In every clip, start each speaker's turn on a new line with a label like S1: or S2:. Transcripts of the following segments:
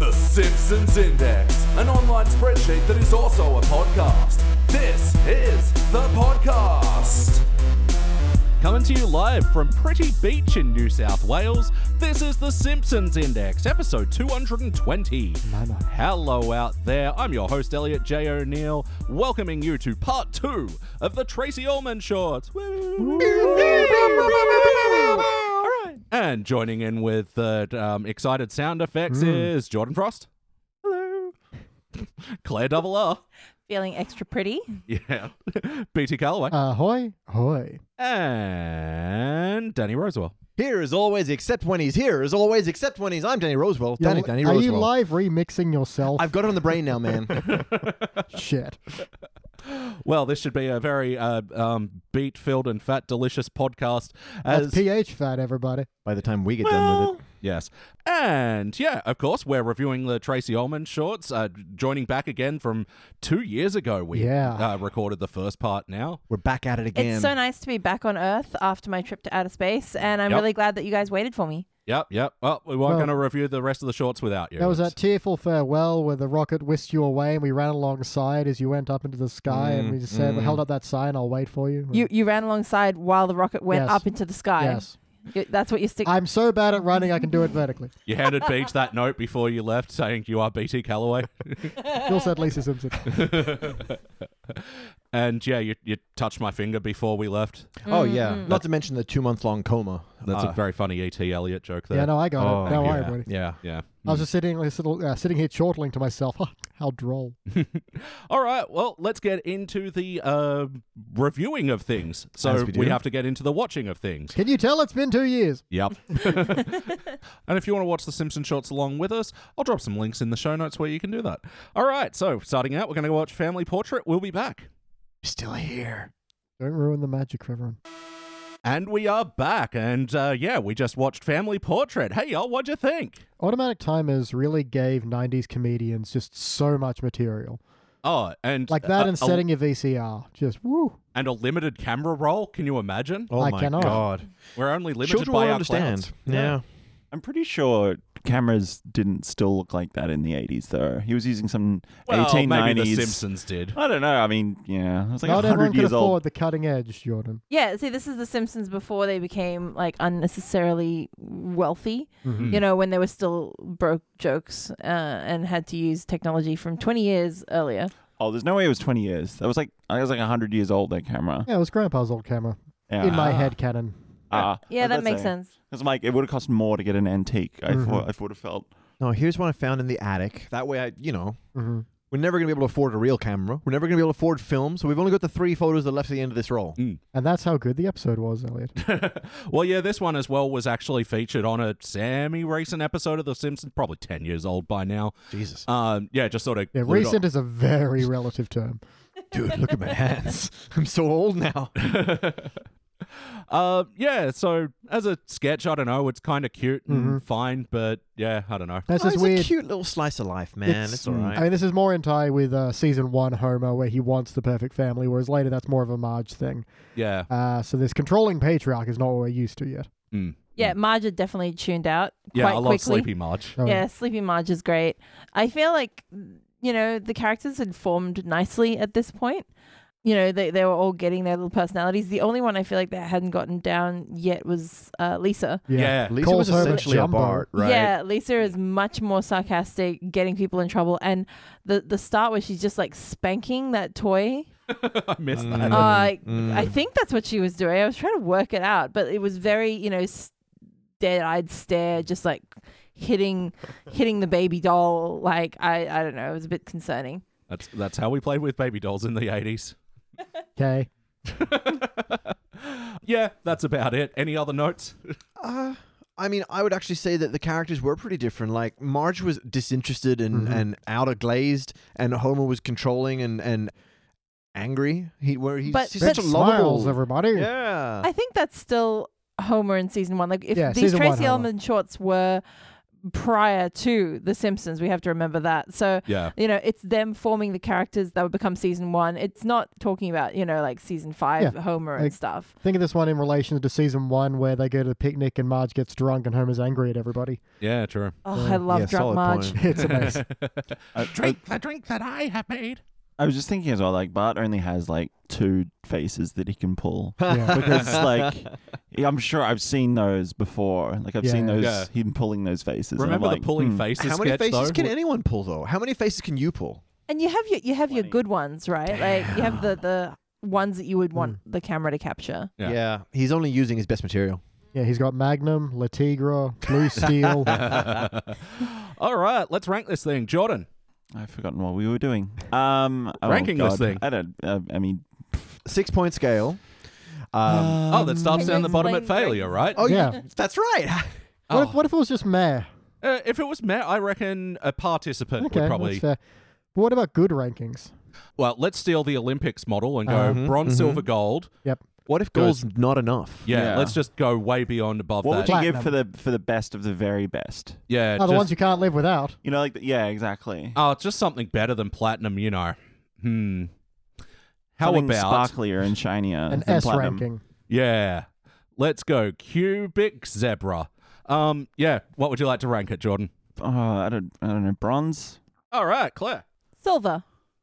S1: Simpsons Index, an online spreadsheet that is also a podcast. This is the podcast.
S2: Coming to you live from Pretty Beach in New South Wales, this is The Simpsons Index, episode 220. Hello out there, I'm your host Elliot J. O'Neill, welcoming you to part two of the Tracy Ullman Shorts. And joining in with uh, um, excited sound effects
S3: Hmm.
S2: is Jordan Frost. Hello. Claire Double R.
S4: feeling extra pretty.
S2: Yeah. BT Calloway.
S3: Uh, Ahoy, hoy.
S2: and Danny Rosewell.
S5: Here as always, except when he's here as always, except when he's. I'm Danny Rosewell.
S3: You're
S5: Danny,
S3: li-
S5: Danny
S3: are
S5: Rosewell.
S3: you live remixing yourself?
S5: I've got it on the brain now, man.
S3: Shit.
S2: Well, this should be a very uh, um, beat filled and fat delicious podcast.
S3: That's
S2: As
S3: pH fat, everybody.
S5: By the time we get done with it,
S2: yes, and yeah, of course, we're reviewing the Tracy Ullman shorts. Uh, joining back again from two years ago, we
S3: Yeah.
S2: uh, recorded the first part. Now,
S5: we're back at it again.
S4: It's so nice to be back on Earth after my trip to outer space, and I'm
S2: Yep.
S4: really glad that you guys waited for me.
S2: yep, yep. Well, we weren't
S3: Well-
S2: going to review the rest of the shorts without you.
S3: That was
S2: It's-
S3: that tearful farewell where the rocket whisked you away and we ran alongside as you went up into the sky and
S5: Mm,
S3: we just said, we held up that sign, I'll wait for
S2: Hmm.
S3: you.
S4: You you ran alongside while the rocket went
S3: Yes.
S4: up into the sky.
S3: Yes.
S4: You- that's what you stick.
S3: I'm so bad at running, I can do it vertically.
S2: You handed Beach that note before you left, saying you are BT Calloway.
S3: You also had Lisa Simpson.
S2: and yeah, you, you touched my finger before we left.
S5: oh yeah.
S4: Mm-hmm.
S5: Not to mention the two month long coma.
S2: That's
S5: Uh,
S2: a very funny E. T. Elliot joke there.
S3: yeah, no, I got
S5: Oh,
S3: it. Don't worry,
S2: yeah.
S3: buddy.
S5: yeah.
S2: yeah.
S3: I was just sitting, this little, uh, sitting here chortling to myself. How droll.
S2: All right, well, let's get into the uh, reviewing of things. So
S5: As
S2: we,
S5: we do.
S2: have to get into the watching of things.
S3: Can you tell it's been two years?
S2: Yep. and if you want to watch The Simpson Shorts along with us, I'll drop some links in the show notes where you can do that. All right, so starting out, we're going to watch Family Portrait. We'll be back.
S5: Still here.
S3: Don't ruin the magic for everyone.
S2: And we are back. And uh, yeah, we just watched Family Portrait. Hey, y'all, what'd you think?
S3: Automatic timers really gave 90s comedians just so much material.
S2: Oh, and
S3: Like that
S2: uh,
S3: and
S2: a-
S3: setting your VCR. Just woo.
S2: and a limited camera roll. Can you imagine?
S5: Oh
S3: I
S5: my
S3: cannot.
S5: god.
S2: We're only limited
S5: Children
S2: by
S5: will
S2: our
S5: understand.
S2: clouds.
S5: Yeah.
S6: I'm pretty sure cameras didn't still look like that in the 80s, though. He was using some
S2: Well,
S6: 1890s.
S2: maybe The Simpsons did.
S6: I don't know. I mean, yeah, I was like
S3: Not everyone
S6: 100
S3: can
S6: years
S3: afford
S6: old.
S3: the cutting edge, Jordan.
S4: yeah, see, this is The Simpsons before they became like unnecessarily wealthy.
S2: Hmm.
S4: You know, when they were still broke jokes uh, and had to use technology from 20 years earlier.
S6: Oh, there's no way it was 20 years. That was like I was like 100 years old. That camera.
S3: Yeah, it was Grandpa's old camera
S6: Yeah.
S3: in my head canon.
S6: Ah,
S4: Yeah, that
S6: that's
S4: makes
S6: it.
S4: sense.
S6: It's like it would have cost more to get an antique. I
S3: Mhm.
S6: thought I would have felt.
S5: No, here's what I found in the attic. That way I you know,
S3: Mm-hmm.
S5: we're never gonna be able to afford a real camera. We're never gonna be able to afford film, so we've only got the three photos that are left at the end of this roll.
S3: And that's how good the episode was, Elliot.
S2: Well, yeah, this one as well was actually featured on a semi recent episode of The Simpsons, probably 10 years old by now.
S5: Jesus.
S2: Um, yeah, just sort of.
S3: Yeah,
S2: glued
S3: recent is a very relative term.
S5: Dude, look at my hands. I'm so old now.
S2: on- Uh, yeah, so as a sketch, I don't know, it's kind of cute and
S3: Mm-hmm.
S2: fine, but yeah, I don't know.
S3: That's
S5: Oh,
S3: just
S5: it's
S3: weird. mm,
S5: a cute little slice of life, man. It's, all right.
S3: I mean, this is more in tie with uh, season one Homer, where he wants the perfect family, whereas later that's more of a Marge thing.
S2: Yeah.
S3: Uh, so this controlling patriarch is not what we're used to yet.
S2: Mm.
S4: Yeah, Marge had definitely tuned out
S2: Yeah,
S4: quite
S2: I love
S4: quickly.
S2: Sleepy Marge.
S3: Oh,
S4: Yeah, Sleepy Marge is great. I feel like you know the characters had formed nicely at this point. You know they they were all getting their little personalities. The only one I feel like that hadn't gotten down yet was uh, Lisa.
S2: Yeah.
S5: Lisa
S3: Calls
S5: was
S3: Homer
S5: essentially a
S3: Jumbo.
S5: Bart, right?
S4: Yeah, Lisa is much more sarcastic, getting people in trouble, and the the start where she's just like spanking that toy.
S2: I miss that.
S5: Mm.
S4: Uh, I,
S5: Mm.
S4: I think that's what she was doing. I was trying to work it out, but it was very, you know, s- dead-eyed stare, just like hitting, hitting the baby doll. Like I, I don't know. It was a bit concerning.
S2: That's, that's how we played with baby dolls in the 80s.
S3: Okay.
S2: Yeah, that's about it. Any other notes?
S5: Uh, I mean, I would actually say that the characters were pretty different. Like Marge was disinterested
S3: Mm-hmm.
S5: and, and out of glazed, and Homer was controlling and, and angry. He where he's,
S4: But-
S5: he's
S4: but-
S5: such a
S3: Smiles,
S5: lovable.
S3: everybody.
S5: Yeah.
S4: I think that's still Homer in season one. Like if
S3: Yeah,
S4: these
S3: season one
S4: Tracy
S3: Homer.
S4: Ullman shorts were prior to The Simpsons. We have to remember that. So,
S2: Yeah.
S4: you know, it's them forming the characters that would become season one. It's not talking about, you know, like season five
S3: Yeah.
S4: Homer and
S3: Like-
S4: stuff.
S3: Think of this one in relation to season one, where they go to the picnic and Marge gets drunk and Homer's angry at everybody.
S2: Yeah, true.
S3: uh,
S4: Oh, I love
S5: yeah,
S4: Drunk
S5: solid
S4: Marge.
S5: point.
S3: It's amazing.
S6: I, I,
S2: Drink the drink that I have made.
S6: I was just thinking as well, like Bart only has like two faces that he can pull.
S3: yeah.
S6: Because like I'm sure I've seen those before. Like I've seen
S3: Yeah.
S6: those
S2: Yeah.
S6: him pulling those faces. and I'm
S2: Remember
S6: like,
S2: the pulling
S6: hmm.
S2: faces
S5: How many
S2: sketch,
S5: faces
S2: though?
S5: can anyone pull though? How many faces can you pull?
S4: And you have your you have your good ones, right? Like you have the the ones that you would want
S5: Hmm.
S4: the camera to capture.
S2: Yeah.
S5: he's only using his best material.
S3: yeah, he's got Magnum, La Tigra, Blue Steel.
S2: Oh. All right, let's rank this thing. Jordan,
S6: I've forgotten what we were doing. Um, oh,
S2: Ranking this
S6: God.
S2: thing.
S6: I don't. Uh, I mean,
S5: Six point scale. Um,
S2: oh, that starts
S4: Can you
S2: down the bottom at
S4: explain the
S2: failure, right?
S5: oh, yeah,
S3: Uh, Yeah.
S5: that's right.
S2: Oh.
S3: What, if, what if it was just Mare?
S2: Uh, if it was Matt, I reckon a participant
S3: Okay,
S2: would probably.
S3: that's fair. But what about good rankings?
S2: Well, let's steal the Olympics model and go
S5: Uh-huh,
S2: bronze,
S5: mhm.
S2: silver, gold.
S3: mm-hmm. Yep.
S5: What if
S2: Goes-
S5: gold's not enough?
S2: Yeah,
S6: Yeah.
S2: let's just go way beyond above
S6: what
S2: that.
S6: would you give for the for the best of the very best?
S2: yeah,
S3: Oh,
S2: just,
S3: the ones you can't live without.
S6: You know, like yeah, exactly.
S2: oh, just something better than platinum, you know. Hmm. How
S6: Something
S2: about
S6: sparklier and shinier?
S3: An
S6: than
S3: S
S6: platinum.
S3: ranking.
S2: Yeah. Let's go. Cubic zebra. Um, yeah, what would you like to rank it, Jordan?
S6: Oh, I don't. I don't know. Bronze.
S2: All right, Claire.
S4: Silver.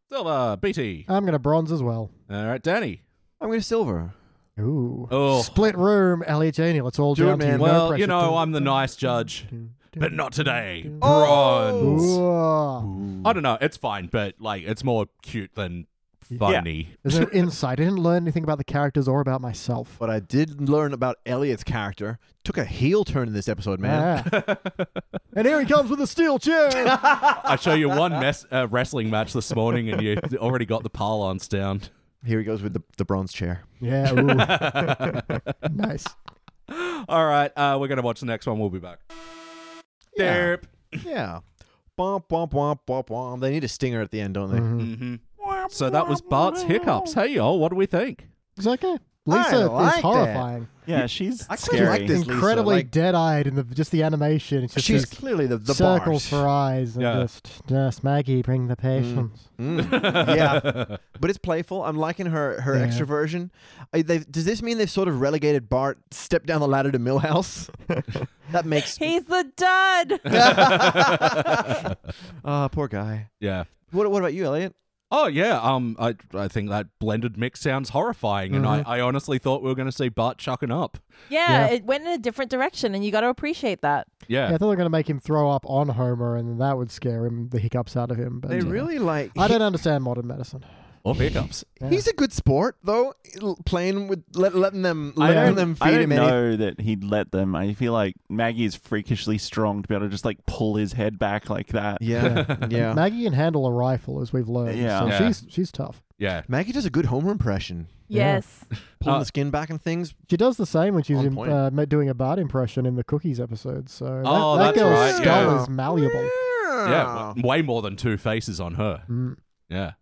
S2: Silver, BT.
S3: I'm going to bronze as well.
S2: All right, Danny.
S5: I'm going to silver.
S3: Ooh.
S2: Oh.
S3: Split room, Elliot Janie. Let's all
S5: Do it,
S3: down
S5: man.
S3: to no
S2: well,
S3: pressure.
S2: you know, I'm the nice judge, but not today. Bronze.
S3: Oh. Ooh.
S2: I don't know. It's fine, but like, it's more cute than funny.
S3: There's no insight. I didn't learn anything about the characters or about myself.
S5: But I did learn about Elliot's character. Took a heel turn in this episode, man.
S3: Yeah. and here he comes with a steel chair.
S2: I show you one mess, uh, wrestling match this morning, and you already got the parlance down.
S5: Here he goes with the, the bronze chair.
S3: yeah. Ooh. nice.
S2: All right, uh, we're gonna watch the next one. We'll be back.
S5: Yeah.
S2: Derp.
S5: Yeah. Bump, bump, bump, bump, bump. They need a stinger at the end, don't they?
S2: hmm So that was Bart's hiccups. Hey, y'all, what do we think?
S3: It's okay.
S5: I
S3: Lisa
S5: like that.
S3: is horrifying.
S6: Yeah, she's
S5: I quite
S6: scary.
S5: like this. Lisa,
S3: Incredibly
S5: like-
S3: dead-eyed in the just the animation. It's just
S5: She's
S3: these
S5: clearly the, the
S3: circles
S5: Bart.
S3: for eyes and
S2: Yeah.
S3: just just Maggie, bring the patience.
S5: Mm, yeah, but it's playful. I'm liking her her
S3: Yeah.
S5: extroversion. I, they've, does this mean they've sort of relegated Bart step down the ladder to Millhouse? that makes
S4: He's the dud.
S5: ah poor guy.
S2: Yeah.
S5: What what about you, Elliot?
S2: Oh yeah. Um, I I think that blended mix sounds horrifying, and
S3: Mm-hmm.
S2: I, I honestly thought we were gonna see Bart chucking up.
S4: Yeah,
S3: Yeah.
S4: it went in a different direction, and you got to appreciate that.
S2: Yeah.
S3: Yeah, I thought they were going to make him throw up on Homer, and that would scare him, the hiccups out of him. But
S5: They
S3: uh,
S5: really like.
S3: I don't understand modern medicine.
S2: Or hiccups.
S3: Yeah.
S5: He's a good sport though, l- playing with let, letting them
S6: I
S5: letting
S6: don't,
S5: them
S6: I
S5: feed
S6: don't
S5: him. anything.
S6: know that he'd let them. I feel like Maggie is freakishly strong to be able to just like pull his head back like that.
S5: Yeah, yeah.
S3: Maggie can handle a rifle, as we've learned.
S6: Yeah.
S3: so
S2: Yeah.
S3: she's she's tough.
S2: Yeah.
S5: Maggie does a good Homer impression,
S3: Yeah.
S4: Yes.
S5: pulling
S2: Uh,
S5: the skin back and things.
S3: She does the same when she's
S5: On
S3: in,
S5: point.
S3: uh, ma- doing a Bart impression in the Cookies episode. So that,
S2: Oh,
S3: that
S2: that's
S3: girl's
S2: right,
S3: skull
S2: yeah.
S3: is malleable.
S5: Ah.
S2: Yeah. w- Way more than two faces on her.
S3: Mm.
S2: Yeah.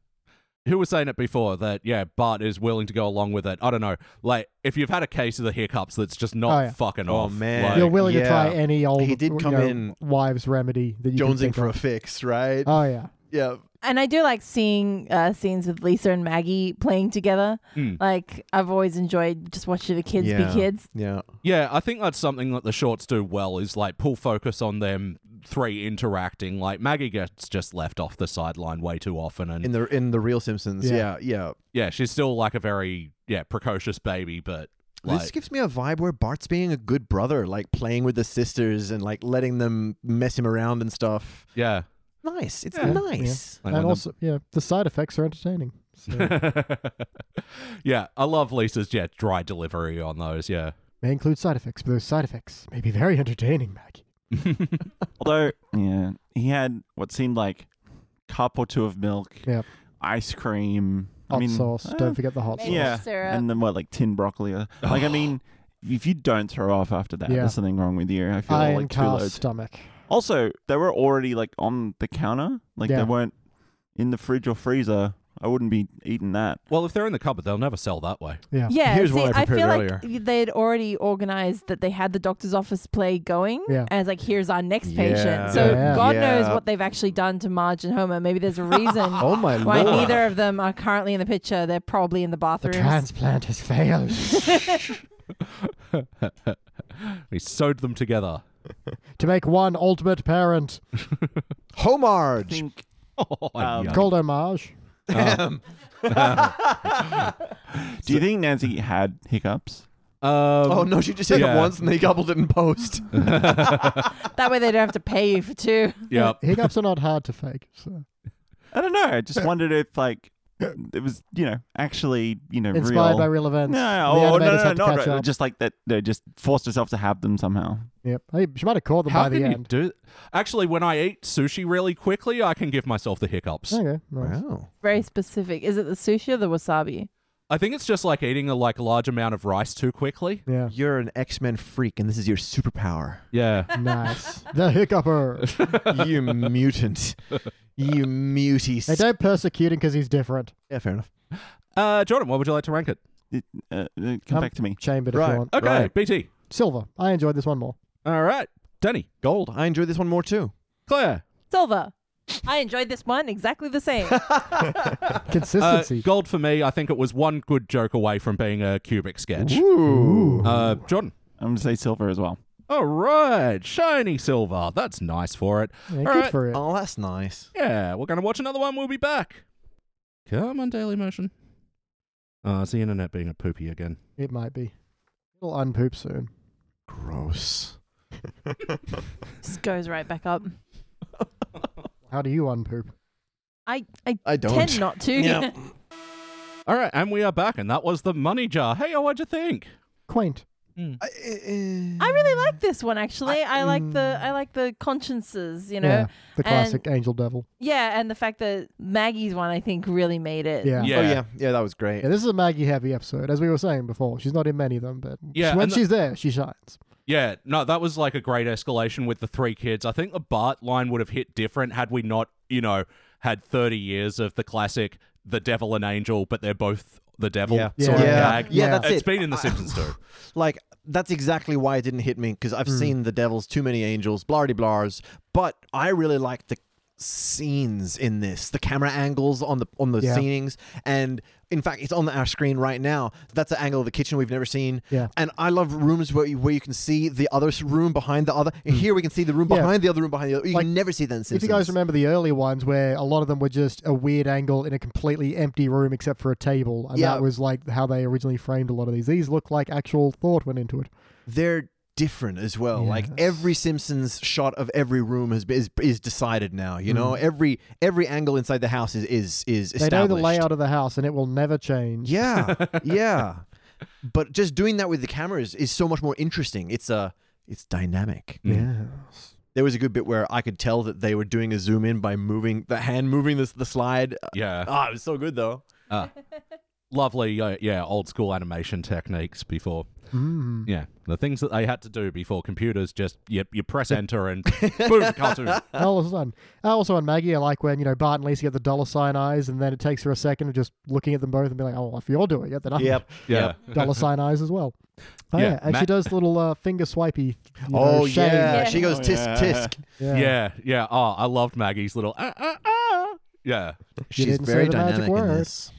S2: Who was saying it before that, yeah, Bart is willing to go along with it? I don't know. Like, if you've had a case of the hiccups that's just not
S3: Oh, yeah.
S2: fucking
S5: Oh,
S2: off.
S5: man.
S2: like-
S3: You're willing
S5: yeah.
S3: to try any old
S5: He did
S3: you
S5: come
S3: know,
S5: in
S3: wives remedy that you can
S5: Jonesing
S3: think
S5: for a
S3: of.
S5: fix, right?
S3: Oh yeah,
S5: yeah.
S4: And I do like seeing uh, scenes with Lisa and Maggie playing together.
S2: Mm.
S4: Like I've always enjoyed just watching the kids
S5: Yeah.
S4: be kids.
S5: Yeah.
S2: Yeah, I think that's something that the shorts do well is like pull focus on them three interacting. Like, Maggie gets just left off the sideline way too often. And
S5: In the in the real Simpsons.
S3: Yeah.
S5: Yeah, yeah.
S2: yeah, she's still like a very, yeah, precocious baby, but like.
S5: this gives me a vibe where Bart's being a good brother, like playing with the sisters and like letting them mess him around and stuff.
S2: yeah.
S5: Nice. It's
S2: Yeah.
S5: nice.
S2: Like,
S3: and
S2: when the-
S3: also yeah, the side effects are entertaining. So,
S2: yeah, I love Lisa's, yeah, dry delivery on those. Yeah.
S3: may include side effects, but those side effects may be very entertaining, Maggie.
S6: Although, yeah, he had what seemed like cup or two of milk,
S3: Yep.
S6: ice cream.
S3: Hot
S6: I mean,
S3: sauce.
S6: eh,
S3: Don't forget the hot sauce.
S6: yeah,
S4: Syrup.
S6: and then what, like tin broccoli? Or, like, I mean, if you don't throw off after that,
S3: Oh. Yeah.
S6: there's something wrong with you. I feel
S3: Iron
S6: like two
S3: cast
S6: loads.
S3: stomach.
S6: Also, they were already like on the counter, like
S3: Yeah.
S6: they weren't in the fridge or freezer. I wouldn't be eating that.
S2: Well, if they're in the cupboard, they'll never sell that way.
S3: Yeah.
S4: Yeah,
S5: Here's
S4: see,
S5: what I
S4: I, feel
S5: prepared
S4: like they'd already organized that they had the doctor's office play going
S3: Yeah.
S4: as like here's our next
S5: Yeah.
S4: patient. So
S3: Yeah.
S4: God
S5: Yeah.
S4: knows what they've actually done to Marge and Homer. Maybe there's a reason
S5: Oh my
S4: why
S5: lord!
S4: neither of them are currently in the picture. They're probably in the
S3: The
S4: bathrooms.
S3: transplant has failed.
S2: We sewed them together.
S3: to make one ultimate parent
S6: I
S5: Homarge.
S6: think
S2: Oh,
S6: Um,
S2: yuck.
S3: called homage.
S6: Do you think Nancy had hiccups?
S2: Um,
S5: Oh no, she just said
S2: Yeah.
S5: it once and they gobbled it in post.
S4: That way they don't have to pay you for two.
S2: Yep.
S3: Hiccups are not hard to fake. So.
S6: I don't know. I just wondered if like it was, you know, actually, you know,
S3: Inspired
S6: real.
S3: by real events.
S6: no,
S3: the
S6: oh,
S3: animators
S6: no,
S3: had
S6: no,
S3: to
S6: no,
S3: catch
S6: no,
S3: up.
S6: just like that. They just forced herself to have them somehow.
S3: Yep. Hey, she might have caught them
S2: How
S3: by
S2: can
S3: the
S2: you
S3: end.
S2: do? Actually, when I eat sushi really quickly, I can give myself the hiccups.
S3: Okay. nice.
S5: Wow.
S4: Very specific. Is it the sushi or the wasabi?
S2: I think it's just like eating a like large amount of rice too quickly.
S3: Yeah.
S5: You're an X Men freak, and this is your superpower.
S2: Yeah.
S3: nice. The hiccupper.
S5: you mutant. You muty.
S3: They don't persecute him because he's different.
S5: yeah, fair enough.
S2: Uh, Jordan, what would you like to rank it?
S6: It, uh, uh, come
S3: Um,
S6: back to me.
S3: Chambered if
S5: Right.
S3: you want.
S2: Okay,
S5: Right.
S2: BT.
S3: Silver. I enjoyed this one more.
S2: All right, Danny,
S5: Gold. I enjoyed this one more too.
S2: Claire,
S4: Silver. I enjoyed this one exactly the same.
S2: uh,
S3: Consistency.
S2: gold for me. I think it was one good joke away from being a cubic sketch.
S5: Ooh.
S2: Uh, Jordan.
S6: I'm gonna say silver as well.
S2: All right, shiny silver. That's nice for it.
S3: Yeah,
S2: all
S3: good
S2: right.
S3: for it.
S5: Oh, that's nice.
S2: Yeah, we're gonna watch another one. We'll be back. Come on, Daily Motion. Oh, it's the internet being a poopy again.
S3: It might be. It'll unpoop soon.
S5: Gross.
S4: Just goes right back up.
S3: How do you unpoop?
S4: I, I
S5: I don't.
S4: tend not to.
S5: Yeah.
S2: All right, and we are back, and that was the money jar. Hey, oh, what'd you think?
S3: Quaint.
S5: I, eh, Oh,
S4: I really like this one actually. I,
S5: I-
S4: like the I like the consciences, you know.
S3: Mm. yeah.
S4: Yeah.
S3: The classic angel devil.
S4: and the fact that Maggie's one I think really made it.
S3: Yeah.
S5: Oh yeah, yeah, that was great.
S3: Yeah, this is a Maggie heavy episode, as we were saying before. She's not in many of them, but
S2: Yeah,
S3: when
S2: and the-
S3: she's there, she shines.
S2: Yeah, no, that was like a great escalation with the three kids. I think the Bart line would have hit different had we not, you know, had 30 years of the classic the devil and angel, but they're both the devil
S5: Yeah.
S2: sort of
S3: Yeah.
S2: gag.
S3: Yeah,
S5: that's
S2: It's
S5: it.
S2: been in The
S5: I-
S2: Simpsons too.
S5: Like that's exactly why it didn't hit me because I've
S3: Mm.
S5: seen the devils, too many angels, blardy blars. But I really like the scenes in this, the camera angles on the on the
S3: Yeah.
S5: scenings, and in fact, it's on our screen right now. That's the angle of the kitchen we've never seen.
S3: Yeah.
S5: And I love rooms where you, where you can see the other s- room behind the other. And here we can see the room
S3: Mm. Yeah.
S5: behind the other room behind the other. You
S3: Like,
S5: can never see that in Simpsons.
S3: If you guys remember the early ones where a lot of them were just a weird angle in a completely empty room except for a table, and
S5: Yeah.
S3: that was like how they originally framed a lot of these. These look like actual thought went into it.
S5: they're different as well. Like
S3: Yes.
S5: every Simpsons shot of every room has been, is is decided now. You know, every every angle inside the house is is is
S3: Mm. They
S5: established.
S3: know the layout of the house, and it will never change.
S5: Yeah, yeah. But just doing that with the cameras is so much more interesting. It's uh, it's dynamic.
S2: Mm,
S3: Yes.
S5: There was a good bit where I could tell that they were doing a zoom in by moving the hand moving the the slide.
S2: Yeah. Ah.
S5: Ah, it was so good though.
S2: Lovely, uh, yeah, old school animation techniques before.
S3: Mm.
S2: Yeah, the things that they had to do before computers just, you, you press enter and boom, cartoon.
S3: All of a sudden. Also on Maggie, I like when, you know, Bart and Lisa get the dollar sign eyes, and then it takes her a second of just looking at them both and being like, oh, if you're doing it, then I'm
S5: Yep.
S2: Yeah.
S3: dollar sign eyes as well. Oh,
S2: Yeah,
S3: yeah. And
S2: Ma-
S3: she does little uh, finger swipey. you know,
S5: Oh
S3: shade.
S5: yeah.
S4: Yeah.
S5: She goes
S6: Oh,
S5: tisk
S6: yeah.
S5: tisk.
S3: Yeah.
S2: Yeah. yeah, Oh, I loved Maggie's little, ah, ah, ah. Yeah.
S5: She's
S3: didn't say
S5: very
S3: the magic
S5: dynamic in
S3: word.
S5: this.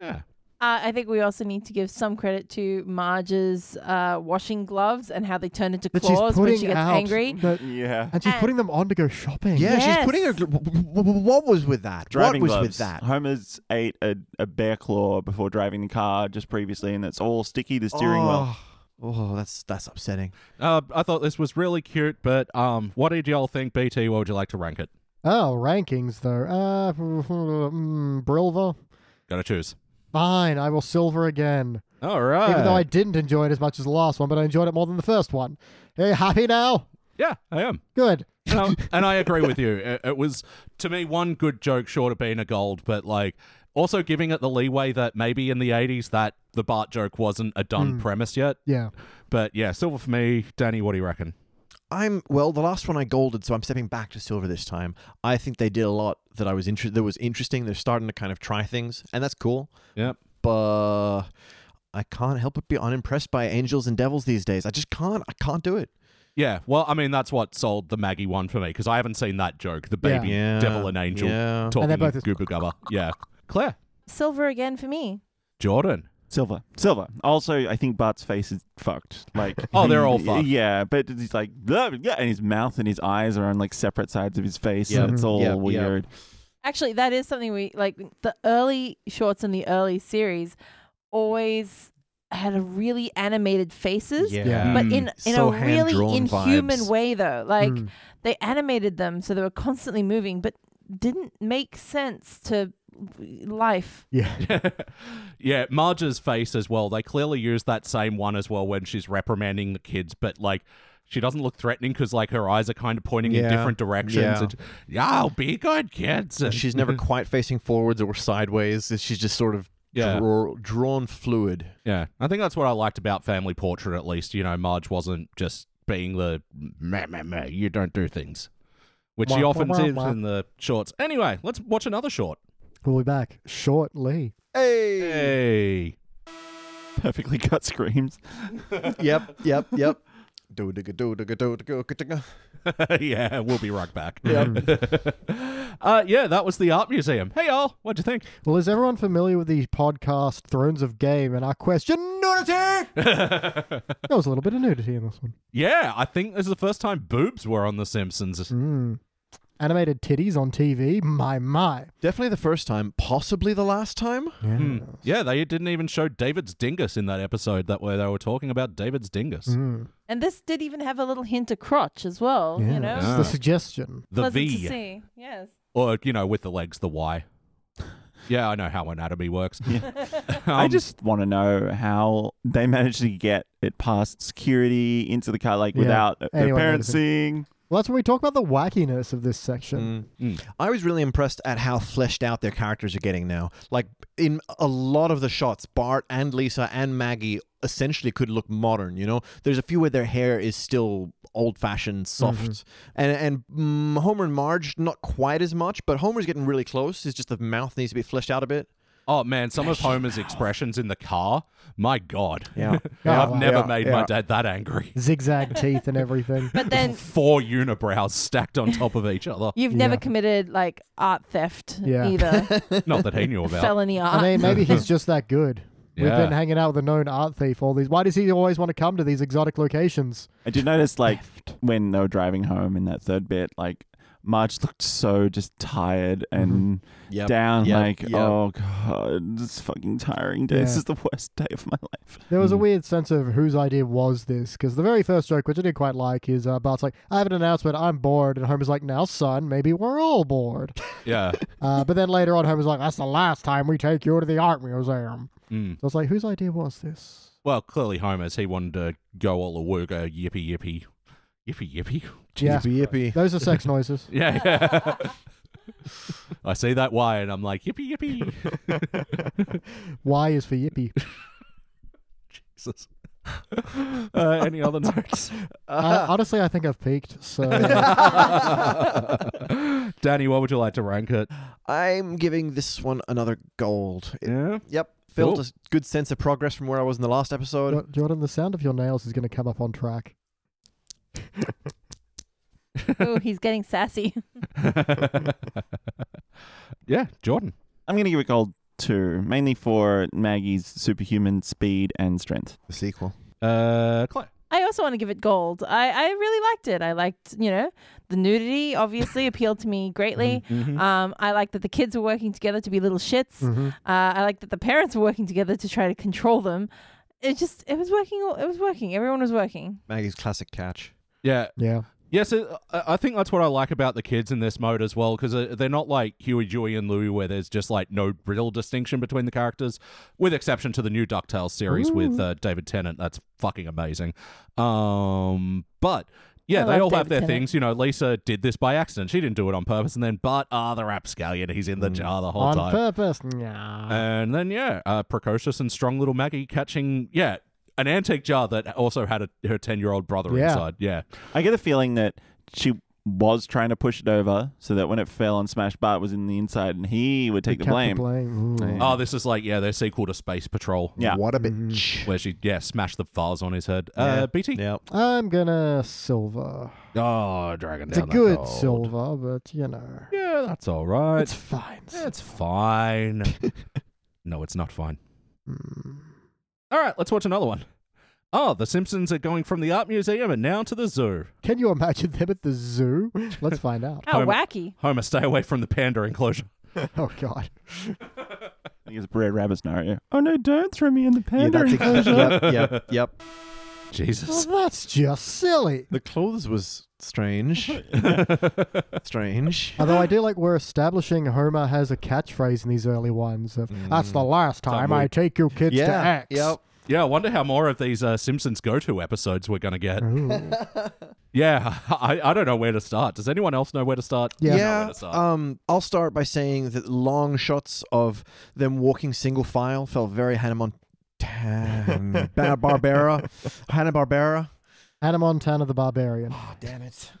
S2: Yeah.
S4: Uh, I think we also need to give some credit to Marge's uh, washing gloves and how they turn into
S3: That she's
S4: claws
S3: putting
S4: when she gets
S3: out.
S4: angry.
S3: that-
S6: Yeah.
S3: and she's
S4: And-
S3: putting them on to go shopping.
S5: Yeah, she's
S4: Yes.
S5: putting her. gl- w- w- w- What was with that?
S6: Driving
S5: what was
S6: gloves.
S5: with that?
S6: Homer's ate a, a bear claw before driving the car just previously, and it's all sticky. The steering wheel.
S5: Oh, that's that's upsetting.
S2: Uh, I thought this was really cute, but um, what did y'all think, BT? What would you like to rank it?
S3: Oh, rankings though. Uh, mm, Brilva.
S2: Gotta choose.
S3: Fine, I will silver again.
S2: All right.
S3: Even though I didn't enjoy it as much as the last one, but I enjoyed it more than the first one. Are you happy now?
S2: yeah, I am.
S3: Good.
S2: And I, and I agree with you. It, it was, to me, one good joke short of being a gold, but like also giving it the leeway that maybe in the 80s that the
S3: Hmm.
S2: Bart joke wasn't a done premise yet.
S3: Yeah.
S2: But yeah, silver for me. Danny, what do you reckon?
S5: I'm well. The last one I golded, so I'm stepping back to silver this time. I think they did a lot that I was inter- that was interesting. They're starting to kind of try things, and that's cool.
S2: Yep.
S5: But I can't help but be unimpressed by angels and devils these days. I just can't. I can't do it.
S2: Yeah, well, I mean, that's what sold the Maggie one for me because I haven't seen that joke. The
S3: Yeah.
S2: baby devil and angel
S5: Yeah.
S2: talking
S3: And they're both
S2: goober gubber. Yeah, Claire,
S4: Silver again for me.
S2: Jordan.
S6: Silver. Silver. Also, I think Bart's face is fucked. Like,
S2: Oh, they're all
S6: he-
S2: fucked.
S6: Yeah, but he's like, "Blah, yeah, and his mouth and his eyes are on like separate sides of his face,
S2: Yep.
S6: and it's all
S5: Yep, yep.
S6: weird.
S4: Actually, that is something we like. The early shorts in the early series always had a really animated faces.
S3: Yeah.
S4: But
S2: Mm.
S4: in, in
S5: So
S4: a really
S5: hand-drawn
S4: inhuman
S5: vibes.
S4: way, though. Like,
S3: Mm.
S4: they animated them so they were constantly moving, but didn't make sense to life.
S3: Yeah.
S2: yeah, Marge's face as well. They clearly use that same one as well when she's reprimanding the kids, but like. She doesn't look threatening because, like, her eyes are kind of pointing in
S5: Yeah.
S2: different directions.
S5: Yeah.
S2: And yeah, oh, be good, kids. And-
S5: She's never quite facing forwards or sideways. She's just sort of
S2: Yeah.
S5: draw- drawn fluid.
S2: Yeah, I think that's what I liked about Family Portrait. At least you know Marge wasn't just being the meh meh meh. You don't do things, which she
S3: Wah, wah,
S2: often
S3: wah,
S2: did
S3: wah.
S2: in the shorts. Anyway, let's watch another short.
S3: We'll be back shortly.
S2: Hey,
S6: Perfectly cut screams.
S5: yep, yep, yep. Do digga do digga do digga digga digga.
S2: yeah, we'll be right back. uh, yeah, that was the art museum. Hey y'all, what'd you think?
S3: Well, is everyone familiar with the podcast Thrones of Game and our question nudity? there was a little bit of nudity in this one.
S2: Yeah, I think this is the first time boobs were on The Simpsons.
S3: Mm. Animated titties on TV. My my.
S5: Definitely the first time, possibly the last time.
S3: Yeah.
S2: Hmm. Yeah, they didn't even show David's dingus in that episode. That where they were talking about David's dingus.
S3: Mm.
S4: And this did even have a little hint of crotch as well,
S3: Yeah.
S4: you know?
S3: It's
S2: Yeah.
S3: the suggestion.
S2: Ah, The
S4: Pleasant
S2: V.
S4: to see. Yes.
S2: or you know, with the legs, the Y. Yeah, I know how anatomy works. Um,
S6: I just want to know how they managed to get it past security into the car, like
S3: Yeah.
S6: without the
S3: Anyone
S6: parents
S3: noticing.
S6: seeing.
S3: Well, that's when we talk about the wackiness of this section.
S2: Mm.
S5: I was really impressed at how fleshed out their characters are getting now. Like in a lot of the shots, Bart and Lisa and Maggie essentially could look modern. You know, there's a few where their hair is still old-fashioned, soft,
S3: Mm-hmm.
S5: and and mm, Homer and Marge not quite as much, but Homer's getting really close. It's just the mouth needs to be fleshed out a bit.
S2: Oh man, some of Homer's expressions in the car. My God,
S5: Yeah,
S2: I've
S3: wow.
S2: never
S5: Yeah,
S2: made
S5: yeah.
S2: my dad that angry.
S3: Zigzag teeth and everything.
S4: But then
S2: Four unibrows stacked on top of each other.
S4: you've never
S3: Yeah.
S4: committed like art theft
S3: Yeah.
S4: either.
S2: Not that he knew about.
S4: Felony art.
S3: I mean, maybe he's just that good. We've
S2: Yeah.
S3: been hanging out with a known art thief all these. Why does he always want to come to these exotic locations?
S6: I did notice, like, when they were driving home in that third bit, like, Marge looked so just tired and
S5: Yep,
S6: down.
S5: yep,
S6: like,
S5: yep.
S6: oh god, this fucking tiring day. This
S3: Yeah.
S6: is the worst day of my life.
S3: There was a weird sense of whose idea was this? Because the very first joke, which I did quite like, is uh, Bart's like, "I have an announcement. I'm bored," and Homer's like, "Now, son, maybe we're all bored."
S2: Yeah.
S3: Uh, but then later on, Homer's like, "That's the last time we take you to the art museum."
S2: Mm.
S3: So I was like, "Whose idea was this?"
S2: Well, clearly Homer's. He wanted to go all the wooga, yippee yippee, yippee yippee.
S3: Yeah.
S5: Yippee yippee.
S3: Those are sex noises.
S2: Yeah. yeah. I see that Y and I'm like yippee yippee.
S3: Y is for yippee.
S2: Jesus. Uh, any other notes?
S3: Uh, honestly, I think I've peaked. So
S2: Danny, what would you like to rank it?
S5: I'm giving this one another gold. It-
S2: Yeah.
S5: Yep. Felt
S2: Cool.
S5: a good sense of progress from where I was in the last episode.
S3: Jo- Jordan, the sound of your nails is going to come up on track.
S4: oh, he's getting sassy.
S2: yeah, Jordan.
S6: I'm gonna give it gold two, mainly for Maggie's superhuman speed and strength.
S5: The sequel.
S2: Uh, Claire.
S4: I also want to give it gold. I, I really liked it. I liked, you know, the nudity obviously appealed to me greatly. Um, I liked that the kids were working together to be little shits.
S3: Mm.
S4: Uh, I liked that the parents were working together to try to control them. It just, it was working. all- It was working. Everyone was working.
S5: Maggie's classic catch.
S2: Yeah.
S3: Yeah.
S2: Yes, it, I I think that's what I like about the kids in this mode as well, because they're not like Huey, Dewey, and Louie, where there's just like no real distinction between the characters, with exception to the new Ducktales series with uh, David Tennant. That's fucking amazing. Um, but yeah,
S4: I
S2: they
S4: love
S2: all have
S4: David
S2: their
S4: Tennant.
S2: things. You know, Lisa did this by accident; she didn't do it on purpose. And then Bart, ah, the rapscallion, he's in the jar the whole
S3: on
S2: time.
S3: purpose. Nah.
S2: uh, And then yeah, uh, precocious and strong little Maggie catching yeah an antique jar that also had a, her 10 year old brother
S3: Yeah.
S2: inside. Yeah.
S6: I get a feeling that she was trying to push it over so that when it fell on Smash Bart was in the inside and he would take the
S3: Kept
S6: blame.
S3: blame. Ooh.
S6: Yeah.
S2: Oh, this is like, yeah, their sequel to Space Patrol.
S6: Yeah.
S5: What a
S3: Mhm.
S5: bitch.
S2: Where she, yeah, smashed the files on his head.
S5: Yeah.
S2: Uh, BT.
S5: Yeah.
S3: I'm gonna silver.
S2: Oh, dragon
S3: It's a
S2: down that
S3: good
S2: gold.
S3: silver, but you know,
S2: Yeah, that's all right.
S3: it's fine.
S2: It's fine. no, it's not fine.
S3: Mm.
S2: All right, let's watch another one. Oh, the Simpsons are going from the art museum and now to the zoo.
S3: Can you imagine them at the zoo? Let's find out.
S4: How
S2: Homer-
S4: wacky.
S2: Homer, stay away from the panda enclosure.
S3: oh God.
S6: I think it's Brer Rabbit's scenario. Oh no, don't throw me in the
S5: Yeah,
S6: panda
S5: that's ex-
S6: enclosure.
S5: yep, yep, yep.
S3: Well,
S2: Jesus.
S3: Oh, that's just silly.
S5: The clothes was strange. strange.
S3: Although I do like we're establishing Homer has a catchphrase in these early ones of "That's the last time I take you kids to
S5: Yeah.
S3: X."
S5: Yep.
S2: Yeah, I wonder how more of these uh, Simpsons go to episodes we're going to get.
S3: Ooh.
S2: Yeah, I, I don't know where to start. Does anyone else know where to start?
S3: Yeah.
S2: know where
S5: Yeah.
S2: to start.
S5: Um, I'll start by saying that long shots of them walking single file felt very Hannah Montana, Bar- Barbera, Hannah Barbera.
S3: Hannah Montana the Barbarian.
S5: Oh, damn it.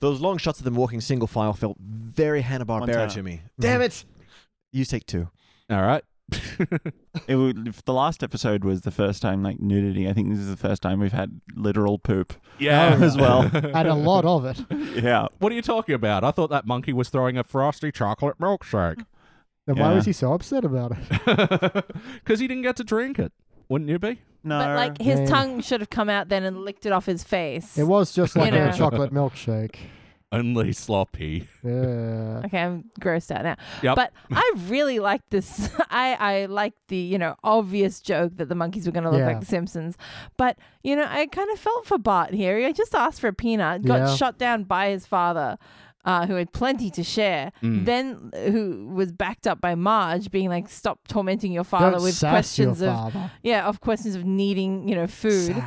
S5: Those long shots of them walking single file felt very Hannah Barbera
S6: Montana.
S5: to me. Damn it! You take two.
S3: uh,
S2: All right.
S6: It would, if the last episode was the first time like nudity, I think this is the first time we've had literal poop
S2: Oh, yeah.
S6: as well.
S3: and a lot of it.
S6: yeah.
S2: What are you talking about? I thought that monkey was throwing a frosty chocolate milkshake.
S3: Then why
S6: Yeah.
S3: was he so upset about it?
S2: Because he didn't get to drink it. Wouldn't you be?
S6: No.
S4: But like his
S3: Yeah.
S4: tongue should have come out then and licked it off his face.
S3: It was just like
S4: You know.
S3: a chocolate milkshake.
S2: Only sloppy.
S3: Yeah.
S4: Okay, I'm grossed out now.
S2: Yep.
S4: But I really liked this. I I liked the you know obvious joke that the monkeys were going to look
S3: Yeah.
S4: like the Simpsons. But you know I kind of felt for Bart here. He just asked for a peanut, got
S3: Yeah.
S4: shot down by his father. Uh, who had plenty to share,
S2: Mm.
S4: then uh, who was backed up by Marge being like, "Stop tormenting your father
S3: Don't
S4: with
S3: sass
S4: questions
S3: your
S4: of
S3: father.
S4: yeah, of questions of needing you know food."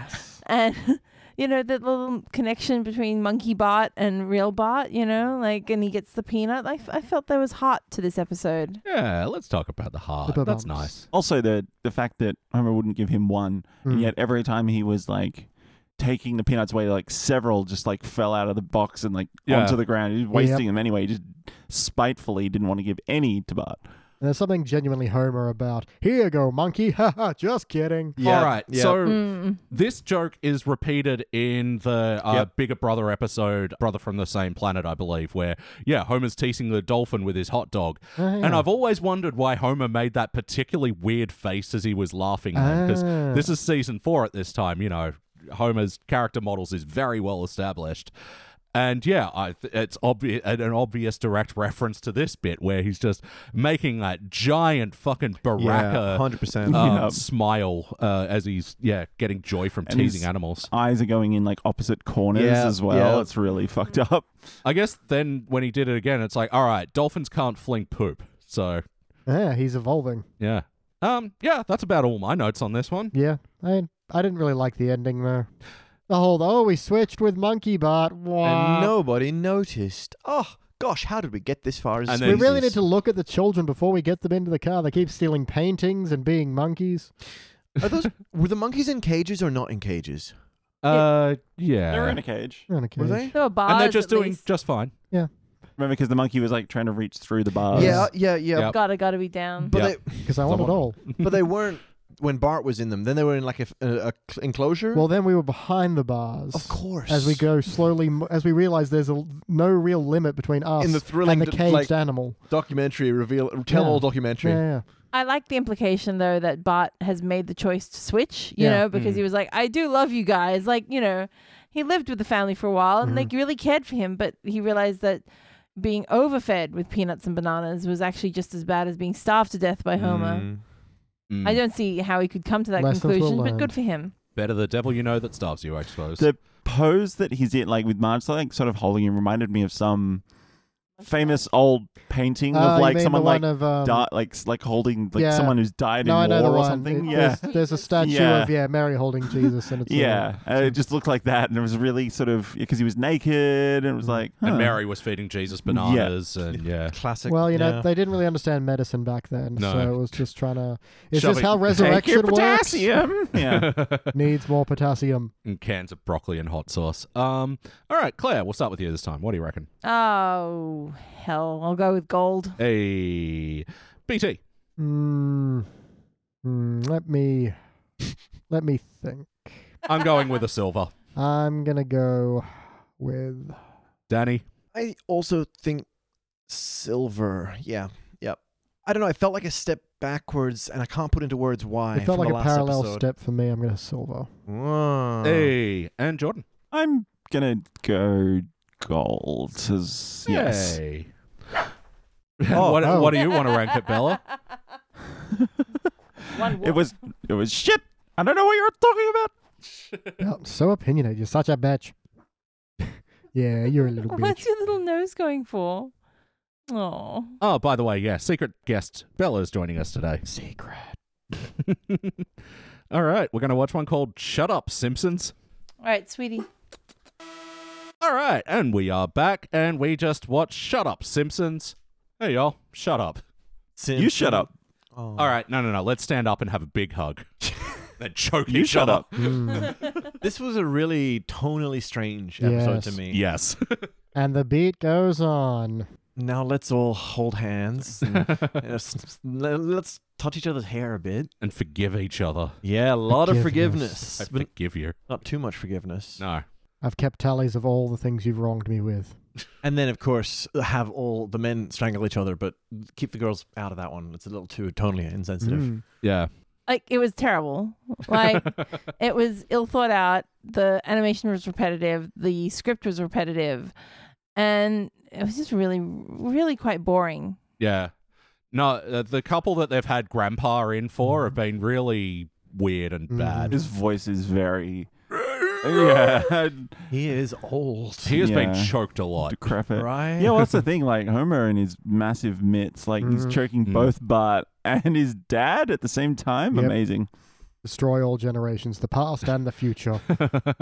S4: and you know that little connection between monkey bart and real bart you know like and he gets the peanut i, f- I felt there was heart to this episode
S2: Yeah, let's talk about the heart.
S3: The
S2: Oh, That's
S3: bubbles.
S2: nice.
S6: also the the fact that Homer wouldn't give him one, and
S3: Mm.
S6: yet every time he was like taking the peanuts away, like several just like fell out of the box and like
S2: Yeah.
S6: onto the ground. He was wasting them anyway. He just spitefully didn't want to give any to Bart.
S3: And there's something genuinely Homer about. Here you go, monkey. Haha, just kidding.
S2: All right.
S5: yeah.
S2: So
S4: Mm.
S2: this joke is repeated in the uh,
S5: Yep.
S2: Bigger Brother episode, Brother from the Same Planet, I believe, where, yeah, Homer's teasing the dolphin with his hot dog.
S3: Oh, yeah.
S2: And I've always wondered why Homer made that particularly weird face as he was laughing. Because
S3: Ah.
S2: this is season four at this time, you know. Homer's character models is very well established. And yeah, I th- it's obvious an obvious direct reference to this bit where he's just making that giant fucking baraka
S5: hundred percent.
S2: um,
S6: Yeah.
S2: smile uh, as he's yeah getting joy from
S6: And
S2: teasing
S6: he's-
S2: animals.
S6: Eyes are going in like opposite corners
S5: Yeah,
S6: as well.
S5: yeah.
S6: It's really fucked up.
S2: I guess then when he did it again, it's like all right, dolphins can't fling poop. So
S3: Yeah, he's evolving.
S2: yeah, um, yeah, that's about all my notes on this one.
S3: Yeah. I I didn't really like the ending though. The whole oh we switched with monkey Bart. Wah.
S5: and nobody noticed. Oh gosh, how did we get this far? As
S2: And
S5: a
S2: then-
S3: we
S5: species?
S3: really need to look at the children before we get them into the car. They keep stealing paintings and being monkeys.
S5: Are those were the monkeys in cages or not in cages?
S2: Uh, yeah,
S6: They're in a cage.
S3: They're in a
S5: Were
S3: cage.
S5: they?
S4: there were bars
S2: and they're just
S4: at
S2: doing
S4: least.
S2: just fine.
S6: Remember, because the monkey was like trying to reach through the
S3: Uh,
S6: bars.
S5: Yeah, yeah, yeah.
S2: Yep.
S4: gotta gotta be down
S5: But
S2: Yep.
S3: Because I want it
S2: Someone-
S3: all.
S5: they but they weren't when Bart was in them. Then they were in like a, f- a- a cl- enclosure.
S3: Well, then we were behind the bars.
S5: of course.
S3: As we go slowly, m- as we realize there's a, no real limit between us
S5: In the thrilling
S3: and the
S5: d-
S3: caged
S5: like-
S3: animal.
S5: documentary reveal tell all
S3: Yeah.
S5: documentary.
S3: Yeah, yeah.
S4: i like the implication though that bart has made the choice to switch you
S3: Yeah. Mm.
S4: know because he was like i do love you guys like you know he lived with the family for a while and
S3: Mm.
S4: they really cared for him but he realized that being overfed with peanuts and bananas was actually just as bad as being starved to death by homer
S2: Mm.
S4: I don't see how he could come to that
S3: Lessons were
S4: conclusion, but
S3: learned.
S4: good for him.
S2: Better the devil you know that starves you, I suppose.
S6: The pose that he's in, like with Marge, like sort of holding him, reminded me of some famous old painting
S3: Uh,
S6: of
S3: you
S6: like
S3: mean
S6: someone
S3: the
S6: like
S3: one of, um,
S6: di- like s- like holding like
S3: yeah.
S6: someone who's died
S3: no, I
S6: in
S3: know
S6: war
S3: the
S6: or
S3: one.
S6: something.
S3: It-
S6: yeah.
S3: there's, there's a statue
S6: Yeah.
S3: of yeah Mary holding Jesus, and it's uh,
S6: Yeah, uh, it just looked like that, and it was really sort of because he was naked, and
S3: Mm.
S6: it was like, huh.
S2: And Mary was feeding Jesus bananas, and yeah.
S5: Classic.
S3: Well, you know,
S5: yeah.
S3: they didn't really understand medicine back then,
S2: No.
S3: so it was just trying to. It's
S2: Shove
S3: just
S2: it-
S3: how
S6: Take your
S3: resurrection works.
S6: potassium. yeah,
S3: Needs more potassium.
S2: and cans of broccoli and hot sauce. Um, all right, Claire, we'll start with you this time. What do you reckon?
S4: Oh, hell. I'll go with gold.
S2: Hey, BT.
S3: Mm, mm, let me, let me think.
S2: I'm going with a silver.
S3: I'm gonna go with.
S2: Danny.
S5: I also think silver. Yeah. Yep. I don't know. I felt like a step backwards, and I can't put into words why.
S3: It felt
S5: from
S3: like
S5: the
S3: a
S5: last
S3: parallel
S5: episode.
S3: step for me. I'm gonna silver.
S5: Whoa.
S2: Hey, and Jordan.
S6: I'm gonna go gold. 'cause- Yes.
S2: Hey.
S5: Oh,
S2: what,
S3: oh.
S2: what do you want to rank it, Bella?
S4: One
S6: It was it was shit. I don't know what you're talking about.
S3: Yeah, so opinionated. You're such a bitch. yeah, you're a little
S4: What's
S3: bitch.
S4: your little nose going for? Oh.
S2: Oh, by the way, yeah, secret guest Bella is joining us today. Secret. All right, we're going to watch one called Shut Up Simpsons.
S4: All right, sweetie.
S2: All right, and we are back and we just watched Shut Up Simpsons. Hey, y'all, shut up.
S5: Simpson.
S6: You shut up.
S5: Oh.
S2: All right, no, no, no, let's stand up and have a big hug. then choke
S6: You
S2: each
S6: shut
S2: other.
S6: up.
S3: Mm.
S5: This was a really tonally strange episode
S3: Yes.
S5: to me.
S2: Yes.
S3: And the beat goes on.
S5: Now let's all hold hands. And, and s- s- le- let's touch each other's hair a bit.
S2: and forgive each other.
S5: Yeah, a lot of
S3: Forgiveness.
S5: forgiveness,
S2: I
S5: but
S2: forgive you.
S5: not too much forgiveness.
S2: No.
S3: I've kept tallies of all the things you've wronged me with.
S5: And then, of course, have all the men strangle each other, but keep the girls out of that one. It's a little too tonally insensitive.
S3: Mm.
S2: Yeah.
S4: Like it was terrible. Like it was ill thought out. The animation was repetitive. The script was repetitive, and it was just really, really quite boring.
S2: yeah. No, uh, the couple that they've had Grandpa in for
S4: Mm-hmm.
S2: have been really weird and bad.
S6: His voice is very yeah
S5: He is old,
S2: He has been
S6: Yeah.
S2: choked a lot.
S6: decrepit.
S5: right?
S6: Yeah, well, that's the thing. Like Homer and his massive mitts, like
S5: Mm-hmm.
S6: he's
S3: Mhm.
S6: choking
S2: Mm.
S6: both Bart and his dad at the same time.
S3: Yep.
S6: Amazing.
S3: Destroy all generations, the past and the future.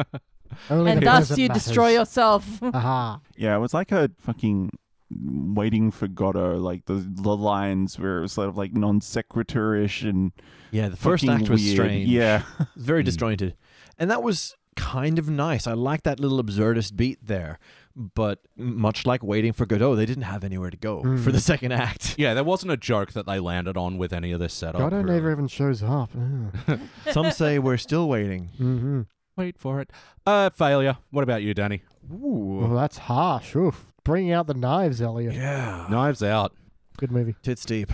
S3: Only
S4: and
S3: the
S4: thus,
S3: present
S4: you
S3: matters.
S4: destroy yourself.
S3: Aha.
S6: Yeah, it was like a fucking waiting for Godot. Like the the lines where it was sort of like non sequitur-ish and
S5: Yeah, the first
S6: fucking
S5: act was
S6: weird.
S5: strange.
S6: Yeah,
S5: very
S2: Mm.
S5: disjointed, and that was kind of nice. I like that little absurdist beat there, but much like waiting for Godot, they didn't have anywhere to go
S3: Mm.
S5: for the second act.
S2: Yeah, there wasn't a joke that they landed on with any of this setup.
S3: God
S2: really.
S3: never even shows up. mm
S5: Some say we're still waiting.
S3: Mhm.
S2: Wait for it. Uh, failure. What about you, Danny?
S3: Well,
S5: Ooh,
S3: that's harsh. Oof. Bringing out the knives, Elliot.
S5: Oh, yeah,
S2: Knives Out.
S3: Good movie.
S5: tits deep.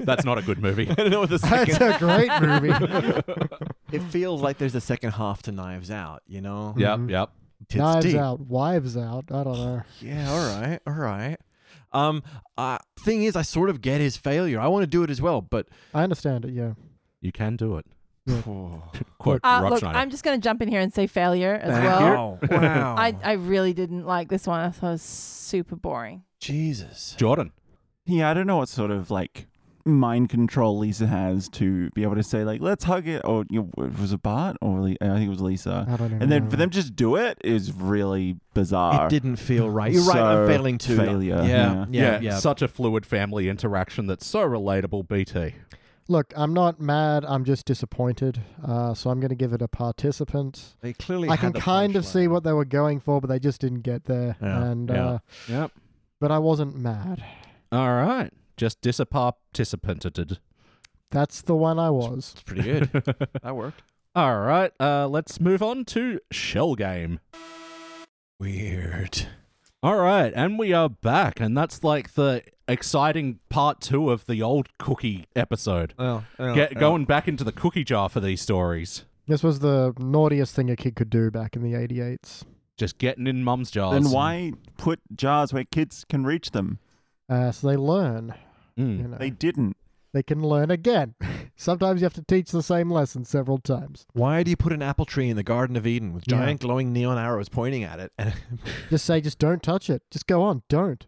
S2: That's not a good movie.
S5: I don't know what the
S3: That's a great movie.
S5: It feels like there's a second half to Knives Out, you know?
S2: yep,
S4: Mm-hmm.
S3: Mhm.
S2: yep.
S5: Tits
S3: knives
S5: deep.
S3: out, wives out. I don't know.
S5: Yeah, all right, all right. Um, uh, thing is, I sort of get his failure. I want to do it as well, but
S3: I understand it. Yeah.
S2: You can do it.
S5: Wow.
S2: Quote
S4: Uh,
S2: Rob
S4: look,
S2: Schneider.
S4: I'm just going to jump in here and say failure as well.
S5: wow, wow.
S4: I, I really didn't like this one. I thought it was super boring.
S5: Jesus.
S2: Jordan.
S6: yeah. I don't know what sort of like mind control Lisa has to be able to say like, "Let's hug it," or you know, was it Bart or Le- I think it was Lisa.
S3: I don't even
S6: And then
S3: know.
S6: for them to just do it is really bizarre.
S5: Mm. It didn't feel right. You're right.
S6: So,
S5: I'm failing too.
S6: failure,
S5: Yeah, yeah, yeah.
S2: Such a fluid family interaction that's so relatable, BT.
S3: Look, I'm not mad. I'm just disappointed. Uh, so I'm going to give it a participant.
S5: They clearly.
S3: I
S5: had
S3: can
S5: the
S3: kind of
S5: punchline.
S3: see what they were going for, but they just didn't get there.
S5: Yeah,
S3: and
S5: yeah.
S3: Uh,
S2: Yep.
S3: but I wasn't mad.
S2: All right. Just disparticipated.
S3: That's the one I was.
S5: It's pretty good. that worked.
S2: All right. Uh, let's move on to Shell Game.
S5: Weird.
S2: All right. And we are back. And that's like the exciting part two of the old cookie episode.
S5: Well,
S2: Get going back into the cookie jar for these stories.
S3: This was the naughtiest thing a kid could do back in the 88s.
S2: Just getting in mum's jars.
S6: Then why put jars where kids can reach them?
S3: Uh, so they learn.
S2: Mm.
S3: You know.
S6: They didn't.
S3: they can learn again. Sometimes you have to teach the same lesson several times.
S5: Why do you put an apple tree in the Garden of Eden with
S3: Yeah.
S5: giant glowing neon arrows pointing at it? And
S3: Just say, just don't touch it. Just go on, don't.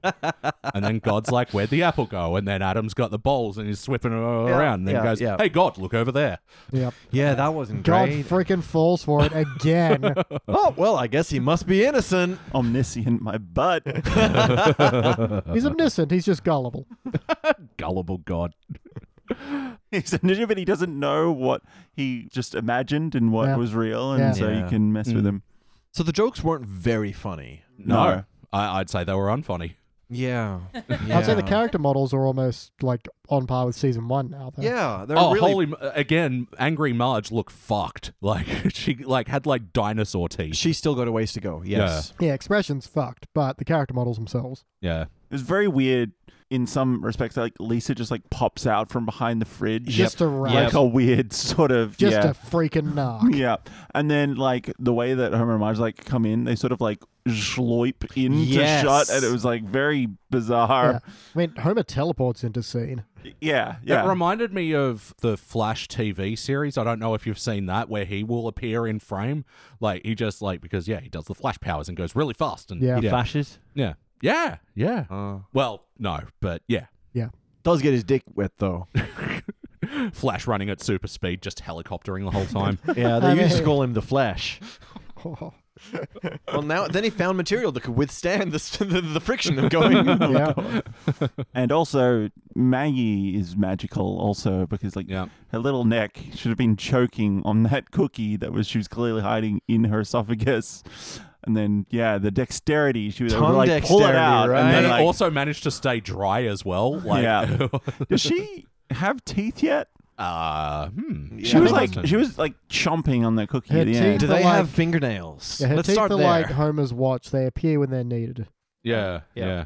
S2: And then God's like, Where'd the apple go? And then Adam's got the bowls and he's swipping them around. And then
S5: yeah,
S2: goes,
S5: yeah.
S2: Hey, God, look over there.
S3: yep.
S5: yeah, that wasn't
S3: God
S5: great.
S3: freaking falls for it again.
S5: oh well, I guess he must be innocent.
S6: Omniscient, my butt.
S3: He's omniscient. He's just gullible.
S2: Gullible God.
S6: He's an idiot, but he doesn't know what he just imagined and what
S3: Yeah.
S6: was real, and
S3: Yeah. Mm.
S6: so
S5: Yeah.
S6: you can mess with him.
S5: So the jokes weren't very funny.
S2: No, I- I'd say they were unfunny.
S5: Yeah,
S3: I'd say the character models are almost like on par with season one now. Though.
S5: Yeah, they're
S2: Oh,
S5: really.
S2: holy! m- Again, angry Marge looked fucked. Like she like had like dinosaur teeth.
S5: She's still got a ways to go. Yes.
S3: Yeah, expressions fucked, but the character models themselves.
S2: Yeah,
S6: It was very weird in some respects. Like Lisa just like pops out from behind the fridge,
S3: Just a rat.
S6: like a weird sort of
S3: Just
S6: yeah.
S3: a freaking knock.
S6: yeah, and then like the way that Homer and Marge like come in, they sort of like schloip into
S5: Yes.
S6: shot, and it was like very
S3: Yeah. I
S6: bizarre.
S3: mean, Homer teleports into scene.
S6: Yeah, yeah.
S2: It reminded me of the Flash TV series. I don't know if you've seen that, where he will appear in frame. Like he just like because yeah, he does the flash powers and goes really fast and
S3: Yeah.
S2: yeah,
S5: Flashes.
S2: yeah, yeah, yeah.
S5: Uh,
S2: Well, no, but yeah,
S5: does get his dick wet though.
S2: Flash running at super speed, just helicoptering the whole time.
S5: Yeah,
S3: I
S5: they used to
S3: mean-
S5: call him the Flash.
S3: Oh,
S5: Well, now then he found material that could withstand the s- the, the friction of going.
S3: yeah.
S6: And also, Maggie is magical, also because like
S2: Yeah.
S6: her little neck should have been choking on that cookie that was she was clearly hiding in her esophagus. And then, yeah, the dexterity she was able to
S5: Tongue
S6: like pull it
S5: dexterity,
S6: out.
S5: right?
S2: and then
S6: And then,
S5: I-
S6: like,
S2: also managed to stay dry as well. Like,
S6: Yeah. does she have teeth yet?
S2: uh, hmm.
S6: She
S5: I
S6: was
S5: think
S6: like
S2: that's-
S6: she was like chomping on that cookie
S3: Her
S6: at the
S3: teeth-
S6: end.
S5: Do they
S3: But,
S5: have
S3: like-
S5: fingernails?
S3: Yeah, her
S5: Let's
S3: teeth
S5: start
S3: are
S5: there.
S3: like Homer's watch. They appear when they're needed.
S2: Yeah,
S5: Yeah.
S2: yeah.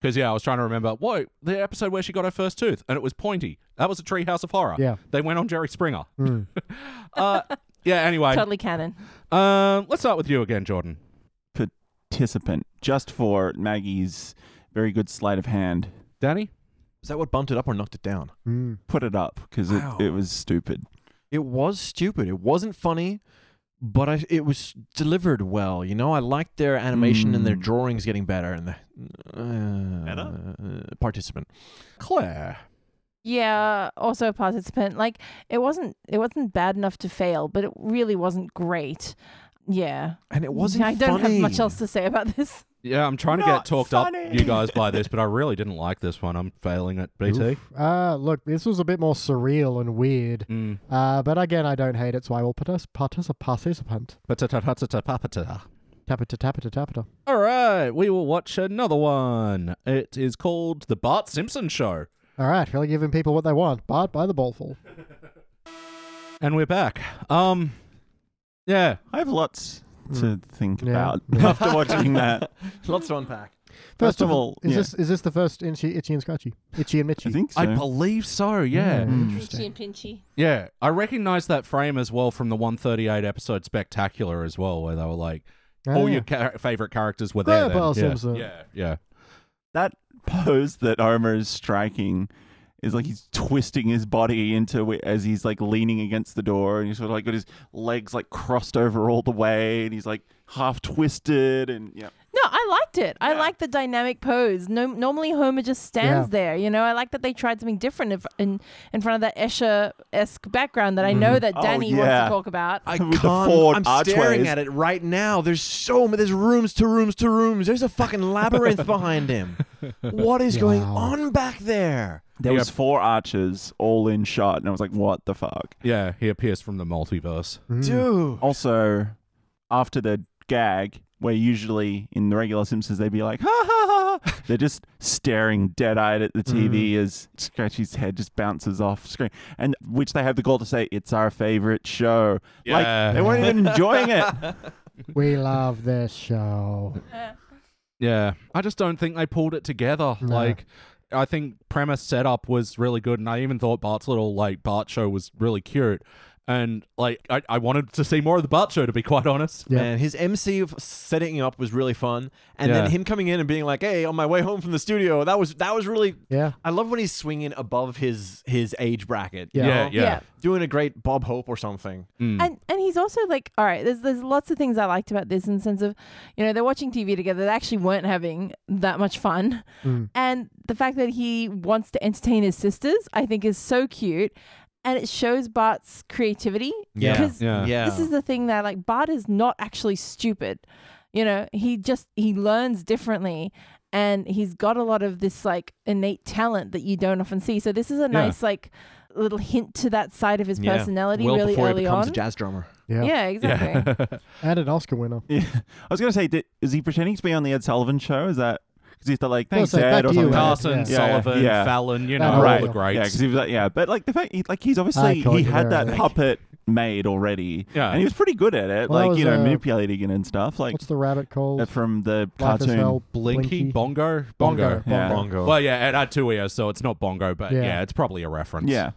S2: Because yeah. I was trying to remember. Whoa, the episode where she got her first tooth, and it was pointy. That was a Treehouse of Horror.
S3: Yeah.
S2: they went on Jerry Springer.
S3: Mm.
S2: Uh, yeah. Anyway,
S4: Totally canon.
S2: um, let's start with you again, Jordan.
S6: Participant just for Maggie's very good sleight of hand.
S2: Danny.
S5: Is that what bumped it up or knocked it down?
S3: Mm.
S6: Put it up because
S5: Wow.
S6: it, it was stupid.
S5: It was stupid. It wasn't funny, but I, it was delivered well. You know, I liked their animation and their
S6: Mm.
S5: drawings getting better. And the uh, uh, participant.
S2: Claire.
S4: Yeah, also a participant. Like it wasn't it wasn't bad enough to fail, but it really wasn't great. Yeah.
S5: And it wasn't
S4: I don't
S5: funny.
S4: have much else to say about this.
S2: Yeah, I'm trying to get
S6: Not
S2: talked up,
S6: funny.
S2: you guys, by this, but I really didn't like this one. I'm failing at BT.
S3: Oof. Uh, look, this was a bit more surreal and weird.
S2: Mm.
S3: Uh, but again, I don't hate it, so I will partic- partic- participant.
S2: Ba-ta-ta-ta-ta-pa-pa-ta.
S3: Tapita, tapita, tapita.
S2: All right, we will watch another one. It is called The Bart Simpson Show.
S3: All right, really giving people what they want. Bart by the bowlful.
S2: And we're back. Um, yeah,
S6: I have lots
S5: Hmm.
S6: to think
S3: Yeah.
S6: about
S3: Yeah.
S6: after watching that.
S5: Lots to unpack.
S6: First of all,
S3: is
S6: yeah.
S3: this is this the first Itchy, itchy and Scratchy? Itchy and Mitchy.
S6: I think so.
S2: I believe so. Yeah.
S3: Mm. Interesting.
S4: and Pinchy.
S2: Yeah, I recognize that frame as well from the 138 episode Spectacular as well, where they were like, all
S3: Ah.
S2: your ca- favorite characters were there.
S3: Grandpa
S2: then. Yeah.
S3: Simpson.
S2: Yeah, yeah.
S6: that pose that Homer is striking is like he's twisting his body into it as he's like leaning against the door and he's sort of like got his legs like crossed over all the way and he's like half twisted and yeah
S4: No, I liked it. I liked the dynamic pose. No, normally Homer just stands
S3: Yeah.
S4: there. You know, I like that they tried something different if, in in front of that Escher esque background that I know that
S6: Oh,
S4: Danny wants
S6: yeah.
S4: to talk about.
S5: I
S6: With the
S5: can't.
S6: forward
S5: I'm staring
S6: archways.
S5: at it right now. There's so many. There's rooms to rooms to rooms. There's a fucking labyrinth behind him. What is going
S3: Wow.
S5: on back there?
S6: there
S2: Yeah.
S6: was four arches all in shot and I was like what the fuck
S2: Yeah, he appears from the multiverse.
S3: Mm.
S5: Dude.
S6: also after the gag where usually in the regular Simpsons they'd be like ha ha ha they're just staring dead eyed at the TV as Scratchy's head just bounces off screen and which they have the goal to say it's our favorite show
S2: Yeah.
S6: like they weren't even enjoying it
S3: We love this show.
S2: Yeah, I just don't think they pulled it together.
S3: No.
S2: Like, I think premise setup was really good, and I even thought Bart's little like Bart show was really cute. And like, I, I wanted to see more of the Bart Show, to be quite honest.
S3: Yeah.
S5: Man, his MC of setting up was really fun, and
S2: Yeah.
S5: then him coming in and being like, "Hey, on my way home from the studio, that was that was really."
S3: Yeah.
S5: I love when he's swinging above his his age bracket. you
S3: Yeah.
S5: know?
S2: Yeah, yeah.
S5: doing a great Bob Hope or something.
S2: Mm.
S4: And and he's also like, all right, there's there's lots of things I liked about this in the sense of, you know, they're watching TV together. They actually weren't having that much fun,
S3: Mm.
S4: and the fact that he wants to entertain his sisters, I think, is so cute, and it shows Bart's creativity.
S5: Yeah.
S4: 'Cause
S2: yeah.
S5: Yeah,
S4: This is the thing that like Bart is not actually stupid. You know, he just he learns differently and he's got a lot of this like innate talent that you don't often see. So this is a nice like little hint to that side of his
S5: Yeah.
S4: personality
S5: well
S4: really
S5: before
S4: early
S5: he becomes
S4: on.
S5: a jazz drummer.
S3: Yeah.
S4: yeah, exactly.
S3: And an Oscar winner.
S6: Yeah. I was gonna say, did, is he pretending to be on the Ed Sullivan Show? Is that because he's the, like,
S3: Well,
S6: thanks
S3: so back
S6: Ed or
S3: to you,
S6: something?
S3: Ed.
S2: Carson,
S3: Yeah.
S2: Sullivan,
S6: Yeah.
S2: Fallon, you
S3: That
S2: know,
S3: whole
S2: all
S6: Right.
S2: the greats.
S6: Yeah, because he was like, yeah, but like the fact, he, like he's obviously
S3: Icon,
S6: he had
S3: yeah.
S6: that puppet made already,
S2: Yeah.
S6: and he was pretty good at it,
S3: Well, that
S6: like you
S3: was,
S6: know,
S3: uh,
S6: manipulating it and stuff, like
S3: What's the rabbit called?
S6: uh, from the
S3: Life is
S6: cartoon.
S3: Hell,
S2: Blinky, Bongo, Bongo.
S3: Bongo.
S6: Yeah.
S5: Bongo.
S2: Well, yeah, it had two ears, so it's not Bongo, but yeah,
S3: Yeah.
S2: it's probably a reference.
S6: Yeah,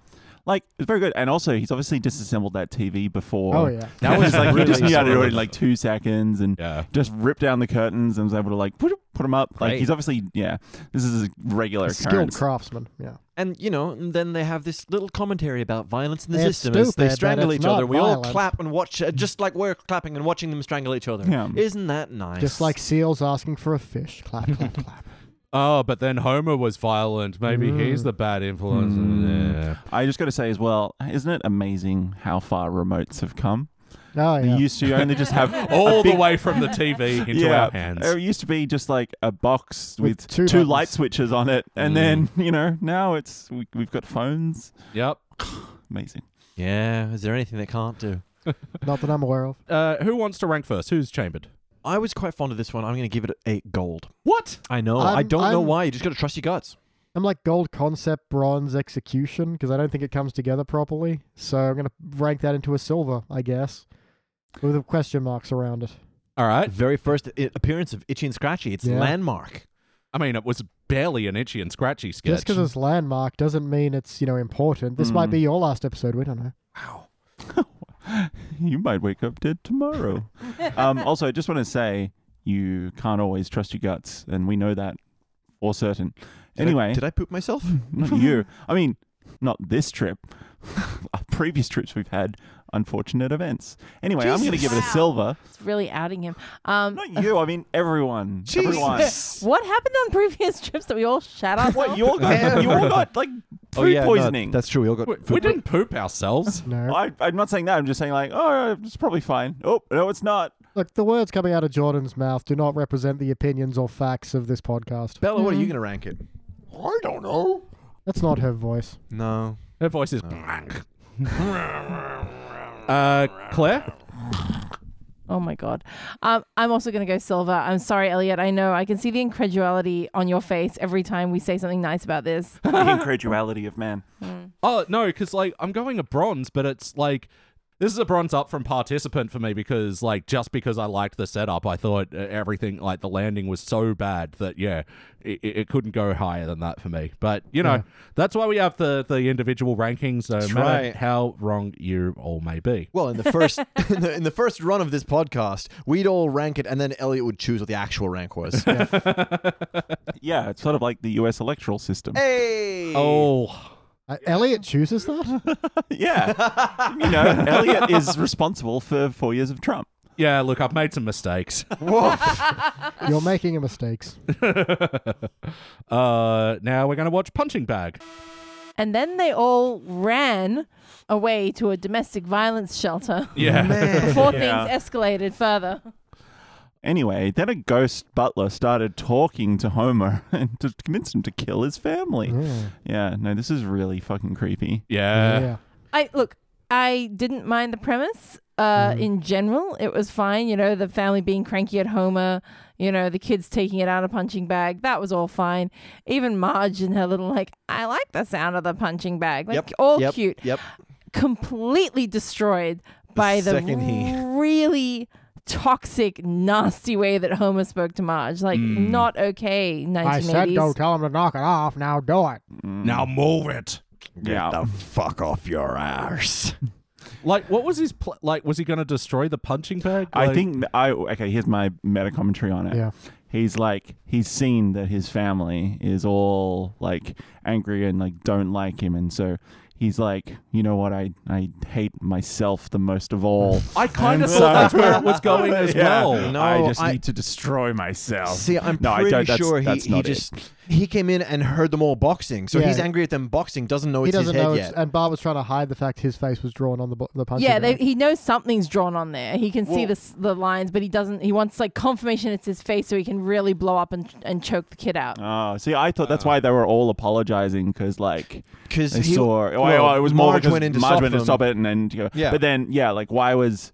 S6: like it's very good, and also he's obviously disassembled that TV before.
S3: Oh, yeah.
S2: That
S6: that
S2: was
S6: was like
S2: really
S6: he just knew how to do it
S2: solid.
S6: in like two seconds, and
S2: Yeah.
S6: just ripped down the curtains and was able to like put put them up.
S2: Great.
S6: Like he's obviously yeah, this is a regular
S3: Skilled
S6: occurrence.
S3: craftsman. Yeah.
S5: And you know, and then they have this little commentary about violence in the
S3: It's
S5: system. as
S3: stupid,
S5: they
S3: but
S5: strangle
S3: it's
S5: each
S3: not
S5: other. We all
S3: violence.
S5: clap and watch, uh, just like we're clapping and watching them strangle each other.
S6: Yeah.
S5: Isn't that nice?
S3: Just like seals asking for a fish. Clap, clap, clap.
S2: Oh, but then Homer was violent. Maybe he's the bad influence. Yeah.
S6: I just got to say as well, isn't it amazing how far remotes have come?
S3: Oh,
S6: They
S3: yeah.
S6: used to only just have
S2: All
S6: big-
S2: the way from the TV into our hands.
S6: It used to be just like a box with,
S3: With
S6: two,
S3: two
S6: light
S3: buttons.
S6: switches on it, and then
S5: Mm.
S6: you know now it's we, we've got phones.
S2: Yep.
S6: Amazing.
S5: yeah. Is there anything they can't do?
S3: Not that I'm aware of.
S2: Uh, who wants to rank first? Who's chambered?
S5: I was quite fond of this one. I'm going to give it a gold.
S2: What?
S5: I know.
S3: I'm-
S5: I don't know
S3: I'm-
S5: why. You just got to trust your guts.
S3: I'm like gold concept, bronze execution, because I don't think it comes together properly. So I'm going to rank that into a silver, I guess, with a question marks around it.
S2: All right.
S5: Very first i- appearance of Itchy and Scratchy. It's
S3: Yeah.
S5: landmark.
S2: I mean, it was barely an itchy and scratchy sketch.
S3: Just because it's landmark doesn't mean it's, you know, important. This might
S6: Mm.
S3: be your last episode. We don't know.
S6: You might wake up dead tomorrow. um, also, I just want to say you can't always trust your guts, and we know that for certain.
S5: Did I-
S6: anyway,
S5: did I poop myself?
S6: not you. I mean, not this trip. Our previous trips we've had unfortunate events. Anyway, I'm going to give it a
S4: Jesus.
S6: silver.
S4: it's really outing him. Um
S6: Not you. I mean everyone. Everyone.
S4: what happened on previous trips that we all shat ourselves?
S6: What you all got? you all got like food
S5: Oh, yeah, no,
S6: poisoning.
S5: that's true. We all got
S2: We,
S5: food
S2: we
S5: poisoning.
S2: didn't poop ourselves.
S3: No.
S6: I, I'm not saying that. I'm just saying like, oh, it's probably fine. Oh, no, it's not.
S3: Look, the words coming out of Jordan's mouth do not represent the opinions or facts of this podcast.
S5: Bella, what are you going to rank it?
S1: I don't know.
S3: That's not her voice.
S5: No.
S2: Her voice is. uh, Claire?
S4: Oh my god. Um, I'm also gonna go silver. I'm sorry, Elliot. I know I can see the incredulity on your face every time we say something nice about this.
S6: the incredulity of man.
S2: Oh, no, because, like, I'm going a bronze, but it's like. This is a bronze up from participant for me because, like, just because I liked the setup, I thought uh, everything, like, the landing was so bad that, yeah, it, it it couldn't go higher than that for me. But, you know,
S3: Yeah.
S2: that's why we have the, the individual rankings, no matter
S5: right.
S2: how wrong you all may be.
S5: Well, in the first in, the, in the first run of this podcast, we'd all rank it, and then Elliot would choose what the actual rank was.
S6: Yeah, it's sort of like the U.S. electoral system.
S5: hey.
S2: Oh,
S3: Uh, Elliot chooses that?
S6: yeah, you know, Elliot is responsible for four years of Trump.
S2: yeah, look, I've made some mistakes.
S3: You're making mistakes.
S2: Uh, now we're going to watch Punching Bag.
S4: And then they all ran away to a domestic violence shelter
S2: Yeah.
S4: before
S6: Yeah.
S4: things escalated further.
S6: Anyway, then a ghost butler started talking to Homer and to convince him to kill his family.
S3: Yeah.
S6: Yeah, no, this is really fucking creepy.
S2: Yeah.
S3: yeah.
S4: I look, I didn't mind the premise. Uh,
S5: Mm.
S4: in general, it was fine. You know, the family being cranky at Homer, you know, the kids taking it out of punching bag. That was all fine. Even Marge and her little like, I like the sound of the punching bag. Like
S5: Yep.
S4: all
S5: yep,
S4: cute.
S5: Yep.
S4: Completely destroyed by the
S5: second he-
S4: really toxic, nasty way that Homer spoke to Marge. Like not okay.
S3: Hmm. I
S4: Nineteen
S3: said,
S4: eighties.
S3: don't tell him to knock it off. Now do it.
S2: Now move it.
S6: Yeah.
S5: fuck off your ass.
S2: Like, what was his pl- like? Was he going to destroy the punching bag?
S6: I
S2: Like-
S6: think I okay. Here's my meta commentary on it.
S3: Yeah.
S6: He's like he's seen that his family is all like angry and like don't like him, and so he's like, you know what? I I hate myself the most of all.
S2: I kind of thought
S6: And so-
S2: that's where it was going as
S6: Yeah.
S2: well.
S5: No,
S6: I just
S5: I-
S6: need to destroy myself.
S5: See, I'm
S6: Oh. no, I
S5: pretty
S6: don't, that's,
S5: sure he,
S6: that's
S5: he
S6: not it.
S5: just he came in and heard them all boxing, so
S3: Yeah.
S5: he's angry at them boxing. Doesn't know
S3: he
S5: it's
S3: doesn't
S5: his
S3: know.
S5: head
S3: It's,
S5: yet.
S3: and Bart was trying to hide the fact his face was drawn on the bo- the punching
S4: Yeah, they,
S3: bag.
S4: he knows something's drawn on there. He can see
S5: Well-
S4: the s the lines, but he doesn't. He wants like confirmation it's his face, so he can really blow up and and choke the kid out.
S6: Oh, see, I thought
S5: Uh.
S6: that's why they were all apologizing because, like,
S5: Because
S6: they
S5: he
S6: saw. Oh,
S5: well,
S6: oh, it was more
S5: Marge
S6: because
S5: went in to
S6: Marge
S5: stop
S6: went in
S5: them.
S6: to stop it, and then you know,
S5: Yeah.
S6: But then, yeah, like, why was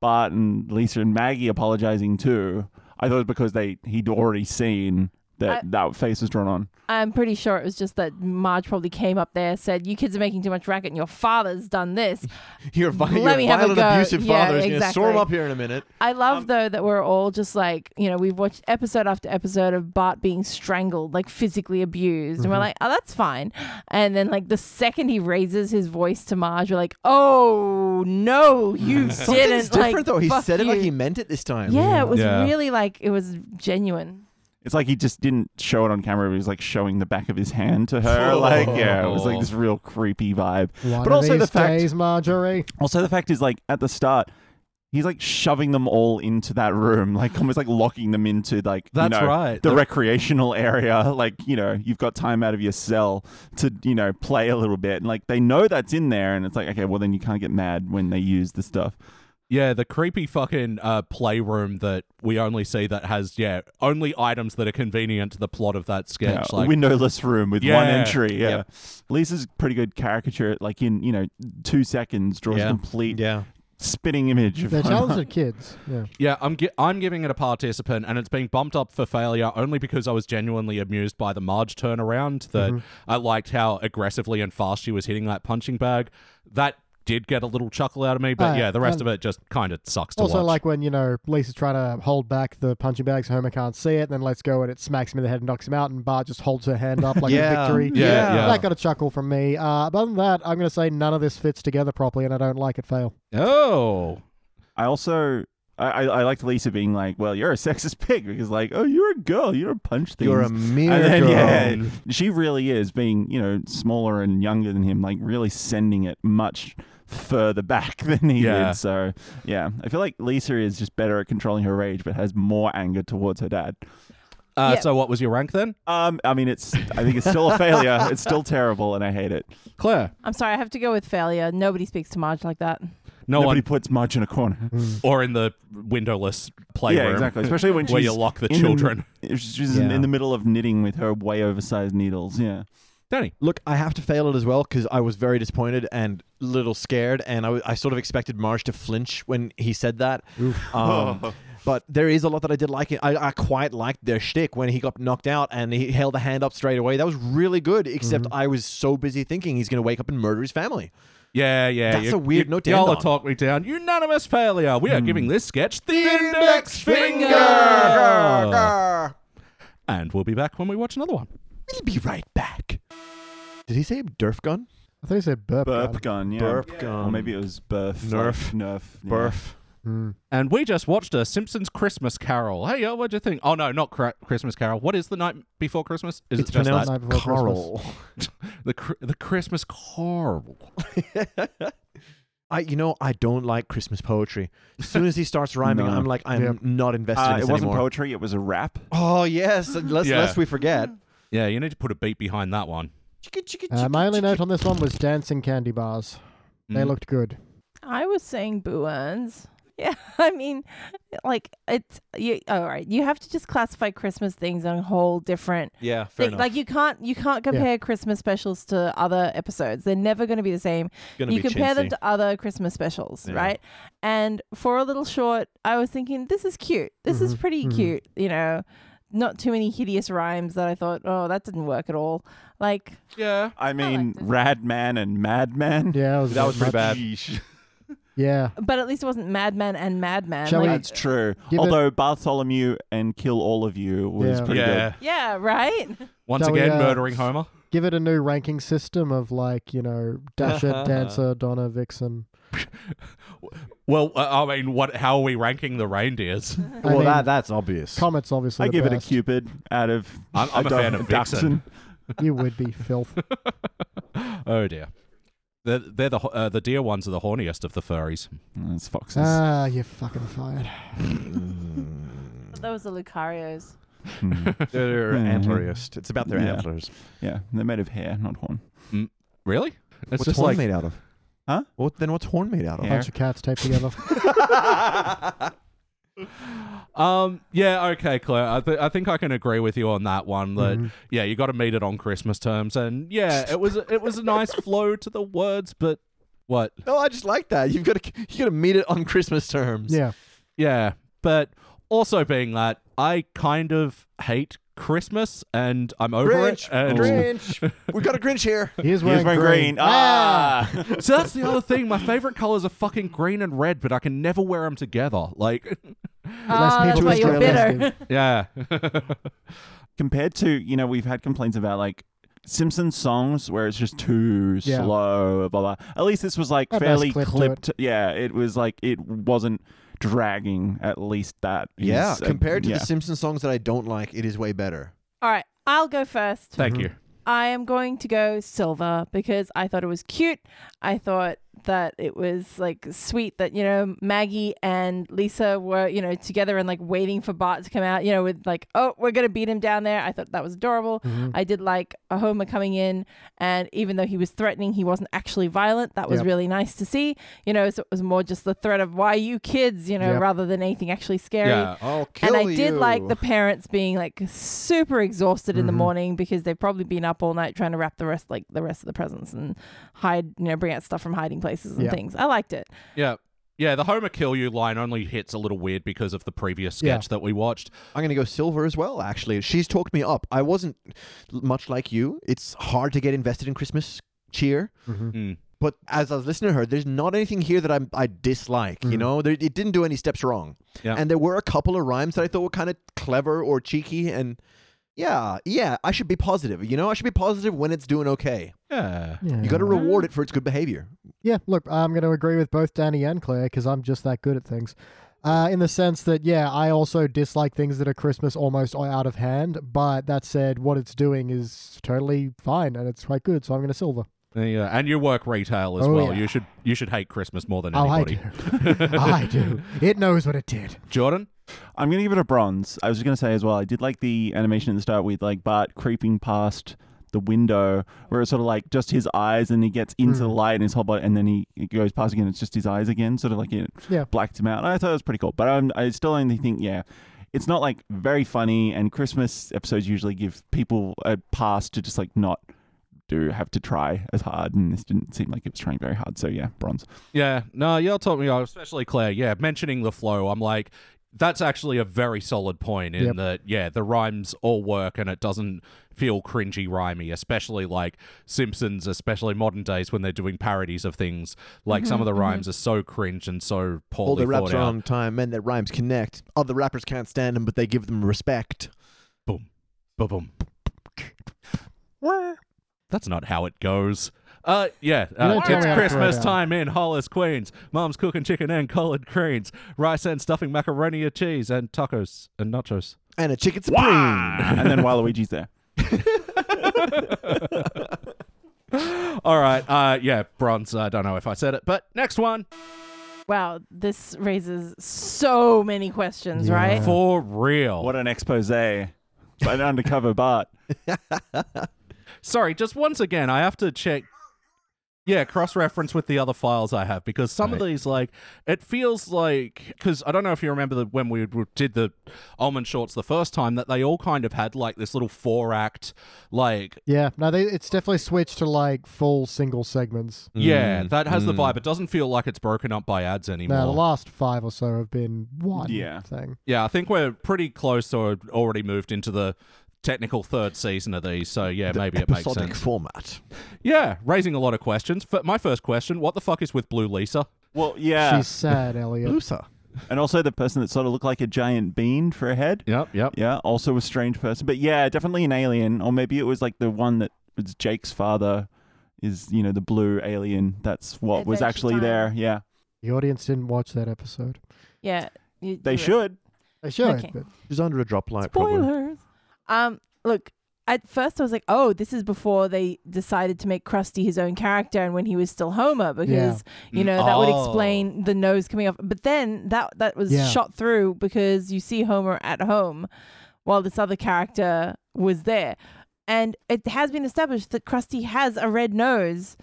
S6: Bart and Lisa and Maggie apologizing too? I thought it was because they he'd already seen that
S4: I-
S6: that face was drawn on.
S4: I'm pretty sure it was just that Marge probably came up there, said, "You kids are making too much racket, and your father's done this."
S5: your, vi-
S4: Let
S5: your
S4: me have a
S5: violent,
S4: go.
S5: abusive
S4: Yeah,
S5: father is going to storm
S4: exactly.
S5: up here in a minute.
S4: I love though that we're all just like, you know, we've watched episode after episode of Bart being strangled, like physically abused, and we're like, oh, that's fine. And then like the second he raises his voice to Marge, we're like, oh no, you didn't.
S5: Something's different
S4: like,
S5: though. He
S4: fuck
S5: said it like
S4: you."
S5: he meant it this time.
S4: Yeah, it was
S2: Yeah.
S4: really like it was genuine.
S6: It's like he just didn't show it on camera. but He was like showing the back of his hand to her. Like, yeah, it was like this real creepy vibe.
S3: One
S6: but
S3: of
S6: also the
S3: these
S6: fact-
S3: days, Marjorie.
S6: Also, the fact is, like, at the start. He's like shoving them all into that room, like almost like locking them into like
S2: That's
S6: you know,
S2: right.
S6: the
S2: The-
S6: recreational area. Like you know, you've got time out of your cell to you know play a little bit, and like they know that's in there, and it's like okay, well then you can't get mad when they use the stuff.
S2: Yeah, the creepy fucking uh, playroom that we only see that has yeah only items that are convenient to the plot of that
S6: Yeah,
S2: sketch.
S6: a
S2: like
S6: windowless room with one
S2: Yeah.
S6: entry. Yeah,
S2: Yep.
S6: Lisa's pretty good caricature. at, Like in you know two seconds, draws
S2: Yeah.
S6: a complete
S5: Yeah.
S6: spinning image of
S3: They're
S6: Homer.
S3: talented kids. Yeah.
S2: yeah, I'm gi- I'm giving it a participant, and it's been bumped up for failure only because I was genuinely amused by the Marge turnaround. That I liked how aggressively and fast she was hitting that punching bag. That did get a little chuckle out of me, but
S3: Uh,
S2: yeah, the rest
S3: and-
S2: of it just kind of sucks to
S3: Also,
S2: watch.
S3: like when you know Lisa's trying to hold back the punching bags, Homer can't see it, and then lets go, and it smacks him in the head and knocks him out, and Bart just holds her hand up like
S5: Yeah.
S3: a victory.
S2: yeah, yeah,
S5: Yeah.
S3: That got a chuckle from me. Uh, but other than that, I'm going to say none of this fits together properly, and I don't like it. Fail.
S2: Oh,
S6: I also I, I, I liked Lisa being like, "Well, you're a sexist pig," because like, "Oh, you're a girl. You don't punch things."
S5: You're a mere
S6: and then,
S5: girl.
S6: yeah, she really is being you know smaller and younger than him, like really sending it much further back than he
S2: Yeah.
S6: did. So yeah, I feel like Lisa is just better at controlling her rage, but has more anger towards her dad.
S2: uh,
S4: Yeah.
S2: so what was your rank then,
S6: Um, I mean, it's I think it's still a failure. It's still terrible, and I hate it.
S2: Claire?
S4: I'm sorry, I have to go with failure. Nobody speaks to Marge like that.
S2: No
S6: Nobody
S2: one
S6: puts Marge in a corner.
S2: or in the windowless playroom.
S6: Yeah, exactly. Especially when
S2: Where
S6: she's
S2: you lock the
S6: in
S2: children.
S6: she's in-
S5: Yeah.
S6: in the middle of knitting with her way oversized needles. Yeah.
S2: Danny.
S5: Look, I have to fail it as well because I was very disappointed and little scared, and I, w- I sort of expected Marge to flinch when he said that. Um, but there is a lot that I did like. It. I, I quite liked their shtick when he got knocked out and he held a hand up straight away. That was really good. Except
S6: Mm-hmm.
S5: I was so busy thinking he's going to wake up and murder his family.
S2: Yeah, yeah.
S5: That's a weird
S2: you,
S5: note to
S2: Y'all
S5: end
S2: are
S5: on.
S2: talking me down. Unanimous failure. We are giving this sketch the index finger.
S5: Grr, grr.
S2: And we'll be back when we watch another one.
S5: We'll be right back. Did he say Durf gun?
S3: I thought he said burp.
S6: Burp
S3: gun.
S6: gun, yeah.
S5: Burp
S6: Or
S5: gun.
S6: maybe it was burf.
S5: Nerf.
S6: Nerf. yeah. Uh,
S5: Burf.
S3: Mm.
S2: And we just watched a Simpsons Christmas Carol. Hey, yo, what'd you think? Oh no, not cra- Christmas Carol. What is the night before Christmas? Is
S5: It's
S2: it just
S5: pronounced
S2: that?
S3: Night Before
S5: Carl.
S2: the cr- the Christmas Carol?
S5: I, you know, I don't like Christmas poetry. As soon as he starts rhyming,
S6: No.
S5: I'm like, I'm
S3: Yep.
S5: not invested
S6: Uh,
S5: in
S6: it
S5: this
S6: wasn't
S5: anymore.
S6: poetry, it was a rap.
S5: Oh yes, lest,
S2: Yeah.
S5: lest we forget.
S2: Yeah, you need to put a beat behind that one.
S3: Uh, my only note on this one was dancing candy bars. They
S2: Mm.
S3: looked good.
S4: I was saying boo earns. Yeah, I mean, like it's you. All right, you have to just classify Christmas things on a whole different.
S5: Yeah,
S4: thing. Like you can't you can't compare Christmas specials to other episodes. They're never going to be the same. you compare them to other Christmas specials,
S5: Yeah.
S4: right? And for a little short, I was thinking this is cute. This is
S3: Mhm,
S4: pretty
S3: mhm.
S4: cute. You know, not too many hideous rhymes that I thought, oh, that didn't work at all. Like
S2: Yeah.
S6: I mean,
S4: liked it.
S6: Radman and Madman.
S3: Yeah, it was
S5: That was pretty
S3: much-
S5: bad.
S6: Yeesh.
S3: Yeah,
S4: But at least it wasn't Madman and Madman.
S3: Shall
S4: like,
S3: we-
S6: That's true.
S3: Give it-
S6: Although Bartholomew and Kill All of You was
S3: Yeah.
S6: pretty
S2: yeah.
S6: good.
S4: Yeah, right.
S2: Once
S3: Shall we,
S2: again,
S3: uh,
S2: murdering Homer.
S3: give it a new ranking system of like you know Dasher, Dancer, Donna, Vixen.
S2: Well, uh, I I mean, what? How are we ranking the reindeers?
S3: I mean,
S5: that's obvious.
S3: Comets obviously.
S6: I
S3: the
S6: give it a
S3: best.
S6: cupid out of.
S2: I'm- I'm a fan
S6: duck-
S2: of Vixen.
S6: dachshund.
S3: You would be filth.
S2: oh dear, they're, they're the ho- uh, the deer ones are the horniest of the furries.
S6: Mm, It's foxes.
S3: ah, you're fucking fired.
S5: Mm.
S4: Those are Lucario's.
S6: Mm.
S5: They're
S3: Hmm.
S6: Mhm.
S5: antlerist. It's about their
S6: Yeah.
S5: antlers.
S6: yeah, they're made of hair, not horn.
S2: Really? It's
S5: what's
S2: just
S5: horn
S2: like
S5: made out of?
S6: Huh?
S5: What, then what's horn made out of?
S6: Hair.
S3: Bunch of cats taped together.
S2: Um. Yeah. Okay, Claire. I, th- I think I can agree with you on that one. That
S3: Mhm.
S2: yeah, you got to meet it on Christmas terms, and yeah, it was it was a nice flow to the words, but what?
S5: No, I just like that. You've got to you got to meet it on Christmas terms.
S3: Yeah.
S2: Yeah, but also being that I kind of hate Christmas, and I'm over
S5: Grinch,
S2: it. And
S5: Grinch. We've got a Grinch here.
S3: He is
S6: He
S3: wearing,
S6: is wearing green. Ah!
S2: so that's the other thing. My favorite colors are fucking green and red, but I can never wear them together. Like,
S3: Less
S4: oh, that's
S3: people
S4: why
S3: is
S4: you're
S3: representative.
S4: bitter.
S2: yeah,
S6: Compared to, you know, we've had complaints about like Simpsons songs where it's just too
S3: Yeah.
S6: slow, blah, blah. At least this was like
S3: At best
S6: fairly
S3: clipped to
S6: clipped. Yeah, it was like, it wasn't dragging, at least that. is
S5: Yeah,
S6: a-
S5: compared to
S6: yeah.
S5: the Simpsons songs that I don't like, it is way better.
S4: All right, I'll go first.
S2: thank you.
S4: I am going to go silver because I thought it was cute. I thought that it was like sweet that you know Maggie and Lisa were you know together and like waiting for Bart to come out. You know with like oh we're gonna beat him down there. I thought that was adorable.
S3: Mm-hmm.
S4: I did like a Homer coming in and even though he was threatening, he wasn't actually violent. That was
S3: Yep.
S4: really nice to see. You know so it was more just the threat of why you kids you know
S3: Yep.
S4: rather than anything actually scary
S2: Yeah.
S5: I'll
S4: and
S5: kill
S4: I did
S5: you.
S4: like the parents being like super exhausted in the morning because they've probably been up all night trying to wrap the rest like the rest of the presents and hide you know bring out stuff from hiding places and
S3: Yeah.
S4: things. I liked it.
S2: Yeah. Yeah, the Homer kill you line only hits a little weird because of the previous
S3: Yeah.
S2: sketch that we watched.
S5: I'm gonna go silver as well. Actually, she's talked me up. I wasn't much like you. It's hard to get invested in Christmas cheer.
S3: Mhm.
S2: Mm.
S5: But as I was listening to her, there's not anything here that I'm, I dislike. You
S3: Mhm.
S5: know, there, it didn't do any steps wrong.
S2: Mm-hmm. Yeah.
S5: And there were a couple of rhymes that I thought were kind of clever or cheeky. And yeah, yeah, I should be positive. You know, I should be positive when it's doing okay.
S2: Yeah.
S3: Yeah.
S5: You got to
S2: Mm-hmm.
S5: reward it for its good behavior.
S3: Yeah, look, I'm going to agree with both Danny and Claire because I'm just that good at things. Uh, in the sense that, yeah, I also dislike things that are Christmas almost out of hand. But that said, what it's doing is totally fine and it's quite good. So I'm going to silver.
S2: Yeah, and you work retail as
S3: Oh,
S2: well.
S3: yeah.
S2: You should you should hate Christmas more than
S3: Oh, I
S2: anybody.
S3: do. I do. It knows what it did.
S2: Jordan?
S6: I'm gonna give it a bronze. I was just gonna say as well. I did like the animation at the start with like Bart creeping past the window, where it's sort of like just his eyes, and he gets into the light and his whole body, and then he it goes past again. It's just his eyes again, sort of like it
S3: Yeah.
S6: blacked him out. I thought it was pretty cool, but I'm, I still only think yeah. It's not like very funny, and Christmas episodes usually give people a pass to just like not do have to try as hard, and this didn't seem like it was trying very hard. So yeah, bronze.
S2: Yeah, no, y'all taught me, off, especially Claire. Yeah, mentioning the flow, I'm like, that's actually a very solid point in
S3: Yep.
S2: that, yeah, the rhymes all work and it doesn't feel cringy rhymey, especially like Simpsons, especially modern days when they're doing parodies of things. Like some of the rhymes are so cringe and so
S5: Mm-hmm, All
S2: poorly
S5: the raps
S2: thought
S5: are
S2: out.
S5: on time, men that rhymes connect. Other rappers can't stand them, but they give them respect.
S2: Boom, boom. That's not how it goes. Uh, yeah, uh,
S3: don't tell
S2: it's
S3: me how to
S2: Christmas
S3: throw it out.
S2: time in Hollis, Queens. Mom's cooking chicken and collard greens, rice and stuffing, macaroni and cheese, and tacos and nachos.
S5: And a chicken supreme.
S6: and then Waluigi's there.
S2: All right. Uh, yeah, bronze. I don't know if I said it, but next one
S4: Wow, this raises so many questions,
S3: Yeah.
S4: right?
S2: for real.
S6: What an expose! An undercover Bart.
S2: Sorry, just once again, I have to check. Yeah, cross reference with the other files I have because some of these, like, it feels like because I don't know if you remember that when we w- did the almond shorts the first time that they all kind of had like this little four act, like,
S3: Yeah, no, they, it's definitely switched to like full single segments.
S2: yeah,
S5: Mm,
S2: that has the
S5: mm.
S2: vibe. It doesn't feel like it's broken up by ads anymore.
S3: Now, the last five or so have been one
S6: Yeah.
S3: thing.
S2: Yeah, I think we're pretty close or already moved into the technical third season of these. So yeah,
S5: The
S2: maybe it makes
S5: episodic
S2: sense.
S5: format.
S2: Yeah, raising a lot of questions. But my first question: What the fuck is with Blue Lisa?
S6: Well, yeah,
S3: She's sad, Elliot.
S5: Lusa.
S6: and also the person that sort of looked like a giant bean for a head.
S2: Yep, yep.
S6: Yeah, also a strange person, but yeah, definitely an alien, or maybe it was like the one that was Jake's father, is you know the blue alien. That's what was
S4: Adventure
S6: actually
S4: Time.
S6: there. Yeah,
S3: The audience didn't watch that episode.
S4: Yeah. you-
S6: they
S4: you-
S6: should.
S3: They should,
S4: Okay.
S3: but
S5: She's under a drop light. Probably.
S4: Spoilers. Um, look, at first I was like, oh, this is before they decided to make Krusty his own character and when he was still Homer because, you know, that would
S2: Oh.
S4: explain the nose coming off. But then that that was
S3: Yeah.
S4: shot through because you see Homer at home while this other character was there. And it has been established that Krusty has a red nose.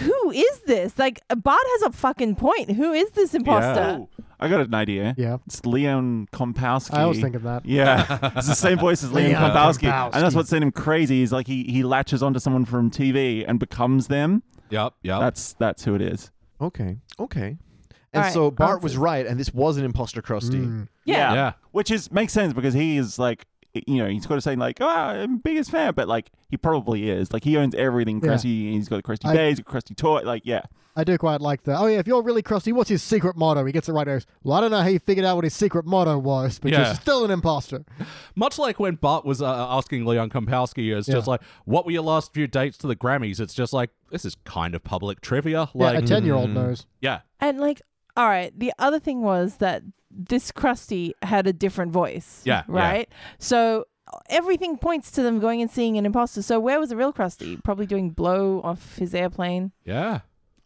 S4: Who is this? Like Bart has a fucking point. Who is this imposter?
S6: Oh, I got an idea.
S3: yeah,
S6: It's Leon Kompowski.
S3: I always think of that.
S6: Yeah, it's the same voice as Liam
S3: Leon
S6: Kompowski,
S3: Kompowski.
S6: and that's what sent him crazy. Is like he he latches onto someone from TV and becomes them.
S2: Yep,
S4: Oh.
S2: yep.
S6: That's that's who it is.
S5: Okay. Okay. And
S4: Alright,
S5: so Bart was
S4: answers.
S5: right, and this was an imposter Krusty.
S3: Mm.
S4: Yeah.
S2: yeah.
S6: which is makes sense because he is like you know he's got to say like oh I'm biggest fan, but like he probably is. Like he owns everything.
S3: Yeah.
S6: Krusty, he's got a Krusty
S3: I-
S6: Bay, he's got a Krusty toy. Like yeah,
S3: I do quite like that. Oh yeah, if you're really crusty, what's his secret motto? He gets it right. There. Well, I don't know how you figured out what his secret motto was, but
S2: Yeah.
S3: you're still an imposter.
S2: Much like when Bart was uh, asking Leon Kompowski, it's just
S3: Yeah.
S2: like, what were your last few dates to the Grammys? It's just like, this is kind of public trivia.
S3: Yeah,
S2: Like,
S3: a ten-year-old
S5: mm.
S3: knows.
S2: yeah.
S4: And like, all right, the other thing was that this Krusty had a different voice.
S2: Yeah, yeah.
S4: Right? So everything points to them going and seeing an imposter. So where was the real Krusty? Probably doing blow off his airplane.
S2: Yeah.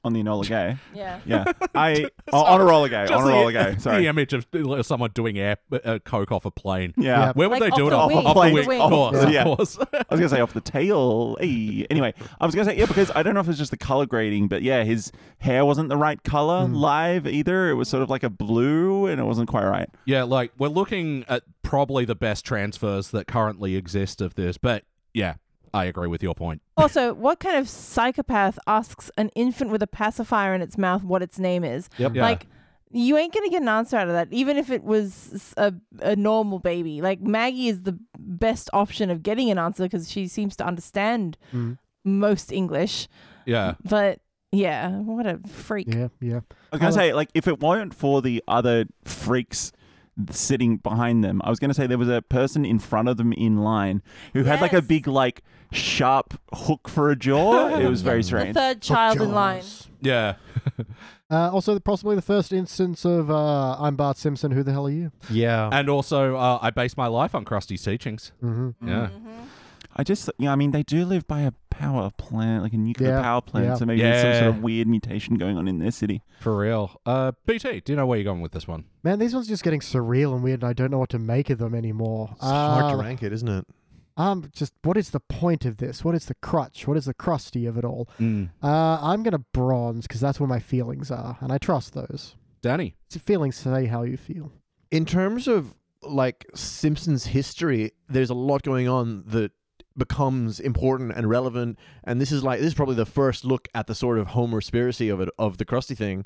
S6: on the Enola Gay.
S4: Yeah.
S6: Yeah, I oh, on a roller gay, on a roller gay.
S2: The
S3: E
S6: Sorry,
S2: image of uh, someone doing air, uh, coke off a plane.
S6: yeah.
S3: Yeah.
S2: Where would
S4: Like,
S2: they do it?
S4: off the
S2: Off,
S4: wing,
S2: off
S6: off
S2: the
S6: the
S2: wing.
S6: wing.
S2: Of course,
S6: Yeah.
S2: of course.
S6: I was gonna say off the tail. Hey. Anyway, I was gonna say yeah because I don't know if it's just the color grading, but yeah, his hair wasn't the right color
S3: Mm-hmm.
S6: live either. It was sort of like a blue, and it wasn't quite right.
S2: Yeah, like we're looking at probably the best transfers that currently exist of this, but yeah, I agree with your point.
S4: Also, what kind of psychopath asks an infant with a pacifier in its mouth what its name is?
S2: Yep.
S4: Like, you ain't gonna get an answer out of that, even if it was a, a normal baby. Like Maggie is the best option of getting an answer because she seems to understand
S3: Mm.
S4: most English.
S2: yeah,
S4: But yeah, what a freak.
S3: Yeah, yeah.
S6: I was
S3: I
S6: gonna
S3: like-
S6: say, like, if it weren't for the other freaks sitting behind them, I was gonna say there was a person in front of them in line who had like a
S4: Yes.
S6: big, like, sharp hook for a jaw. it was very
S4: The
S6: strange.
S4: third child in line.
S2: yeah,
S3: Uh, also, possibly the first instance of uh, I'm Bart Simpson. Who the hell are you?
S5: Yeah.
S2: and also uh, I base my life on Krusty's teachings.
S3: Mm-hmm.
S2: Yeah,
S6: I just, yeah, I mean, they do live by a power plant, like a nuclear
S3: Yeah,
S6: power plant.
S3: yeah.
S6: So maybe there's some
S2: Yeah.
S6: sort of weird mutation going on in their city.
S2: for real. Uh, BT, do you know where you're going with this one?
S3: Man, these ones are just getting surreal and weird, and I don't know what to make of them anymore.
S5: It's hard
S3: Um,
S5: to rank it, isn't it?
S3: I'm just, what is the point of this? What is the crutch? What is the crusty of it all?
S2: Mm.
S3: Uh, I'm gonna bronze because that's where my feelings are, and I trust those.
S2: Danny.
S3: It's feelings say how you feel.
S5: in terms of like Simpsons history, there's a lot going on that becomes important and relevant. And this is like this is probably the first look at the sort of Homer spiracy of it of the Krusty thing.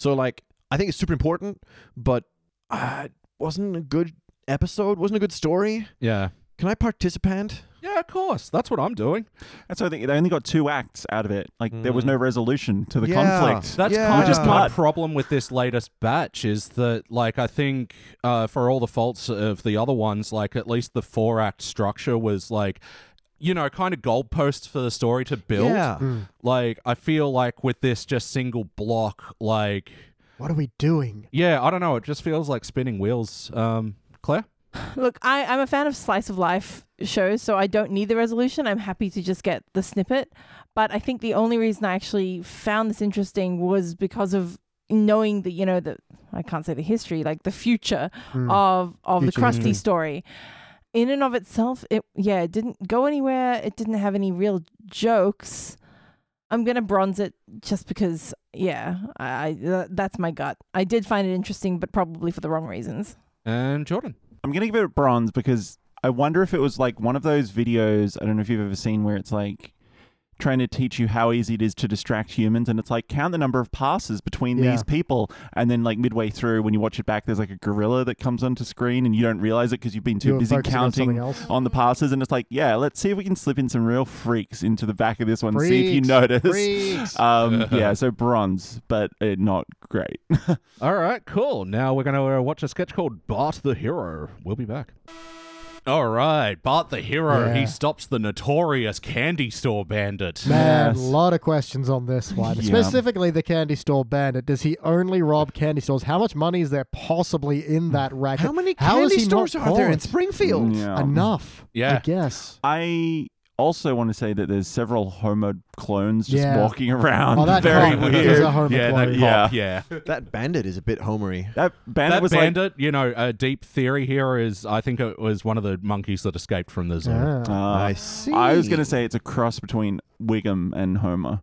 S5: So like I think it's super important, but uh, it wasn't a good episode. Wasn't a good story.
S2: Yeah,
S5: Can I participant?
S2: yeah, of course. That's what I'm doing.
S6: And so they, they only got two acts out of it. Like, there was
S5: Mm.
S6: no resolution to the
S5: Yeah.
S6: conflict.
S2: That's
S5: Yeah.
S2: kind
S6: Just
S2: of my
S6: cut.
S2: problem with this latest batch is that, like, I think uh, for all the faults of the other ones, like, at least the four act structure was like, you know, kind of goalposts for the story to build.
S5: Yeah.
S3: Mm.
S2: Like, I feel like with this just single block, like,
S3: What are we doing?
S2: yeah, I don't know. It just feels like spinning wheels. Um, Claire?
S4: Look, I, I'm a fan of slice of life shows, so I don't need the resolution. I'm happy to just get the snippet. But I think the only reason I actually found this interesting was because of knowing the you know the I can't say the history, like the future
S3: Mm.
S4: of of the
S3: Future
S4: Krusty
S3: history.
S4: story. In and of itself, it yeah, it didn't go anywhere. It didn't have any real jokes. I'm gonna bronze it just because, yeah, I, I th- that's my gut. I did find it interesting, but probably for the wrong reasons.
S2: And Jordan.
S6: I'm gonna give it a bronze because I wonder if it was like one of those videos. I don't know if you've ever seen where it's like trying to teach you how easy it is to distract humans, and it's like count the number of passes between
S3: Yeah.
S6: these people, and then like midway through when you watch it back, there's like a gorilla that comes onto screen, and you don't realize it because you've been too
S3: You were
S6: busy
S3: focusing on something
S6: counting.
S3: else.
S5: Oh,
S6: On the passes, and it's like, yeah, let's see if we can slip in some real freaks into the back of this one, see if you
S3: Freaks.
S6: notice.
S3: Freaks.
S6: Um, yeah, so bronze, but uh, not great.
S2: All right, cool. Now we're going to uh, watch a sketch called Bart the Hero. We'll be back. All right, Bart the hero. He
S3: Yeah.
S2: stops the notorious candy store bandit.
S3: Man, a
S6: Yes.
S3: lot of questions on this one.
S6: Yeah.
S3: Specifically, the candy store bandit. Does he only rob candy stores? How much money is there possibly in that racket?
S5: Mm. How many
S3: How is
S5: candy
S3: he not
S5: stores are there in
S3: caught?
S5: Springfield?
S6: Yeah.
S3: Enough.
S2: Yeah.
S3: I guess.
S6: I also want to say that there's several homo clones just
S3: Yeah.
S6: walking around.
S3: Oh, that
S6: Very
S3: cop
S6: weird.
S3: is a homo
S2: yeah, that
S3: clone.
S2: cop, yeah.
S5: That bandit is a bit homery.
S6: That bandit
S2: that
S6: was
S2: bandit, you know, a deep theory here is I think it was one of the monkeys that escaped from the zoo.
S3: Ah.
S6: like. uh,
S5: I see.
S6: I was gonna say it's a cross between Wiggum and Homer.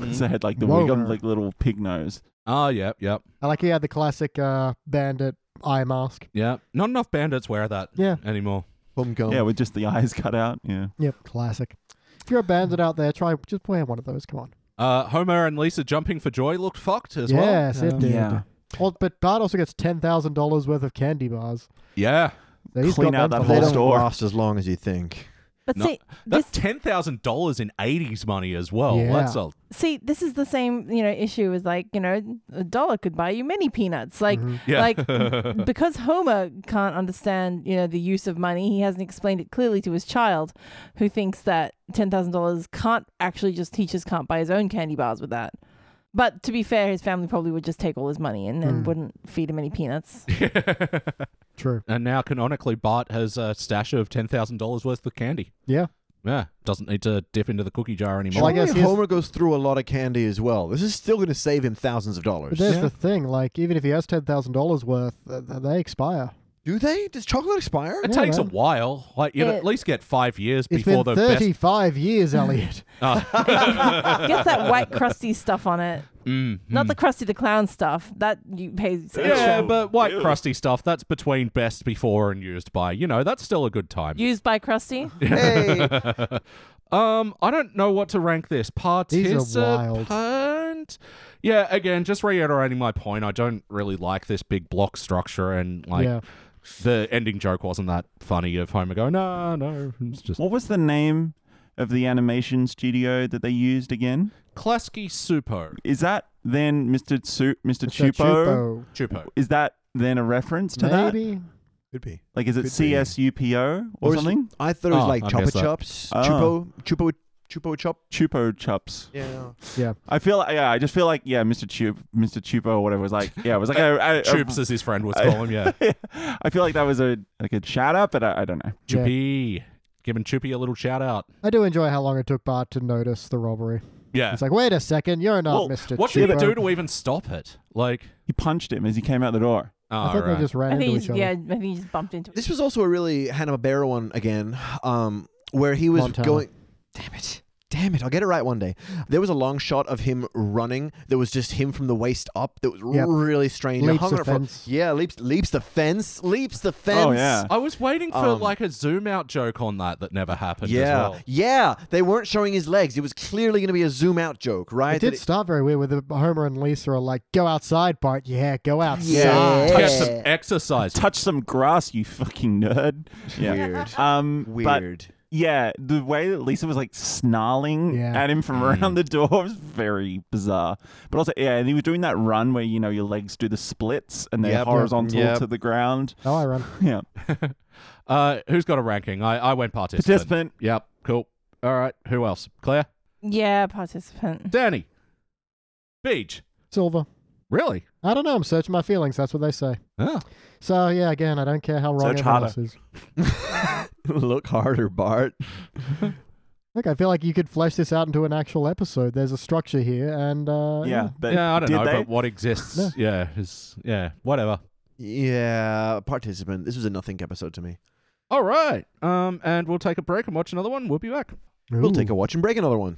S6: So they had like the
S3: Womer.
S6: Wiggum like little pig nose.
S2: Oh, yep, yep,
S3: I like he had the classic uh, bandit eye mask.
S2: yep. Not enough bandits wear that
S3: Yeah.
S2: anymore.
S5: Bum gum.
S6: Yeah, with just the eyes cut out. Yeah.
S3: Yep, classic. If you're a bandit out there, try just wear one of those. Come on.
S2: Uh, Homer and Lisa jumping for joy looked fucked as well.
S3: yes, it did.
S6: yeah.
S3: Well, but Bart also gets ten thousand dollars worth of candy bars.
S2: Yeah.
S3: So he's
S6: Clean
S3: got them
S6: out that
S3: for
S5: They
S6: whole
S3: life.
S5: don't
S6: store.
S5: last as long as you think.
S4: But
S2: No,
S4: see, this
S2: That's ten thousand dollars in eighties money as well.
S3: Yeah.
S2: That's a
S4: see, this is the same, you know, issue is like, you know, a dollar could buy you many peanuts. Like,
S3: Mhm.
S2: Mm-hmm. yeah.
S4: like because Homer can't understand, you know, the use of money, he hasn't explained it clearly to his child, who thinks that ten thousand dollars can't actually just teachers can't buy his own candy bars with that. But to be fair, his family probably would just take all his money and, and
S3: Mm.
S4: wouldn't feed him any peanuts.
S3: True.
S2: and now canonically Bart has a stash of ten thousand dollars worth of candy.
S3: Yeah.
S2: Yeah. Doesn't need to dip into the cookie jar anymore.
S3: Well, I
S5: Surely
S3: guess here's-
S5: Homer goes through a lot of candy as well. This is still going to save him thousands of
S3: But
S5: dollars.
S3: there's the thing. Like, even if he has ten thousand dollars worth, uh, th- they expire.
S5: Do they? Does chocolate expire?
S2: it
S3: Yeah,
S2: takes a
S3: man.
S2: while. Like you'd at
S4: It-
S2: least get five years
S3: It's
S2: before
S3: been
S2: the best
S3: thirty-five years, Elliot.
S4: Gets that white crusty stuff on it,
S2: Mm,
S4: not
S2: mm.
S4: the crusty the Clown stuff that you pay.
S2: Yeah,
S4: extra.
S2: but white
S6: Ew.
S2: crusty stuff, that's between best before and used by. You know, that's still a good time.
S4: used by Krusty.
S5: hey.
S2: Um, I don't know what to rank this.
S3: are
S2: Participant.
S3: wild.
S2: Yeah, again, just reiterating my point. I don't really like this big block structure, and like
S3: yeah.
S2: the ending joke wasn't that funny. Of Homer going, no, no, it's just
S6: What was the name of the animation studio that they used again?
S2: Klasky Supo
S6: Is that then Mr. Su-
S3: It's
S6: Mr.
S3: a
S6: Chupo?
S3: Chupo.
S2: Chupo.
S6: Is that then a reference to that?
S3: Maybe.
S5: Could be.
S6: Like, is it
S5: Could
S6: C
S5: be.
S6: S U P O or
S5: is-
S6: something?
S5: I thought it was
S2: Oh,
S5: like
S2: I
S5: Chupa
S2: guess that-
S5: Chups.
S6: Ah.
S5: Chupo. Chupo. Chupo Chup.
S6: Chupo Chups.
S5: Yeah.
S6: I feel like yeah, I just feel like yeah, Mr. Chup, Mr. Chupo or whatever was like yeah, it was like a, a, a-
S2: Chups, as his friend would call him. Yeah,
S6: I feel like that was a like a shout out, but I, I don't know.
S3: Yeah.
S2: Chuppy, giving Chuppy a little shout out.
S3: I do enjoy how long it took Bart to notice the robbery.
S2: Yeah.
S3: It's like, wait a second, you're not
S6: Well,
S3: Mr.
S2: What
S3: Chupo.
S2: did he do to even stop it? Like,
S6: He punched him as he came out the door.
S2: oh,
S3: I think
S2: right.
S3: they just ran
S4: I think
S3: into
S4: he
S3: each
S4: just,
S3: other.
S4: yeah, I think he just bumped into it.
S5: This was also a really Hanna Barbera one again, um, where he was
S3: Montana.
S5: going. Damn it. Damn it, I'll get it right one day. There was a long shot of him running that was just him from the waist up that was
S3: Yep.
S5: really strange. I
S3: Leaps
S5: hung
S3: the
S5: on it for-
S3: fence.
S5: Yeah, leaps leaps the fence. Leaps the fence.
S6: Oh yeah,
S2: I was waiting for
S5: Um,
S2: like a zoom out joke on that that never happened.
S5: Yeah,
S2: as well.
S5: yeah. They weren't showing his legs. It was clearly going to be a zoom out joke, right?
S3: It did
S5: That
S3: start very weird with the- Homer and Lisa are like, go outside, Bart. Yeah, go outside.
S5: Yeah.
S2: Get some exercise.
S6: touch some grass, you fucking nerd. Yeah.
S5: Weird.
S6: Um, but
S5: Weird.
S6: yeah, the way that Lisa was like snarling
S3: Yeah.
S6: at him from around the door was very bizarre. But also, yeah, and he was doing that run where you know your legs do the splits and they're
S5: Yep.
S6: horizontal
S5: Yep.
S6: to the ground.
S3: Oh, I run.
S6: Yeah,
S2: Uh, who's got a ranking? I, I went participant.
S6: participant.
S2: Yep. Cool. All right. Who else? Claire?
S4: Yeah, participant.
S2: Danny? Beach?
S3: Silver.
S2: Really?
S3: I don't know. I'm searching my feelings. That's what they say.
S2: Oh.
S3: So, yeah, again, I don't care how wrong
S6: Search
S3: everyone
S6: harder.
S3: else is.
S5: Look harder, Bart.
S3: Look, I feel like you could flesh this out into an actual episode. There's a structure here, and uh,
S6: Yeah, but
S2: yeah, I don't
S6: did
S2: know,
S6: they?
S2: but what exists?
S3: No.
S2: Yeah. Is, yeah. Whatever.
S5: Yeah, participant. This was a nothing episode to me.
S2: All right. Um, and we'll take a break and watch another one. We'll be back.
S5: We'll
S3: Ooh.
S5: take a watch and break another one.